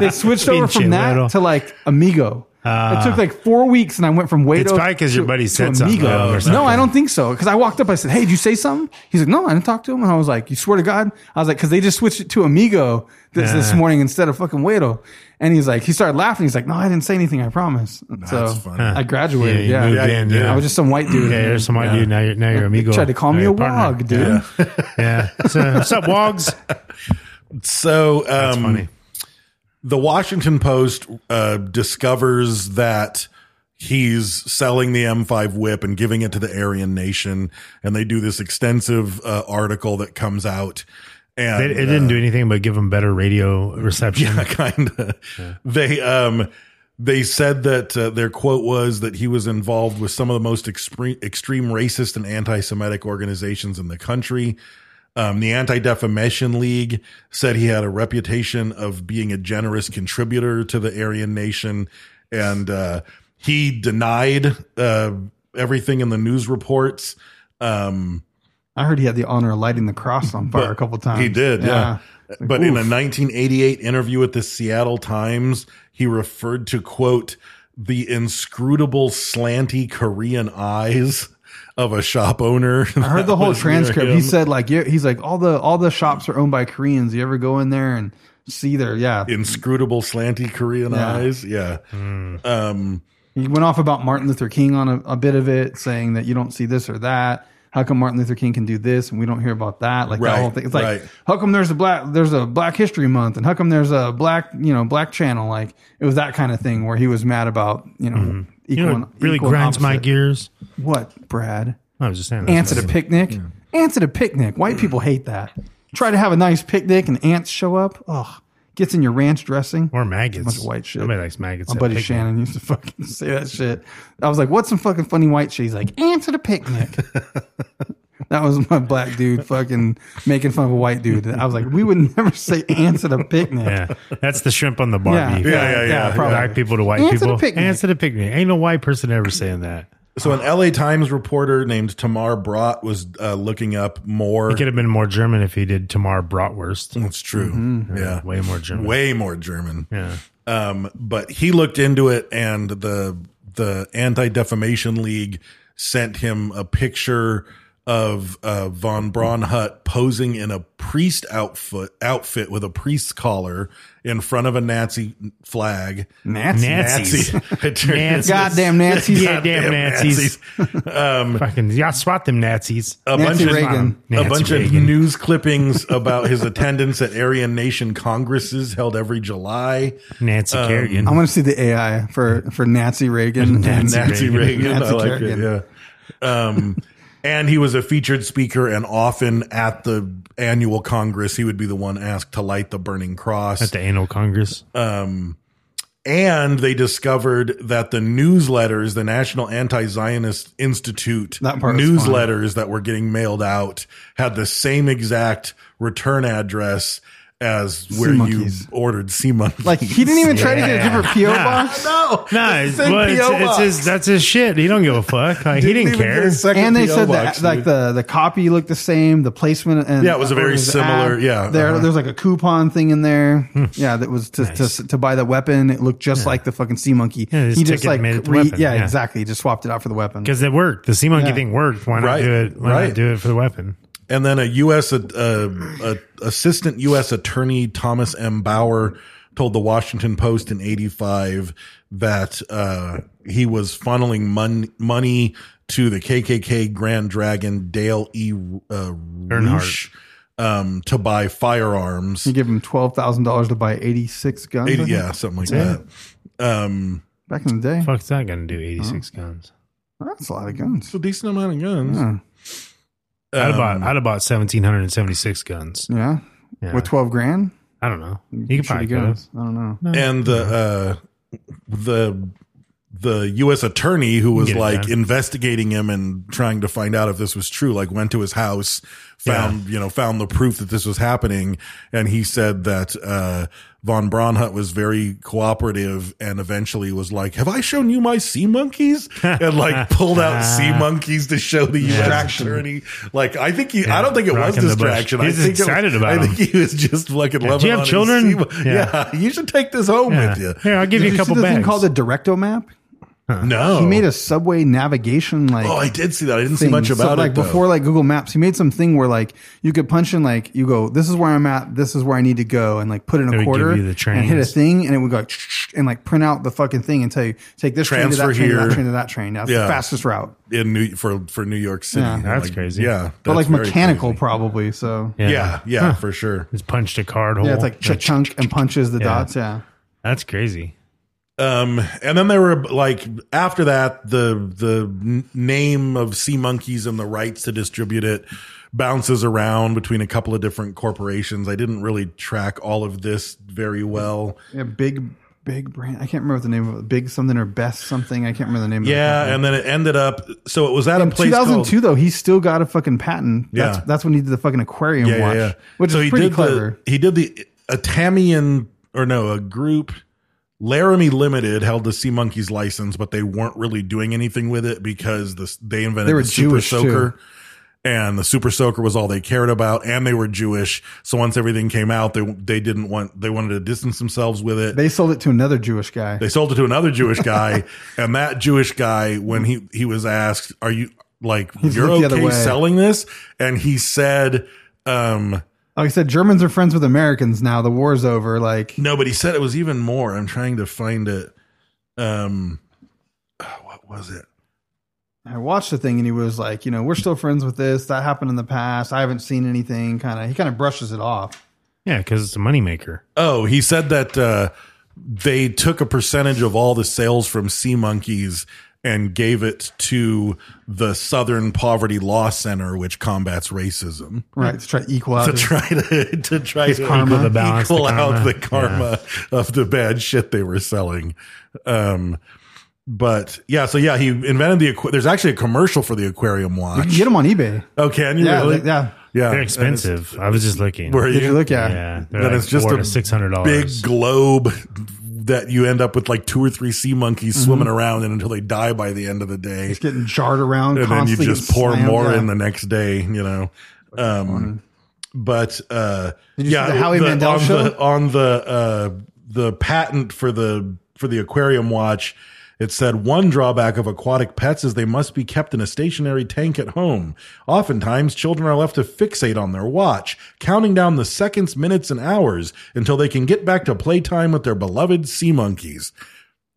Speaker 9: They switched over
Speaker 11: Pinche
Speaker 9: from that
Speaker 11: weirdo.
Speaker 9: to like amigo. it took like four weeks, and I went from Wado.
Speaker 11: It's probably 'cause your
Speaker 9: to-
Speaker 11: buddy
Speaker 9: to
Speaker 11: said something to him or something.
Speaker 9: No, I don't think so. Because I walked up, I said, "Hey, did you say something?" He's like, "No, I didn't talk to him." And I was like, "You swear to God?" I was like, "Because they just switched it to amigo this, this
Speaker 11: Yeah.
Speaker 9: morning instead of fucking Wado." And he's like, he started laughing. He's like, "No, I didn't say anything. I promise." So
Speaker 10: That's funny.
Speaker 9: I
Speaker 11: Yeah,
Speaker 9: graduated.
Speaker 11: you
Speaker 9: Yeah,
Speaker 11: moved in, yeah.
Speaker 9: I was just some white dude.
Speaker 11: Yeah, there's somebody
Speaker 9: Yeah.
Speaker 11: you now. You're, now your amigo.
Speaker 9: Tried to call
Speaker 11: now
Speaker 9: me
Speaker 11: your
Speaker 9: a
Speaker 11: partner.
Speaker 9: wog, dude.
Speaker 11: Yeah. So, what's up, wogs?
Speaker 10: So um,
Speaker 11: That's funny.
Speaker 10: the Washington Post uh, discovers that he's selling the M5 whip and giving it to the Aryan Nation, and they do this extensive uh, article that comes out. And
Speaker 11: They, it didn't do anything but give them better radio reception.
Speaker 10: yeah, kind of. They um they said that uh, their quote was that he was involved with some of the most extreme, extreme racist and anti-Semitic organizations in the country. Um, the Anti Defamation League said he had a reputation of being a generous contributor to the Aryan Nation, and uh, he denied uh, everything in the news reports. Um,
Speaker 9: I heard he had the honor of lighting the cross on fire
Speaker 10: but
Speaker 9: a couple times.
Speaker 10: He did, yeah.
Speaker 9: Like,
Speaker 10: but in a
Speaker 9: oof.
Speaker 10: 1988 interview with the Seattle Times, he referred to quote the inscrutable slanty Korean eyes of a shop owner.
Speaker 9: I heard the whole transcript. He said like yeah, he's like all the all the shops are owned by Koreans. You ever go in there and see their yeah.
Speaker 10: inscrutable slanty Korean
Speaker 9: Yeah.
Speaker 10: eyes. Yeah. Um
Speaker 9: He went off about Martin Luther King on a, a bit of it, saying that you don't see this or that. How come Martin Luther King can do this and we don't hear about that? Like
Speaker 10: Right,
Speaker 9: that whole thing. It's like
Speaker 10: right.
Speaker 9: how come there's a black there's a Black History Month and how come there's a black you know black channel? Like it was that kind of thing where he was mad about you know
Speaker 11: You know, what really grinds my
Speaker 9: gear.
Speaker 11: gears.
Speaker 9: What Brad?
Speaker 11: I was just saying. that's Mm.
Speaker 9: ants at a
Speaker 11: funny.
Speaker 9: picnic. Ants at a picnic. White people hate that. Try to have a nice picnic and ants show up. Ugh, gets in your ranch dressing.
Speaker 11: or maggots.
Speaker 9: bunch of white shit.
Speaker 11: Nobody likes maggots.
Speaker 9: My
Speaker 11: at a
Speaker 9: buddy
Speaker 11: picnic.
Speaker 9: Shannon used to fucking say that shit. I was like, "What's some fucking funny white shit?" He's like, "Ants at a picnic." that was my black dude fucking making fun of a white dude. I was like, "We would never say ants at a picnic."
Speaker 11: Yeah, that's the shrimp on the Barbie.
Speaker 9: Yeah, yeah, yeah, yeah, probably.
Speaker 11: Black people to white
Speaker 9: Ants at a
Speaker 11: people.
Speaker 9: picnic.
Speaker 11: Ants at a picnic. Ain't no white person ever saying that.
Speaker 10: so an LA Times reporter named Tamar Brott was uh, looking up more.
Speaker 11: He could have been more German if he did Tamar Bratwurst.
Speaker 10: That's true.
Speaker 9: Mm-hmm.
Speaker 10: Yeah.
Speaker 11: Way more German.
Speaker 10: Way more German.
Speaker 11: Yeah.
Speaker 10: Um, but he looked into it, and the the Anti Defamation League sent him a picture of uh, von Braunhut posing in a priest outfit outfit with a priest's collar in front of a Nazi flag.
Speaker 9: Nazi.
Speaker 11: Nazis. Nazis.
Speaker 9: Goddamn Nazis.
Speaker 11: Yeah, damn Nazis. Fucking, yeah, swat them Nazis.
Speaker 10: a
Speaker 9: Nancy
Speaker 10: bunch
Speaker 9: Reagan.
Speaker 10: of
Speaker 11: Nancy
Speaker 10: a bunch of
Speaker 11: Reagan.
Speaker 10: news clippings about his attendance at Aryan Nation congresses held every July.
Speaker 11: Nancy
Speaker 10: Um,
Speaker 11: Kerrigan.
Speaker 9: I want to see the AI for for Nancy Reagan. and
Speaker 11: Nancy
Speaker 10: Nancy Reagan.
Speaker 11: Reagan.
Speaker 10: I
Speaker 9: Nancy
Speaker 10: like
Speaker 9: Kerrigan.
Speaker 10: it. Yeah. Um, and he was a featured speaker, and often at the annual Congress, he would be the one asked to light the burning cross.
Speaker 11: at the annual Congress.
Speaker 10: Uh, and they discovered that the newsletters, the National Anti Zionist Institute
Speaker 9: That part was
Speaker 10: newsletters that were getting mailed out, had the same exact return address as where you
Speaker 9: monkeys.
Speaker 10: ordered sea monkeys.
Speaker 9: Like he didn't even try to get a different PO box.
Speaker 10: no,
Speaker 11: nah,
Speaker 10: it's
Speaker 11: it's,
Speaker 10: the same
Speaker 11: well,
Speaker 10: PO
Speaker 11: it's, it's his,
Speaker 10: box.
Speaker 11: that's his shit. He don't give a fuck. Like, he didn't
Speaker 10: even get
Speaker 11: care.
Speaker 10: a second
Speaker 9: and they
Speaker 10: PO
Speaker 9: said
Speaker 10: box,
Speaker 9: that like
Speaker 10: dude.
Speaker 9: the the copy looked the same, the placement and
Speaker 10: Yeah, it was a very similar- yeah,
Speaker 9: there
Speaker 10: uh-huh.
Speaker 9: there's like a coupon thing in there. Yeah, that was to, to to buy the weapon. It looked just like the fucking sea monkey.
Speaker 11: Yeah, his
Speaker 9: he just
Speaker 11: ticket
Speaker 9: like
Speaker 11: made it the
Speaker 9: re-
Speaker 11: weapon,
Speaker 9: yeah,
Speaker 11: yeah.
Speaker 9: exactly. He just swapped it out for the weapon.
Speaker 11: Because it worked. The sea monkey
Speaker 9: Yeah.
Speaker 11: thing worked. Why not
Speaker 10: Right.
Speaker 11: do it? Why
Speaker 10: Right.
Speaker 11: not do it for the weapon?
Speaker 10: And then a U.S. Uh, uh, assistant U.S. attorney Thomas M. Bauer told the Washington Post in 85 that uh, he was funneling mon- money to the KKK Grand Dragon Dale E. Uh, Roosh, um, to buy firearms.
Speaker 9: You give him twelve thousand dollars to buy eighty six guns. I
Speaker 10: 80,
Speaker 9: think,
Speaker 10: yeah, something like
Speaker 11: Damn.
Speaker 10: that. Um,
Speaker 9: back in the day,
Speaker 11: Fuck's that gonna do? Eighty six guns.
Speaker 9: that's a lot of guns.
Speaker 10: it's a decent amount of guns.
Speaker 9: Yeah,
Speaker 11: I'd have bought
Speaker 10: Um,
Speaker 11: I'd have bought seventeen hundred and seventy six guns.
Speaker 9: yeah.
Speaker 11: Yeah.
Speaker 9: with twelve grand,
Speaker 11: I don't know. You could
Speaker 9: shoot
Speaker 11: probably
Speaker 9: a
Speaker 11: get
Speaker 9: gun.
Speaker 11: them.
Speaker 9: I don't know.
Speaker 10: and the uh, the the U.S. attorney who was
Speaker 11: Get it
Speaker 10: like
Speaker 11: done.
Speaker 10: investigating him and trying to find out if this was true, like went to his house, found you know found the proof that this was happening, and he said that uh, von Braunhut was very cooperative and eventually was like, "Have I shown you my sea monkeys?" and like pulled out sea monkeys to show the U.S. attorney. Like I think he, I don't think it was
Speaker 11: rocking the bush.
Speaker 10: distraction. I
Speaker 11: He's
Speaker 10: think it was-
Speaker 11: excited about
Speaker 10: I think
Speaker 11: him.
Speaker 10: he was just fucking
Speaker 11: Yeah.
Speaker 10: loving.
Speaker 11: Do you have
Speaker 10: on his
Speaker 11: children?
Speaker 10: sea mon-
Speaker 11: Yeah.
Speaker 10: yeah. You should take this home
Speaker 11: Yeah.
Speaker 10: with you.
Speaker 11: Here, I'll give
Speaker 9: Did
Speaker 11: you a couple
Speaker 9: see this
Speaker 11: bags. Oh.
Speaker 9: thing called the Directo Map?
Speaker 10: No,
Speaker 9: He made a subway navigation like.
Speaker 10: Oh, I did see that. I didn't see
Speaker 9: thing.
Speaker 10: much
Speaker 9: So,
Speaker 10: about it.
Speaker 9: like
Speaker 10: though.
Speaker 9: before like Google Maps, he made some thing where like you could punch in like you go, this is where I'm at, this is where I need to go, and like put in
Speaker 11: It would
Speaker 9: a
Speaker 11: give
Speaker 9: quarter
Speaker 11: you the
Speaker 9: and hit a
Speaker 11: trains.
Speaker 9: thing, and it would go like, and like print out the fucking thing and tell you take this
Speaker 10: Transfer
Speaker 9: train to that train to
Speaker 10: here.
Speaker 9: that train to that train. That's
Speaker 10: Yeah.
Speaker 9: the fastest route,
Speaker 10: in New for for New York City,
Speaker 9: Yeah.
Speaker 11: That's
Speaker 10: Like,
Speaker 11: crazy.
Speaker 10: Yeah, that's
Speaker 9: but like
Speaker 10: very
Speaker 9: mechanical
Speaker 10: crazy.
Speaker 9: probably. So yeah,
Speaker 11: Yeah.
Speaker 10: Yeah, yeah, for sure.
Speaker 11: Just punched a card hole.
Speaker 9: it's like cha chunk and punches the dots. Yeah,
Speaker 11: That's crazy.
Speaker 10: Um, and then there were like after that, the the n- name of Sea Monkeys and the rights to distribute it bounces around between a couple of different corporations. I didn't really track all of this very well.
Speaker 9: yeah, big big brand. I can't remember the name of it. Big something or best something. I can't remember the name. of
Speaker 10: Yeah,
Speaker 9: it.
Speaker 10: and then it ended up. So it was at
Speaker 9: In
Speaker 10: a place.
Speaker 9: 2002,
Speaker 10: called-
Speaker 9: though, he still got a fucking patent. That's,
Speaker 10: Yeah.
Speaker 9: that's when he did the fucking aquarium
Speaker 10: yeah,
Speaker 9: watch,
Speaker 10: yeah, yeah.
Speaker 9: which is
Speaker 10: he
Speaker 9: pretty
Speaker 10: did
Speaker 9: clever.
Speaker 10: The, he did the Atamian or no, a group Laramie Limited held the Sea Monkeys license, but they weren't really doing anything with it because this they invented
Speaker 9: They were
Speaker 10: the Super
Speaker 9: Jewish, too.
Speaker 10: Soaker. And the Super Soaker was all they cared about, and they were Jewish. So once everything came out, they they didn't want they wanted to distance themselves with it.
Speaker 9: They sold it to another Jewish guy.
Speaker 10: They sold it to another Jewish guy, and that Jewish guy, when he he was asked, "Are you like you're
Speaker 9: looked the other
Speaker 10: okay
Speaker 9: way.
Speaker 10: selling this?" and he said, um,
Speaker 9: like I said, Germans are friends with Americans now. The war's over. Like,
Speaker 10: No, but he said it was even more. I'm trying to find it. Um, ah, what was it?
Speaker 9: I watched the thing and he was like, you know, we're still friends with this. That happened in the past. I haven't seen anything. Kind of, he kind of brushes it off.
Speaker 11: Yeah, because it's a moneymaker.
Speaker 10: Oh, he said that uh, they took a percentage of all the sales from Sea Monkeys and gave it to the Southern Poverty Law Center, which combats racism.
Speaker 9: Right. To try to equal out.
Speaker 10: To
Speaker 9: his-
Speaker 10: try to to try to
Speaker 9: karma. Equal the
Speaker 11: balance,
Speaker 10: equal
Speaker 11: the
Speaker 10: out
Speaker 11: karma.
Speaker 10: the karma of the bad shit they were selling. Um, but yeah, so yeah, he invented the. aqua- There's actually a commercial for the aquarium
Speaker 9: you can
Speaker 10: watch.
Speaker 9: get them on eBay.
Speaker 10: Oh, can you
Speaker 9: Yeah.
Speaker 10: really?
Speaker 9: like- yeah.
Speaker 10: Yeah,
Speaker 11: They're expensive. I was just looking.
Speaker 10: Where
Speaker 9: Did you look at?
Speaker 11: Yeah,
Speaker 10: Then it's just a six hundred
Speaker 11: $600.
Speaker 10: big globe that you end up with like two or three sea monkeys swimming around in until they die by the end of the day,
Speaker 9: Mm-hmm. It's getting jarred around.
Speaker 10: and then you
Speaker 9: constantly
Speaker 10: just
Speaker 9: getting
Speaker 10: pour
Speaker 9: slammed,
Speaker 10: more
Speaker 9: yeah.
Speaker 10: in the next day. You know, um, but uh,
Speaker 9: Did you see
Speaker 10: yeah,
Speaker 9: the Howie Mandel
Speaker 10: on
Speaker 9: show?
Speaker 10: the on the uh, the patent for the for the aquarium watch. It said one drawback of aquatic pets is they must be kept in a stationary tank at home. Oftentimes, children are left to fixate on their watch, counting down the seconds, minutes, and hours until they can get back to playtime with their beloved sea monkeys.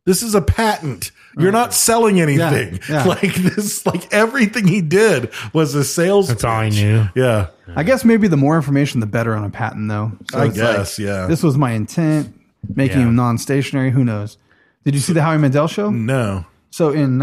Speaker 10: This is a patent. You're not selling anything.
Speaker 9: Oh. yeah.
Speaker 10: Like this, like everything he did was a sales.
Speaker 11: That's all I
Speaker 10: pitch.
Speaker 11: knew.
Speaker 10: Yeah.
Speaker 9: I guess maybe the more information, the better on a patent, though. So
Speaker 10: I
Speaker 9: it's like,
Speaker 10: guess, yeah.
Speaker 9: This was my intent, making
Speaker 11: Yeah.
Speaker 9: them non-stationary. Who knows? Did you see the Howie Mandel show?
Speaker 10: No.
Speaker 9: So in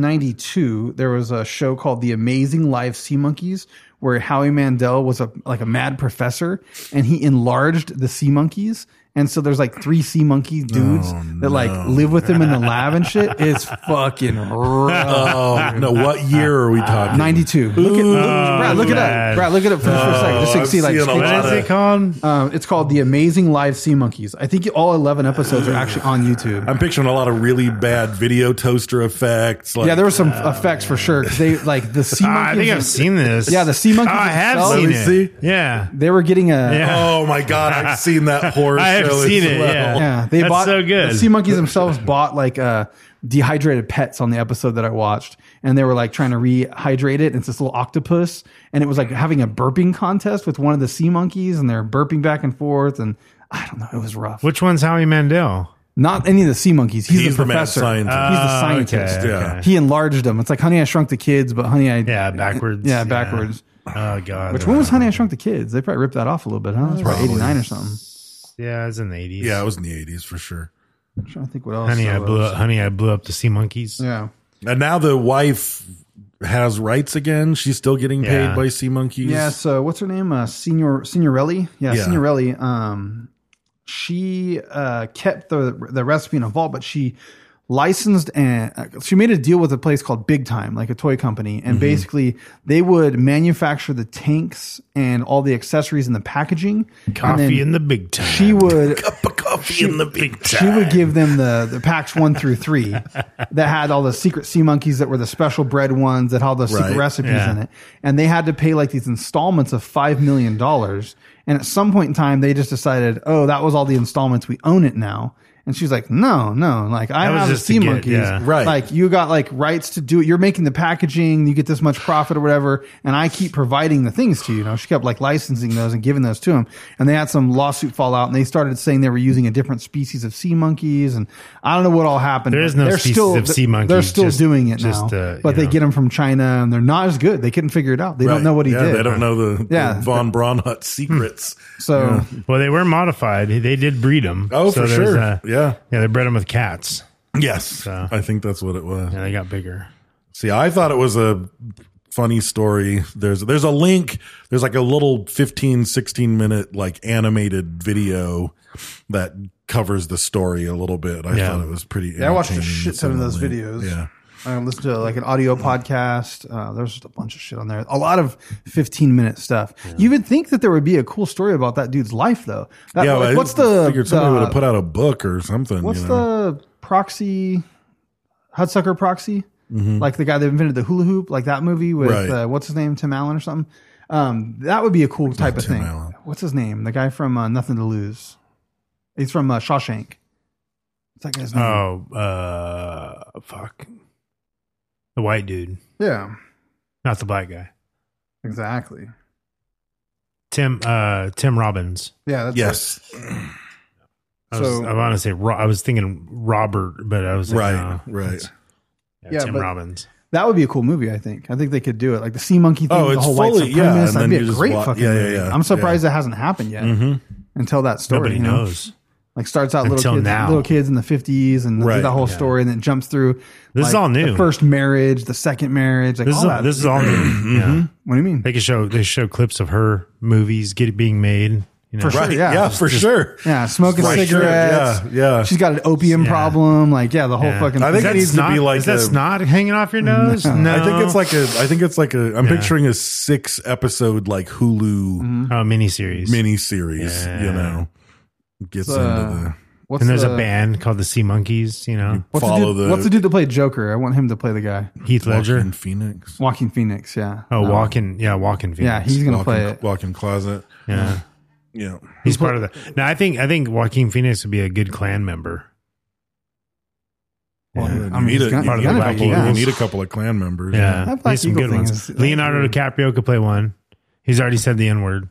Speaker 9: 1992, there was a show called The Amazing Live Sea Monkeys, where Howie Mandel was a like a mad professor, and he enlarged the sea monkeys. And so there's like three sea monkey dudes
Speaker 10: Oh,
Speaker 9: that like live with him in the lab and shit. It's fucking rough.
Speaker 10: Oh no! What year are we talking?
Speaker 9: 92. Look at, look, Brad, look it up.
Speaker 11: man.
Speaker 9: Brad, look it up for, for a second. Just so you
Speaker 10: Oh, I've
Speaker 9: see, like,
Speaker 10: seen a
Speaker 9: pictures.
Speaker 10: lot
Speaker 11: What is
Speaker 10: of-
Speaker 11: it called?
Speaker 9: Um, it's called The Amazing Live Sea Monkeys. I think all 11 episodes are actually on YouTube.
Speaker 10: I'm picturing a lot of really bad video toaster effects. Like,
Speaker 9: yeah, there were some effects for sure. 'cause They like the sea
Speaker 11: Ah,
Speaker 9: monkeys.
Speaker 11: uh, I think I've seen this.
Speaker 9: Yeah, the sea monkeys
Speaker 11: Oh, I have
Speaker 9: themselves-
Speaker 11: seen
Speaker 10: Let me
Speaker 11: it.
Speaker 10: see.
Speaker 11: Yeah.
Speaker 9: They were getting a yeah.
Speaker 11: Yeah.
Speaker 10: Oh my god! I've seen that horror.
Speaker 11: I have
Speaker 10: show
Speaker 11: seen
Speaker 10: as
Speaker 11: it,
Speaker 10: well.
Speaker 11: yeah.
Speaker 9: they
Speaker 11: That's
Speaker 9: bought
Speaker 11: so good.
Speaker 9: The sea monkeys themselves bought like uh, dehydrated pets on the episode that I watched, and they were like trying to rehydrate it. And it's this little octopus, and it was like having a burping contest with one of the sea monkeys, and they're burping back and forth. And I don't know. It was rough.
Speaker 11: Which one's Howie Mandel?
Speaker 9: Not any of the sea monkeys. He's,
Speaker 10: He's
Speaker 9: the
Speaker 10: the mad
Speaker 9: professor.
Speaker 10: scientist.
Speaker 9: He's the
Speaker 11: Oh,
Speaker 9: scientist.
Speaker 11: okay,
Speaker 10: Yeah.
Speaker 11: okay.
Speaker 9: He enlarged them. It's like Honey I Shrunk the Kids, but Honey I
Speaker 11: Yeah, backwards.
Speaker 9: Yeah, backwards.
Speaker 11: Oh god.
Speaker 9: Which one was Honey I Shrunk the Kids? They probably ripped that off a little bit, huh? That's probably eighty nine or something.
Speaker 11: Yeah, it's in the eighties.
Speaker 10: Yeah, it was in the eighties for sure.
Speaker 9: I'm trying to think what else.
Speaker 11: Honey,
Speaker 9: there
Speaker 11: I blew
Speaker 9: was.
Speaker 11: up. Honey, I blew up the sea monkeys.
Speaker 9: Yeah.
Speaker 10: And now the wife has rights again. She's still getting paid
Speaker 11: Yeah.
Speaker 10: by Sea Monkeys.
Speaker 9: Yeah. So what's her name? Uh, Senior Signorelli. Yeah,
Speaker 10: Yeah.
Speaker 9: Signorelli. Um, she uh, kept the the recipe in a vault, but she licensed and uh, she made a deal with a place called Big Time, like a toy company,
Speaker 11: Mm-hmm.
Speaker 9: and basically they would manufacture the tanks and all the accessories and the packaging. and
Speaker 11: Coffee
Speaker 9: then
Speaker 11: in the big time.
Speaker 9: She would
Speaker 10: Cup of coffee in the big time.
Speaker 9: she would give them the the packs one through three that had all the secret sea monkeys that were the special bread ones that had all the
Speaker 10: Right.
Speaker 9: secret recipes
Speaker 11: Yeah.
Speaker 9: in it, and they had to pay like these installments of five million dollars. And at some point in time, they just decided, oh, that was all the installments. We own it now. And she's like, no, no, like I
Speaker 11: That was
Speaker 9: have the
Speaker 11: just to
Speaker 9: sea
Speaker 11: get-
Speaker 9: monkeys,
Speaker 11: yeah.
Speaker 10: Right.
Speaker 9: Like you got like rights to do it. You're making the packaging. You get this much profit or whatever. And I keep providing the things to you. You know, she kept like licensing those and giving those to him. And they had some lawsuit fallout and they started saying they were using a different species of sea monkeys. And I don't know what all happened.
Speaker 11: There is no
Speaker 9: They're
Speaker 11: species of sea monkey,
Speaker 9: They're still
Speaker 11: just-
Speaker 9: doing it
Speaker 11: just,
Speaker 9: now,
Speaker 11: uh,
Speaker 9: but
Speaker 11: you
Speaker 9: they
Speaker 11: know.
Speaker 9: get them from China and they're not as good. They couldn't figure it out. They don't know what he
Speaker 10: yeah,
Speaker 9: did.
Speaker 10: They don't know the,
Speaker 9: Yeah.
Speaker 10: the von Braunhut secrets.
Speaker 9: So
Speaker 11: Well, they were modified. They did breed them.
Speaker 10: Oh, for sure. Yeah.
Speaker 11: Yeah, they bred them with cats,
Speaker 10: yes,
Speaker 11: So-
Speaker 10: I think that's what it was.
Speaker 11: and they got bigger.
Speaker 10: See, I thought it was a funny story. There's there's a link. There's like a little 15 16 minute like animated video that covers the story a little bit. I
Speaker 11: Yeah.
Speaker 10: thought it was pretty
Speaker 9: Yeah, I watched a
Speaker 10: entertaining,
Speaker 9: shit ton of
Speaker 10: some
Speaker 9: those
Speaker 10: the-
Speaker 9: videos.
Speaker 10: Yeah.
Speaker 9: I listened to like an audio podcast. Uh, there's just a bunch of shit on there. A lot of 15 minute stuff. You would think that there would be a cool story about that dude's life, though. That-
Speaker 10: yeah,
Speaker 9: like,
Speaker 10: I
Speaker 9: what's the,
Speaker 10: figured somebody
Speaker 9: the-
Speaker 10: would have put out a book or something.
Speaker 9: what's
Speaker 10: you know?
Speaker 9: the proxy Hudsucker proxy? Like the guy that invented the hula hoop, like that movie with
Speaker 10: Mm-hmm. Right.
Speaker 9: uh, what's his name, Tim Allen or something. Um, that would be a cool type of
Speaker 10: Tim
Speaker 9: thing.
Speaker 10: Allen.
Speaker 9: What's his name? The guy from uh, Nothing to Lose. He's from uh, Shawshank. What's that guy's name?
Speaker 11: Oh, uh, fuck. The white dude,
Speaker 9: yeah,
Speaker 11: not the black guy.
Speaker 9: exactly.
Speaker 11: Tim, uh, Tim Robbins.
Speaker 9: Yeah, that's
Speaker 10: Yes.
Speaker 11: I was,
Speaker 9: So-
Speaker 11: I want to say, Ro- I was thinking Robert, but I was like,
Speaker 10: Right,
Speaker 11: no,
Speaker 10: right.
Speaker 11: it's- Yeah,
Speaker 9: Yeah,
Speaker 11: Tim
Speaker 9: but-
Speaker 11: Robbins.
Speaker 9: That would be a cool movie. I think. I think they could do it, like the Sea Monkey thing,
Speaker 10: Oh,
Speaker 9: the
Speaker 10: it's
Speaker 9: whole
Speaker 10: fully-
Speaker 9: white
Speaker 10: yeah, and
Speaker 9: supremacist. That'd
Speaker 10: then
Speaker 9: be
Speaker 10: you
Speaker 9: a
Speaker 10: just
Speaker 9: great
Speaker 10: wa-
Speaker 9: fucking
Speaker 10: yeah, yeah,
Speaker 9: movie.
Speaker 10: yeah. Mm-hmm.
Speaker 9: I'm surprised that hasn't happened yet until that story.
Speaker 11: Nobody
Speaker 9: you know?
Speaker 11: knows.
Speaker 9: Like starts out
Speaker 11: Until
Speaker 9: little kids,
Speaker 11: now.
Speaker 9: little kids in the 50s, and
Speaker 10: Right,
Speaker 9: that whole
Speaker 10: yeah.
Speaker 9: story, and then jumps through.
Speaker 11: This is
Speaker 9: like,
Speaker 11: all new.
Speaker 9: The first marriage, the second marriage, like
Speaker 11: This
Speaker 9: all
Speaker 11: is all, Mm-hmm.
Speaker 9: that.
Speaker 11: this is all new. Yeah,
Speaker 9: what do you mean?
Speaker 11: they can show they show clips of her movies get being made. You know,
Speaker 9: For sure.
Speaker 10: Right.
Speaker 9: yeah.
Speaker 10: Yeah, for sure.
Speaker 9: yeah, smoking
Speaker 10: Right, sure,
Speaker 9: cigarettes.
Speaker 10: yeah, yeah.
Speaker 9: She's got an opium
Speaker 11: Yeah.
Speaker 9: problem. Like, yeah, the whole
Speaker 11: Yeah.
Speaker 9: fucking.
Speaker 10: I think
Speaker 11: Is
Speaker 10: it
Speaker 11: that
Speaker 10: needs to
Speaker 11: snot-
Speaker 10: be like
Speaker 11: is that
Speaker 10: a-
Speaker 11: snot hanging off your nose? No,
Speaker 10: I think it's like a. I think it's like a. I'm
Speaker 11: Yeah.
Speaker 10: picturing a six episode like
Speaker 9: Mm-hmm.
Speaker 10: Hulu
Speaker 11: a Oh, miniseries.
Speaker 10: mini series. You
Speaker 11: Yeah.
Speaker 10: know, gets
Speaker 9: Uh,
Speaker 10: into
Speaker 9: what's
Speaker 11: and there's
Speaker 9: the,
Speaker 11: a band called the Sea Monkeys. You know,
Speaker 10: the
Speaker 9: What's
Speaker 10: follow
Speaker 9: the, dude,
Speaker 10: the
Speaker 9: what's the dude that played Joker? I want him to play the guy.
Speaker 11: Heath Ledger.
Speaker 10: Walking Phoenix.
Speaker 9: Walking Phoenix. Yeah.
Speaker 11: Oh,
Speaker 9: No.
Speaker 11: walking, yeah, walking Phoenix.
Speaker 9: Yeah, he's gonna
Speaker 10: Walking,
Speaker 9: play it.
Speaker 10: Walking closet.
Speaker 11: yeah,
Speaker 10: Yeah.
Speaker 11: he's part of that. Now, I think I think Joaquin Phoenix would be a good clan member.
Speaker 9: Well,
Speaker 10: You
Speaker 9: I mean,
Speaker 10: need
Speaker 9: he's
Speaker 10: a-
Speaker 9: gonna-
Speaker 10: you
Speaker 9: he's
Speaker 10: need a
Speaker 9: gonna
Speaker 10: couple-
Speaker 9: be, yeah.
Speaker 10: you need a couple of clan members.
Speaker 11: Yeah,
Speaker 9: That Black
Speaker 11: he's some
Speaker 9: Eagle
Speaker 11: good
Speaker 9: thing
Speaker 11: ones.
Speaker 9: is-
Speaker 11: Leonardo DiCaprio could play one. He's already said the N word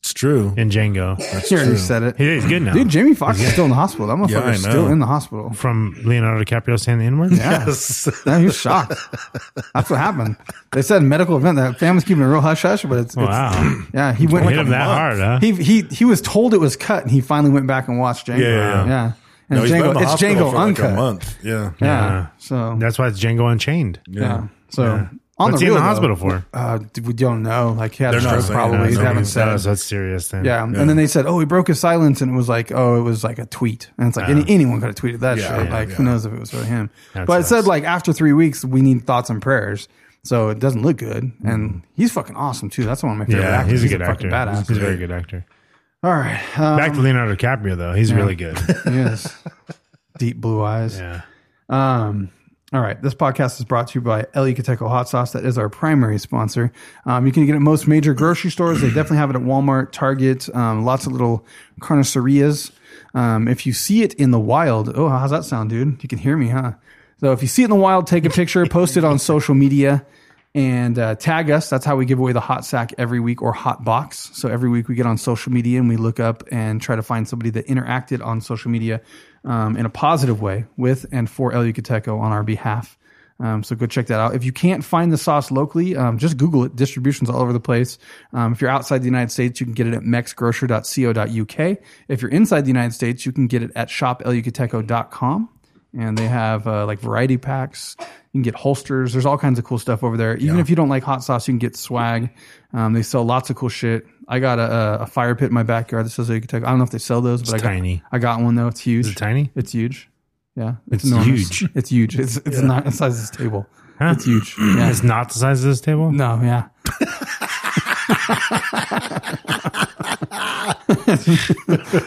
Speaker 10: It's true.
Speaker 11: in Django.
Speaker 10: That's
Speaker 9: He already
Speaker 10: true.
Speaker 9: said it.
Speaker 11: He is good now.
Speaker 9: Dude, Jamie Foxx is still in the hospital. That
Speaker 10: Yeah, I
Speaker 9: motherfucker's
Speaker 10: know.
Speaker 9: still in the hospital.
Speaker 11: from Leonardo DiCaprio saying the N word.
Speaker 9: Yeah.
Speaker 10: Yes.
Speaker 9: No, he was shocked. That's what happened. They said medical event. That family's keeping it real hush hush, but it's, it's
Speaker 11: Wow,
Speaker 9: yeah. He went
Speaker 11: hit him that hard, huh?
Speaker 9: He he he was told it was cut, and he finally went back and watched Django.
Speaker 10: Yeah, yeah, yeah.
Speaker 9: And
Speaker 10: No, he's been in
Speaker 9: Django,
Speaker 10: the
Speaker 9: it's
Speaker 10: hospital
Speaker 9: Django
Speaker 10: for like a
Speaker 9: uncut.
Speaker 10: month. Yeah.
Speaker 9: Yeah.
Speaker 11: Yeah.
Speaker 9: So
Speaker 11: That's why it's Django Unchained.
Speaker 9: yeah. So on
Speaker 11: What's
Speaker 9: the
Speaker 11: he
Speaker 9: real
Speaker 11: in the hospital for?
Speaker 9: Uh, d- we don't know. Like he had a
Speaker 10: They're not
Speaker 9: stroke
Speaker 10: saying
Speaker 9: probably.
Speaker 10: that.
Speaker 9: They
Speaker 10: No,
Speaker 9: haven't
Speaker 10: he's
Speaker 9: said.
Speaker 11: That's, that's serious. Then.
Speaker 9: Yeah. and then they said, "Oh, he broke his silence," and it was like, "Oh, it was like a tweet," and it's like any, anyone could have tweeted that
Speaker 10: Yeah,
Speaker 9: shit.
Speaker 10: yeah,
Speaker 9: like,
Speaker 10: yeah.
Speaker 9: who knows if it was really him?
Speaker 11: That
Speaker 9: but it said
Speaker 11: sucks.
Speaker 9: like after three weeks, we need thoughts and prayers. So it doesn't look good, and he's fucking awesome too. That's one of my favorite
Speaker 11: Hmm. yeah,
Speaker 9: actors.
Speaker 11: he's a good actor.
Speaker 9: fucking badass.
Speaker 11: He's a very good actor.
Speaker 9: All right, um,
Speaker 11: Back to Leonardo DiCaprio though. He's really good.
Speaker 9: yes, deep blue eyes.
Speaker 11: Yeah.
Speaker 9: Um, all right. This podcast is brought to you by El Yucateco Hot Sauce. That is our primary sponsor. Um, you can get it at most major grocery stores. They definitely have it at Walmart, Target, um, lots of little carnicerias. Um, if you see it in the wild, oh, how's that sound, dude? You can hear me, huh? So if you see it in the wild, take a picture, post it on social media. and uh, tag us. That's how we give away the hot sack every week or hot box. So every week we get on social media and we look up and try to find somebody that interacted on social media um, in a positive way with and for El Yucateco on our behalf. Um, so go check that out. If you can't find the sauce locally, um, just Google it. Distribution's all over the place. Um, if you're outside the United States, you can get it at mexgrocer.co.uk. If you're inside the United States, you can get it at shopelucateco.com. And they have uh, like variety packs. You can get holsters. There's all kinds of cool stuff over there. Even if you don't like hot sauce, you can get swag. Um, they sell lots of cool shit. I got a, a- a fire pit in my backyard that says Yucateco. I don't know if they sell those, but I got,
Speaker 11: tiny.
Speaker 9: I got one though. It's huge.
Speaker 11: it tiny?
Speaker 9: It's huge. Yeah,
Speaker 11: It's
Speaker 9: enormous.
Speaker 11: huge.
Speaker 9: It's huge. It's it's not the size of this table.
Speaker 11: Huh?
Speaker 9: It's huge. Yeah.
Speaker 11: It's not the size of this table.
Speaker 9: no, yeah.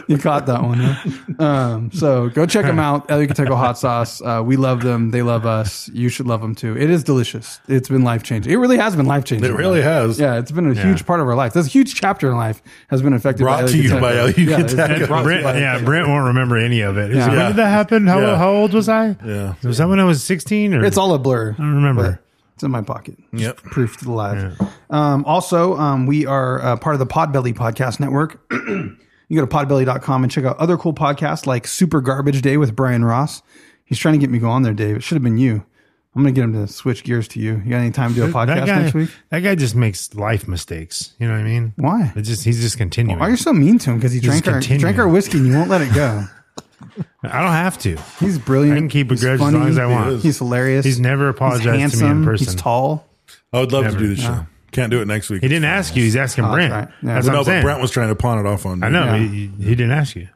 Speaker 9: you caught that one. huh? Um, so go check them out. El Yucateco hot sauce. Uh, we love them. They love us. You should love them too. It is delicious. It's been life changing. It really has been life changing.
Speaker 10: It really has.
Speaker 9: Yeah, it's been a huge part of our life. This huge chapter in life has been affected.
Speaker 10: Brought
Speaker 9: by
Speaker 10: to you by El
Speaker 9: Yeah, it's been
Speaker 10: Yucateco.
Speaker 9: brought to you
Speaker 11: Brent,
Speaker 9: by El
Speaker 11: yeah,
Speaker 9: Yucateco.
Speaker 11: Brent won't remember any of it. He's like,
Speaker 9: Yeah.
Speaker 11: when did that happen? How,
Speaker 10: Yeah.
Speaker 11: how old was I?
Speaker 10: Yeah.
Speaker 11: Was that when I was 16 or
Speaker 9: It's all a blur. I
Speaker 11: don't remember.
Speaker 9: It's in my pocket. Just
Speaker 10: Yep.
Speaker 9: Proof to the live. Um, also, um, we are uh, part of the Podbelly Podcast Network. you go to podbelly.com and check out other cool podcasts like Super Garbage Day with Brian Ross. He's trying to get me go on there, Dave. It should have been you. I'm going to get him to switch gears to you. You got any time to do a podcast
Speaker 11: that guy,
Speaker 9: next week?
Speaker 11: That guy just makes life mistakes. You know what I mean?
Speaker 9: Why?
Speaker 11: It just he's just continuing.
Speaker 9: Why are you so mean to him? Because he
Speaker 11: Just
Speaker 9: drank our,
Speaker 11: continue.
Speaker 9: drank our whiskey and you won't let it go.
Speaker 11: I don't have to.
Speaker 9: He's brilliant.
Speaker 11: I can keep a
Speaker 9: He's
Speaker 11: grudge as long as I want. He is.
Speaker 9: He's hilarious.
Speaker 11: He's never apologized to me in
Speaker 9: handsome.
Speaker 11: person.
Speaker 9: He's tall.
Speaker 10: I would love
Speaker 11: Never.
Speaker 10: to do this show. Can't do it next week.
Speaker 11: He didn't ask you. He's asking
Speaker 9: Oh,
Speaker 11: Brent.
Speaker 9: that's right. Yeah.
Speaker 11: That's
Speaker 10: But
Speaker 11: what
Speaker 10: no,
Speaker 11: I'm saying.
Speaker 10: but Brent was trying to pawn it off on me.
Speaker 11: I know
Speaker 9: Yeah.
Speaker 11: he, he didn't ask you.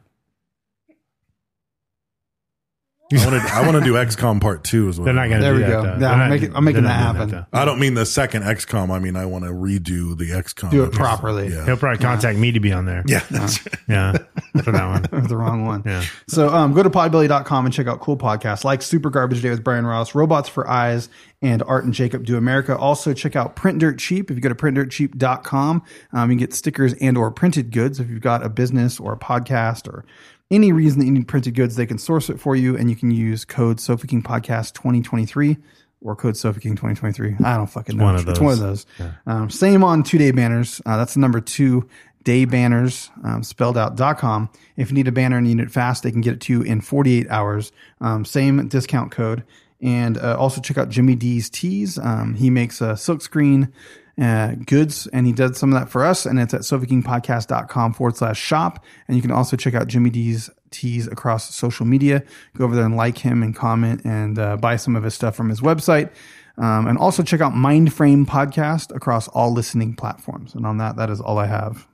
Speaker 10: I want to. I want to do XCOM Part Two as well.
Speaker 11: They're not going to.
Speaker 9: There
Speaker 11: do
Speaker 9: we
Speaker 11: that,
Speaker 9: go.
Speaker 11: though.
Speaker 9: Yeah,
Speaker 11: They're
Speaker 9: I'm
Speaker 11: not-
Speaker 9: making- I'm making
Speaker 11: they're not
Speaker 9: that
Speaker 11: doing
Speaker 9: happen.
Speaker 11: though.
Speaker 10: I don't mean the second XCOM. I mean I want to redo the XCOM.
Speaker 9: Do it properly.
Speaker 10: Yeah.
Speaker 11: He'll probably contact me to be on there.
Speaker 10: Yeah, that's right.
Speaker 11: yeah, for that one.
Speaker 9: the wrong one.
Speaker 11: Yeah.
Speaker 9: So um, go to podbelly.com and check out cool podcasts like Super Garbage Day with Brian Ross, Robots for Eyes, and Art and Jacob Do America. Also check out Print Dirt Cheap. If you go to printdirtcheap.com, um, you can get stickers and or printed goods. If you've got a business or a podcast or any reason that you need printed goods, they can source it for you and you can use code Sofa King Podcast 2023 or code Sofa King 2023. I don't fucking know.
Speaker 11: one of
Speaker 9: It's one of
Speaker 11: those.
Speaker 9: those those. Um, same on two day banners. Uh, that's the number two day banners um, spelled out dot com. If you need a banner and you need it fast, they can get it to you in 48 hours. Um, same discount code. And uh, also check out Jimmy D's Tees. Um, he makes uh, silkscreen uh, goods and he does some of that for us. And it's at sofakingpodcast.com forward slash shop. And you can also check out Jimmy D's tees across social media. Go over there and like him and comment and uh, buy some of his stuff from his website. Um, and also check out Mindframe Podcast across all listening platforms. And on that, that is all I have.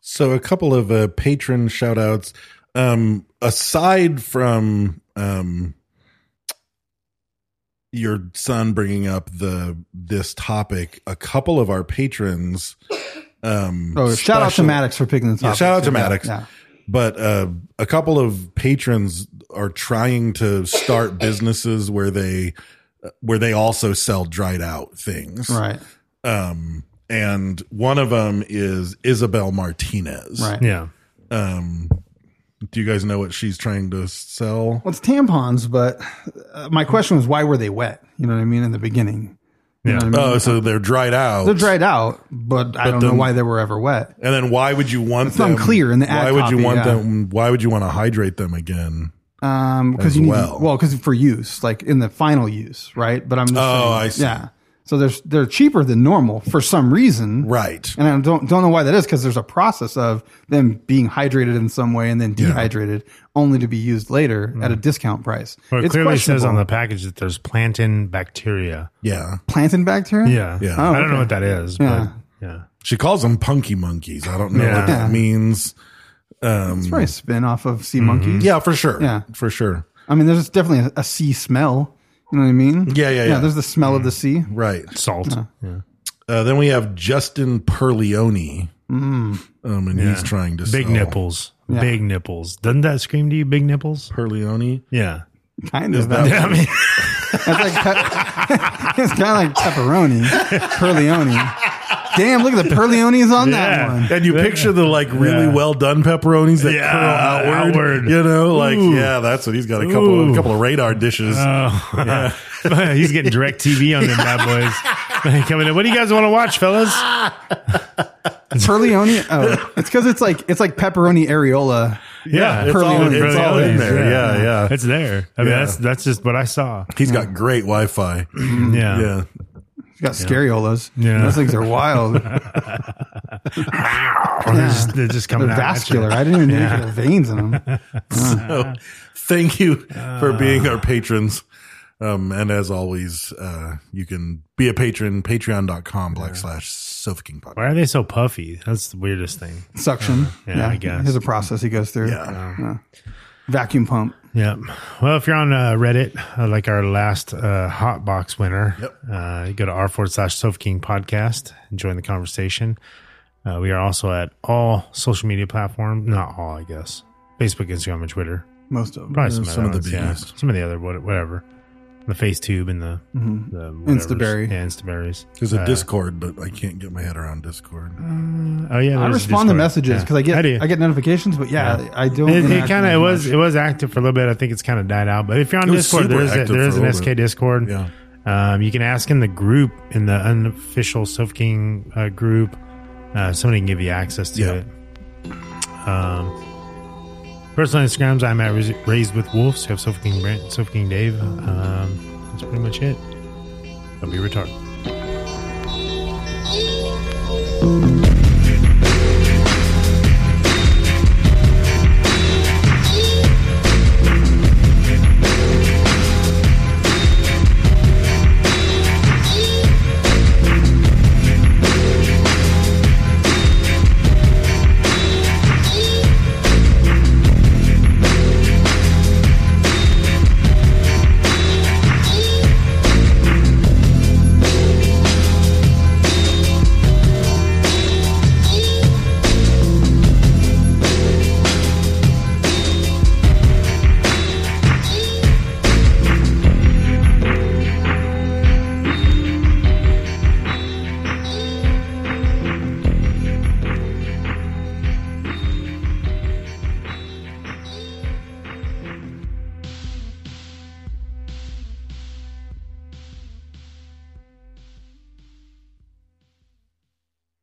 Speaker 10: So a couple of uh, patron shout outs. Um, aside from um, your son bringing up the this topic, a couple of our patrons. Um,
Speaker 9: Oh, shout out to
Speaker 10: special-
Speaker 9: Maddox for picking this
Speaker 10: Yeah,
Speaker 9: up.
Speaker 10: shout out to Maddox.
Speaker 9: Yeah.
Speaker 10: But uh, a couple of patrons are trying to start businesses where they where they also sell dried out things.
Speaker 9: Right.
Speaker 10: Um, and one of them is Isabel Martinez.
Speaker 9: Right.
Speaker 11: Yeah,
Speaker 10: Um, do you guys know what she's trying to sell?
Speaker 9: Well, it's tampons, but uh, my question was why were they wet? You know what I mean? In the beginning, you know
Speaker 11: Yeah.
Speaker 9: what I mean?
Speaker 10: Oh, so they're dried out.
Speaker 9: they're dried out, but, I don't know
Speaker 10: then-
Speaker 9: why they were ever wet.
Speaker 10: And then why would you want
Speaker 9: It's
Speaker 10: them?
Speaker 9: unclear in the ad
Speaker 10: Why would you
Speaker 9: copy,
Speaker 10: want
Speaker 9: yeah.
Speaker 10: them? Why would you want to hydrate them again?
Speaker 9: Um, because
Speaker 10: As
Speaker 9: you need
Speaker 10: well.
Speaker 9: well, because for use, like in the final use, right? But I'm just
Speaker 10: Oh,
Speaker 9: saying,
Speaker 10: I see.
Speaker 9: yeah. So they're they're cheaper than normal for some reason,
Speaker 10: Right.
Speaker 9: And I don't don't know why that is because there's a process of them being hydrated in some way and then dehydrated, only to be used later
Speaker 10: Mm-hmm.
Speaker 9: at a discount price.
Speaker 11: but it clearly says on
Speaker 9: questionable.
Speaker 11: the package that there's plantain bacteria.
Speaker 10: Yeah.
Speaker 9: plantain bacteria.
Speaker 11: Yeah,
Speaker 10: Yeah.
Speaker 11: I
Speaker 10: Oh,
Speaker 11: don't know
Speaker 9: okay.
Speaker 11: what that is,
Speaker 9: Yeah.
Speaker 11: but yeah,
Speaker 10: She calls them punky monkeys. I don't know
Speaker 11: Yeah.
Speaker 10: what that means.
Speaker 9: it's
Speaker 10: Mm-hmm.
Speaker 9: probably a spin off of sea monkeys.
Speaker 10: Yeah, for sure.
Speaker 9: Yeah.
Speaker 10: for sure.
Speaker 9: I mean, there's definitely a, a sea smell. You know what I mean?
Speaker 10: Mm-hmm. Yeah, yeah, yeah. Mm.
Speaker 9: There's the smell of the sea.
Speaker 10: Right.
Speaker 11: salt. Yeah.
Speaker 10: Uh, then we have Justin Perleone.
Speaker 9: Mm.
Speaker 10: Um, and he's
Speaker 11: Yeah.
Speaker 10: trying to
Speaker 11: Big
Speaker 10: sell
Speaker 11: nipples. Big nipples. Doesn't that scream to you? Big nipples.
Speaker 10: Perleone.
Speaker 11: Yeah.
Speaker 9: Kind of.
Speaker 10: that-
Speaker 11: I mean,
Speaker 9: That's like pe- it's kind of like pepperoni, perleone. Damn, look at the perleones on that
Speaker 11: Yeah.
Speaker 9: one.
Speaker 10: And you picture the like really
Speaker 11: Yeah.
Speaker 10: well done pepperonis that
Speaker 11: Yeah,
Speaker 10: curl outward,
Speaker 11: outward.
Speaker 10: You know, like
Speaker 11: Ooh.
Speaker 10: yeah, that's what he's got. A couple, a
Speaker 11: Ooh. Uh,
Speaker 10: couple of radar dishes.
Speaker 11: oh, he's getting direct TV on them bad boys. Coming in. What do you guys want to watch, fellas?
Speaker 9: Perleone. Oh, it's because it's like it's like pepperoni areola.
Speaker 11: Yeah,
Speaker 10: it's all-
Speaker 9: it's all in
Speaker 10: there. Yeah, yeah.
Speaker 11: It's there. I mean,
Speaker 10: Yeah.
Speaker 11: that's that's just what I saw.
Speaker 10: He's got great Wi-Fi.
Speaker 11: Yeah.
Speaker 10: Mm-hmm. yeah.
Speaker 9: It's got scariolas.
Speaker 11: Yeah.
Speaker 9: those things are wild.
Speaker 11: Or They're just, they're just coming
Speaker 9: They're
Speaker 11: out at you.
Speaker 9: vascular. I didn't even know you could have veins in them.
Speaker 10: So, thank you for being
Speaker 11: Uh.
Speaker 10: our patrons. Um, and as always, uh, you can be a patron, patreon.com black slash Sofa King Pod.
Speaker 11: Why are they so puffy? That's the weirdest thing.
Speaker 9: Suction.
Speaker 11: Yeah, I guess.
Speaker 9: There's a process he goes through.
Speaker 11: Uh,
Speaker 10: Yeah.
Speaker 9: Yeah. Vacuum pump.
Speaker 11: Yeah. Well, if you're on uh, Reddit, uh, like our last uh, hot box winner,
Speaker 10: Yep.
Speaker 11: uh, you go to r forward slash Sofa King podcast and join the conversation. Uh, we are also at all social media platforms. Not all, I guess. Facebook, Instagram, and Twitter.
Speaker 9: Most of them.
Speaker 11: Probably some,
Speaker 10: Yeah, some
Speaker 11: of
Speaker 10: of
Speaker 11: the
Speaker 10: the
Speaker 11: ones, yeah.
Speaker 10: biggest.
Speaker 11: Some of the other, what- whatever. The FaceTube and the, the whatevers.
Speaker 9: Mm-hmm. Instaberry.
Speaker 11: Yeah, Instaberries.
Speaker 10: There's a
Speaker 11: Uh,
Speaker 10: Discord, but I can't get my head around Discord.
Speaker 11: Oh, yeah.
Speaker 9: I
Speaker 11: there's a
Speaker 9: respond to
Speaker 11: Discord.
Speaker 9: messages
Speaker 11: Yeah.
Speaker 9: because
Speaker 11: How
Speaker 9: I
Speaker 11: do you?
Speaker 9: get I get notifications, but yeah, I don't.
Speaker 11: It,
Speaker 9: interact
Speaker 11: kind
Speaker 9: with them
Speaker 11: of it was
Speaker 9: much.
Speaker 11: it was active for a little bit. I think it's kind of died out. But if you're on
Speaker 10: It was
Speaker 11: Discord,
Speaker 10: super
Speaker 11: there is a,
Speaker 10: active
Speaker 11: there is
Speaker 10: for a
Speaker 11: an
Speaker 10: little
Speaker 11: SK
Speaker 10: bit.
Speaker 11: Discord.
Speaker 10: Yeah.
Speaker 11: Um, you can ask in the group in the unofficial Sof King uh, group. Uh, somebody can give you access to
Speaker 10: Yeah.
Speaker 11: it. Um, personal Instagrams. I'm at Rais- Raised with Wolves. You have Sof King Brent, Sof King Dave. Um, that's pretty much it. Don't be retarded.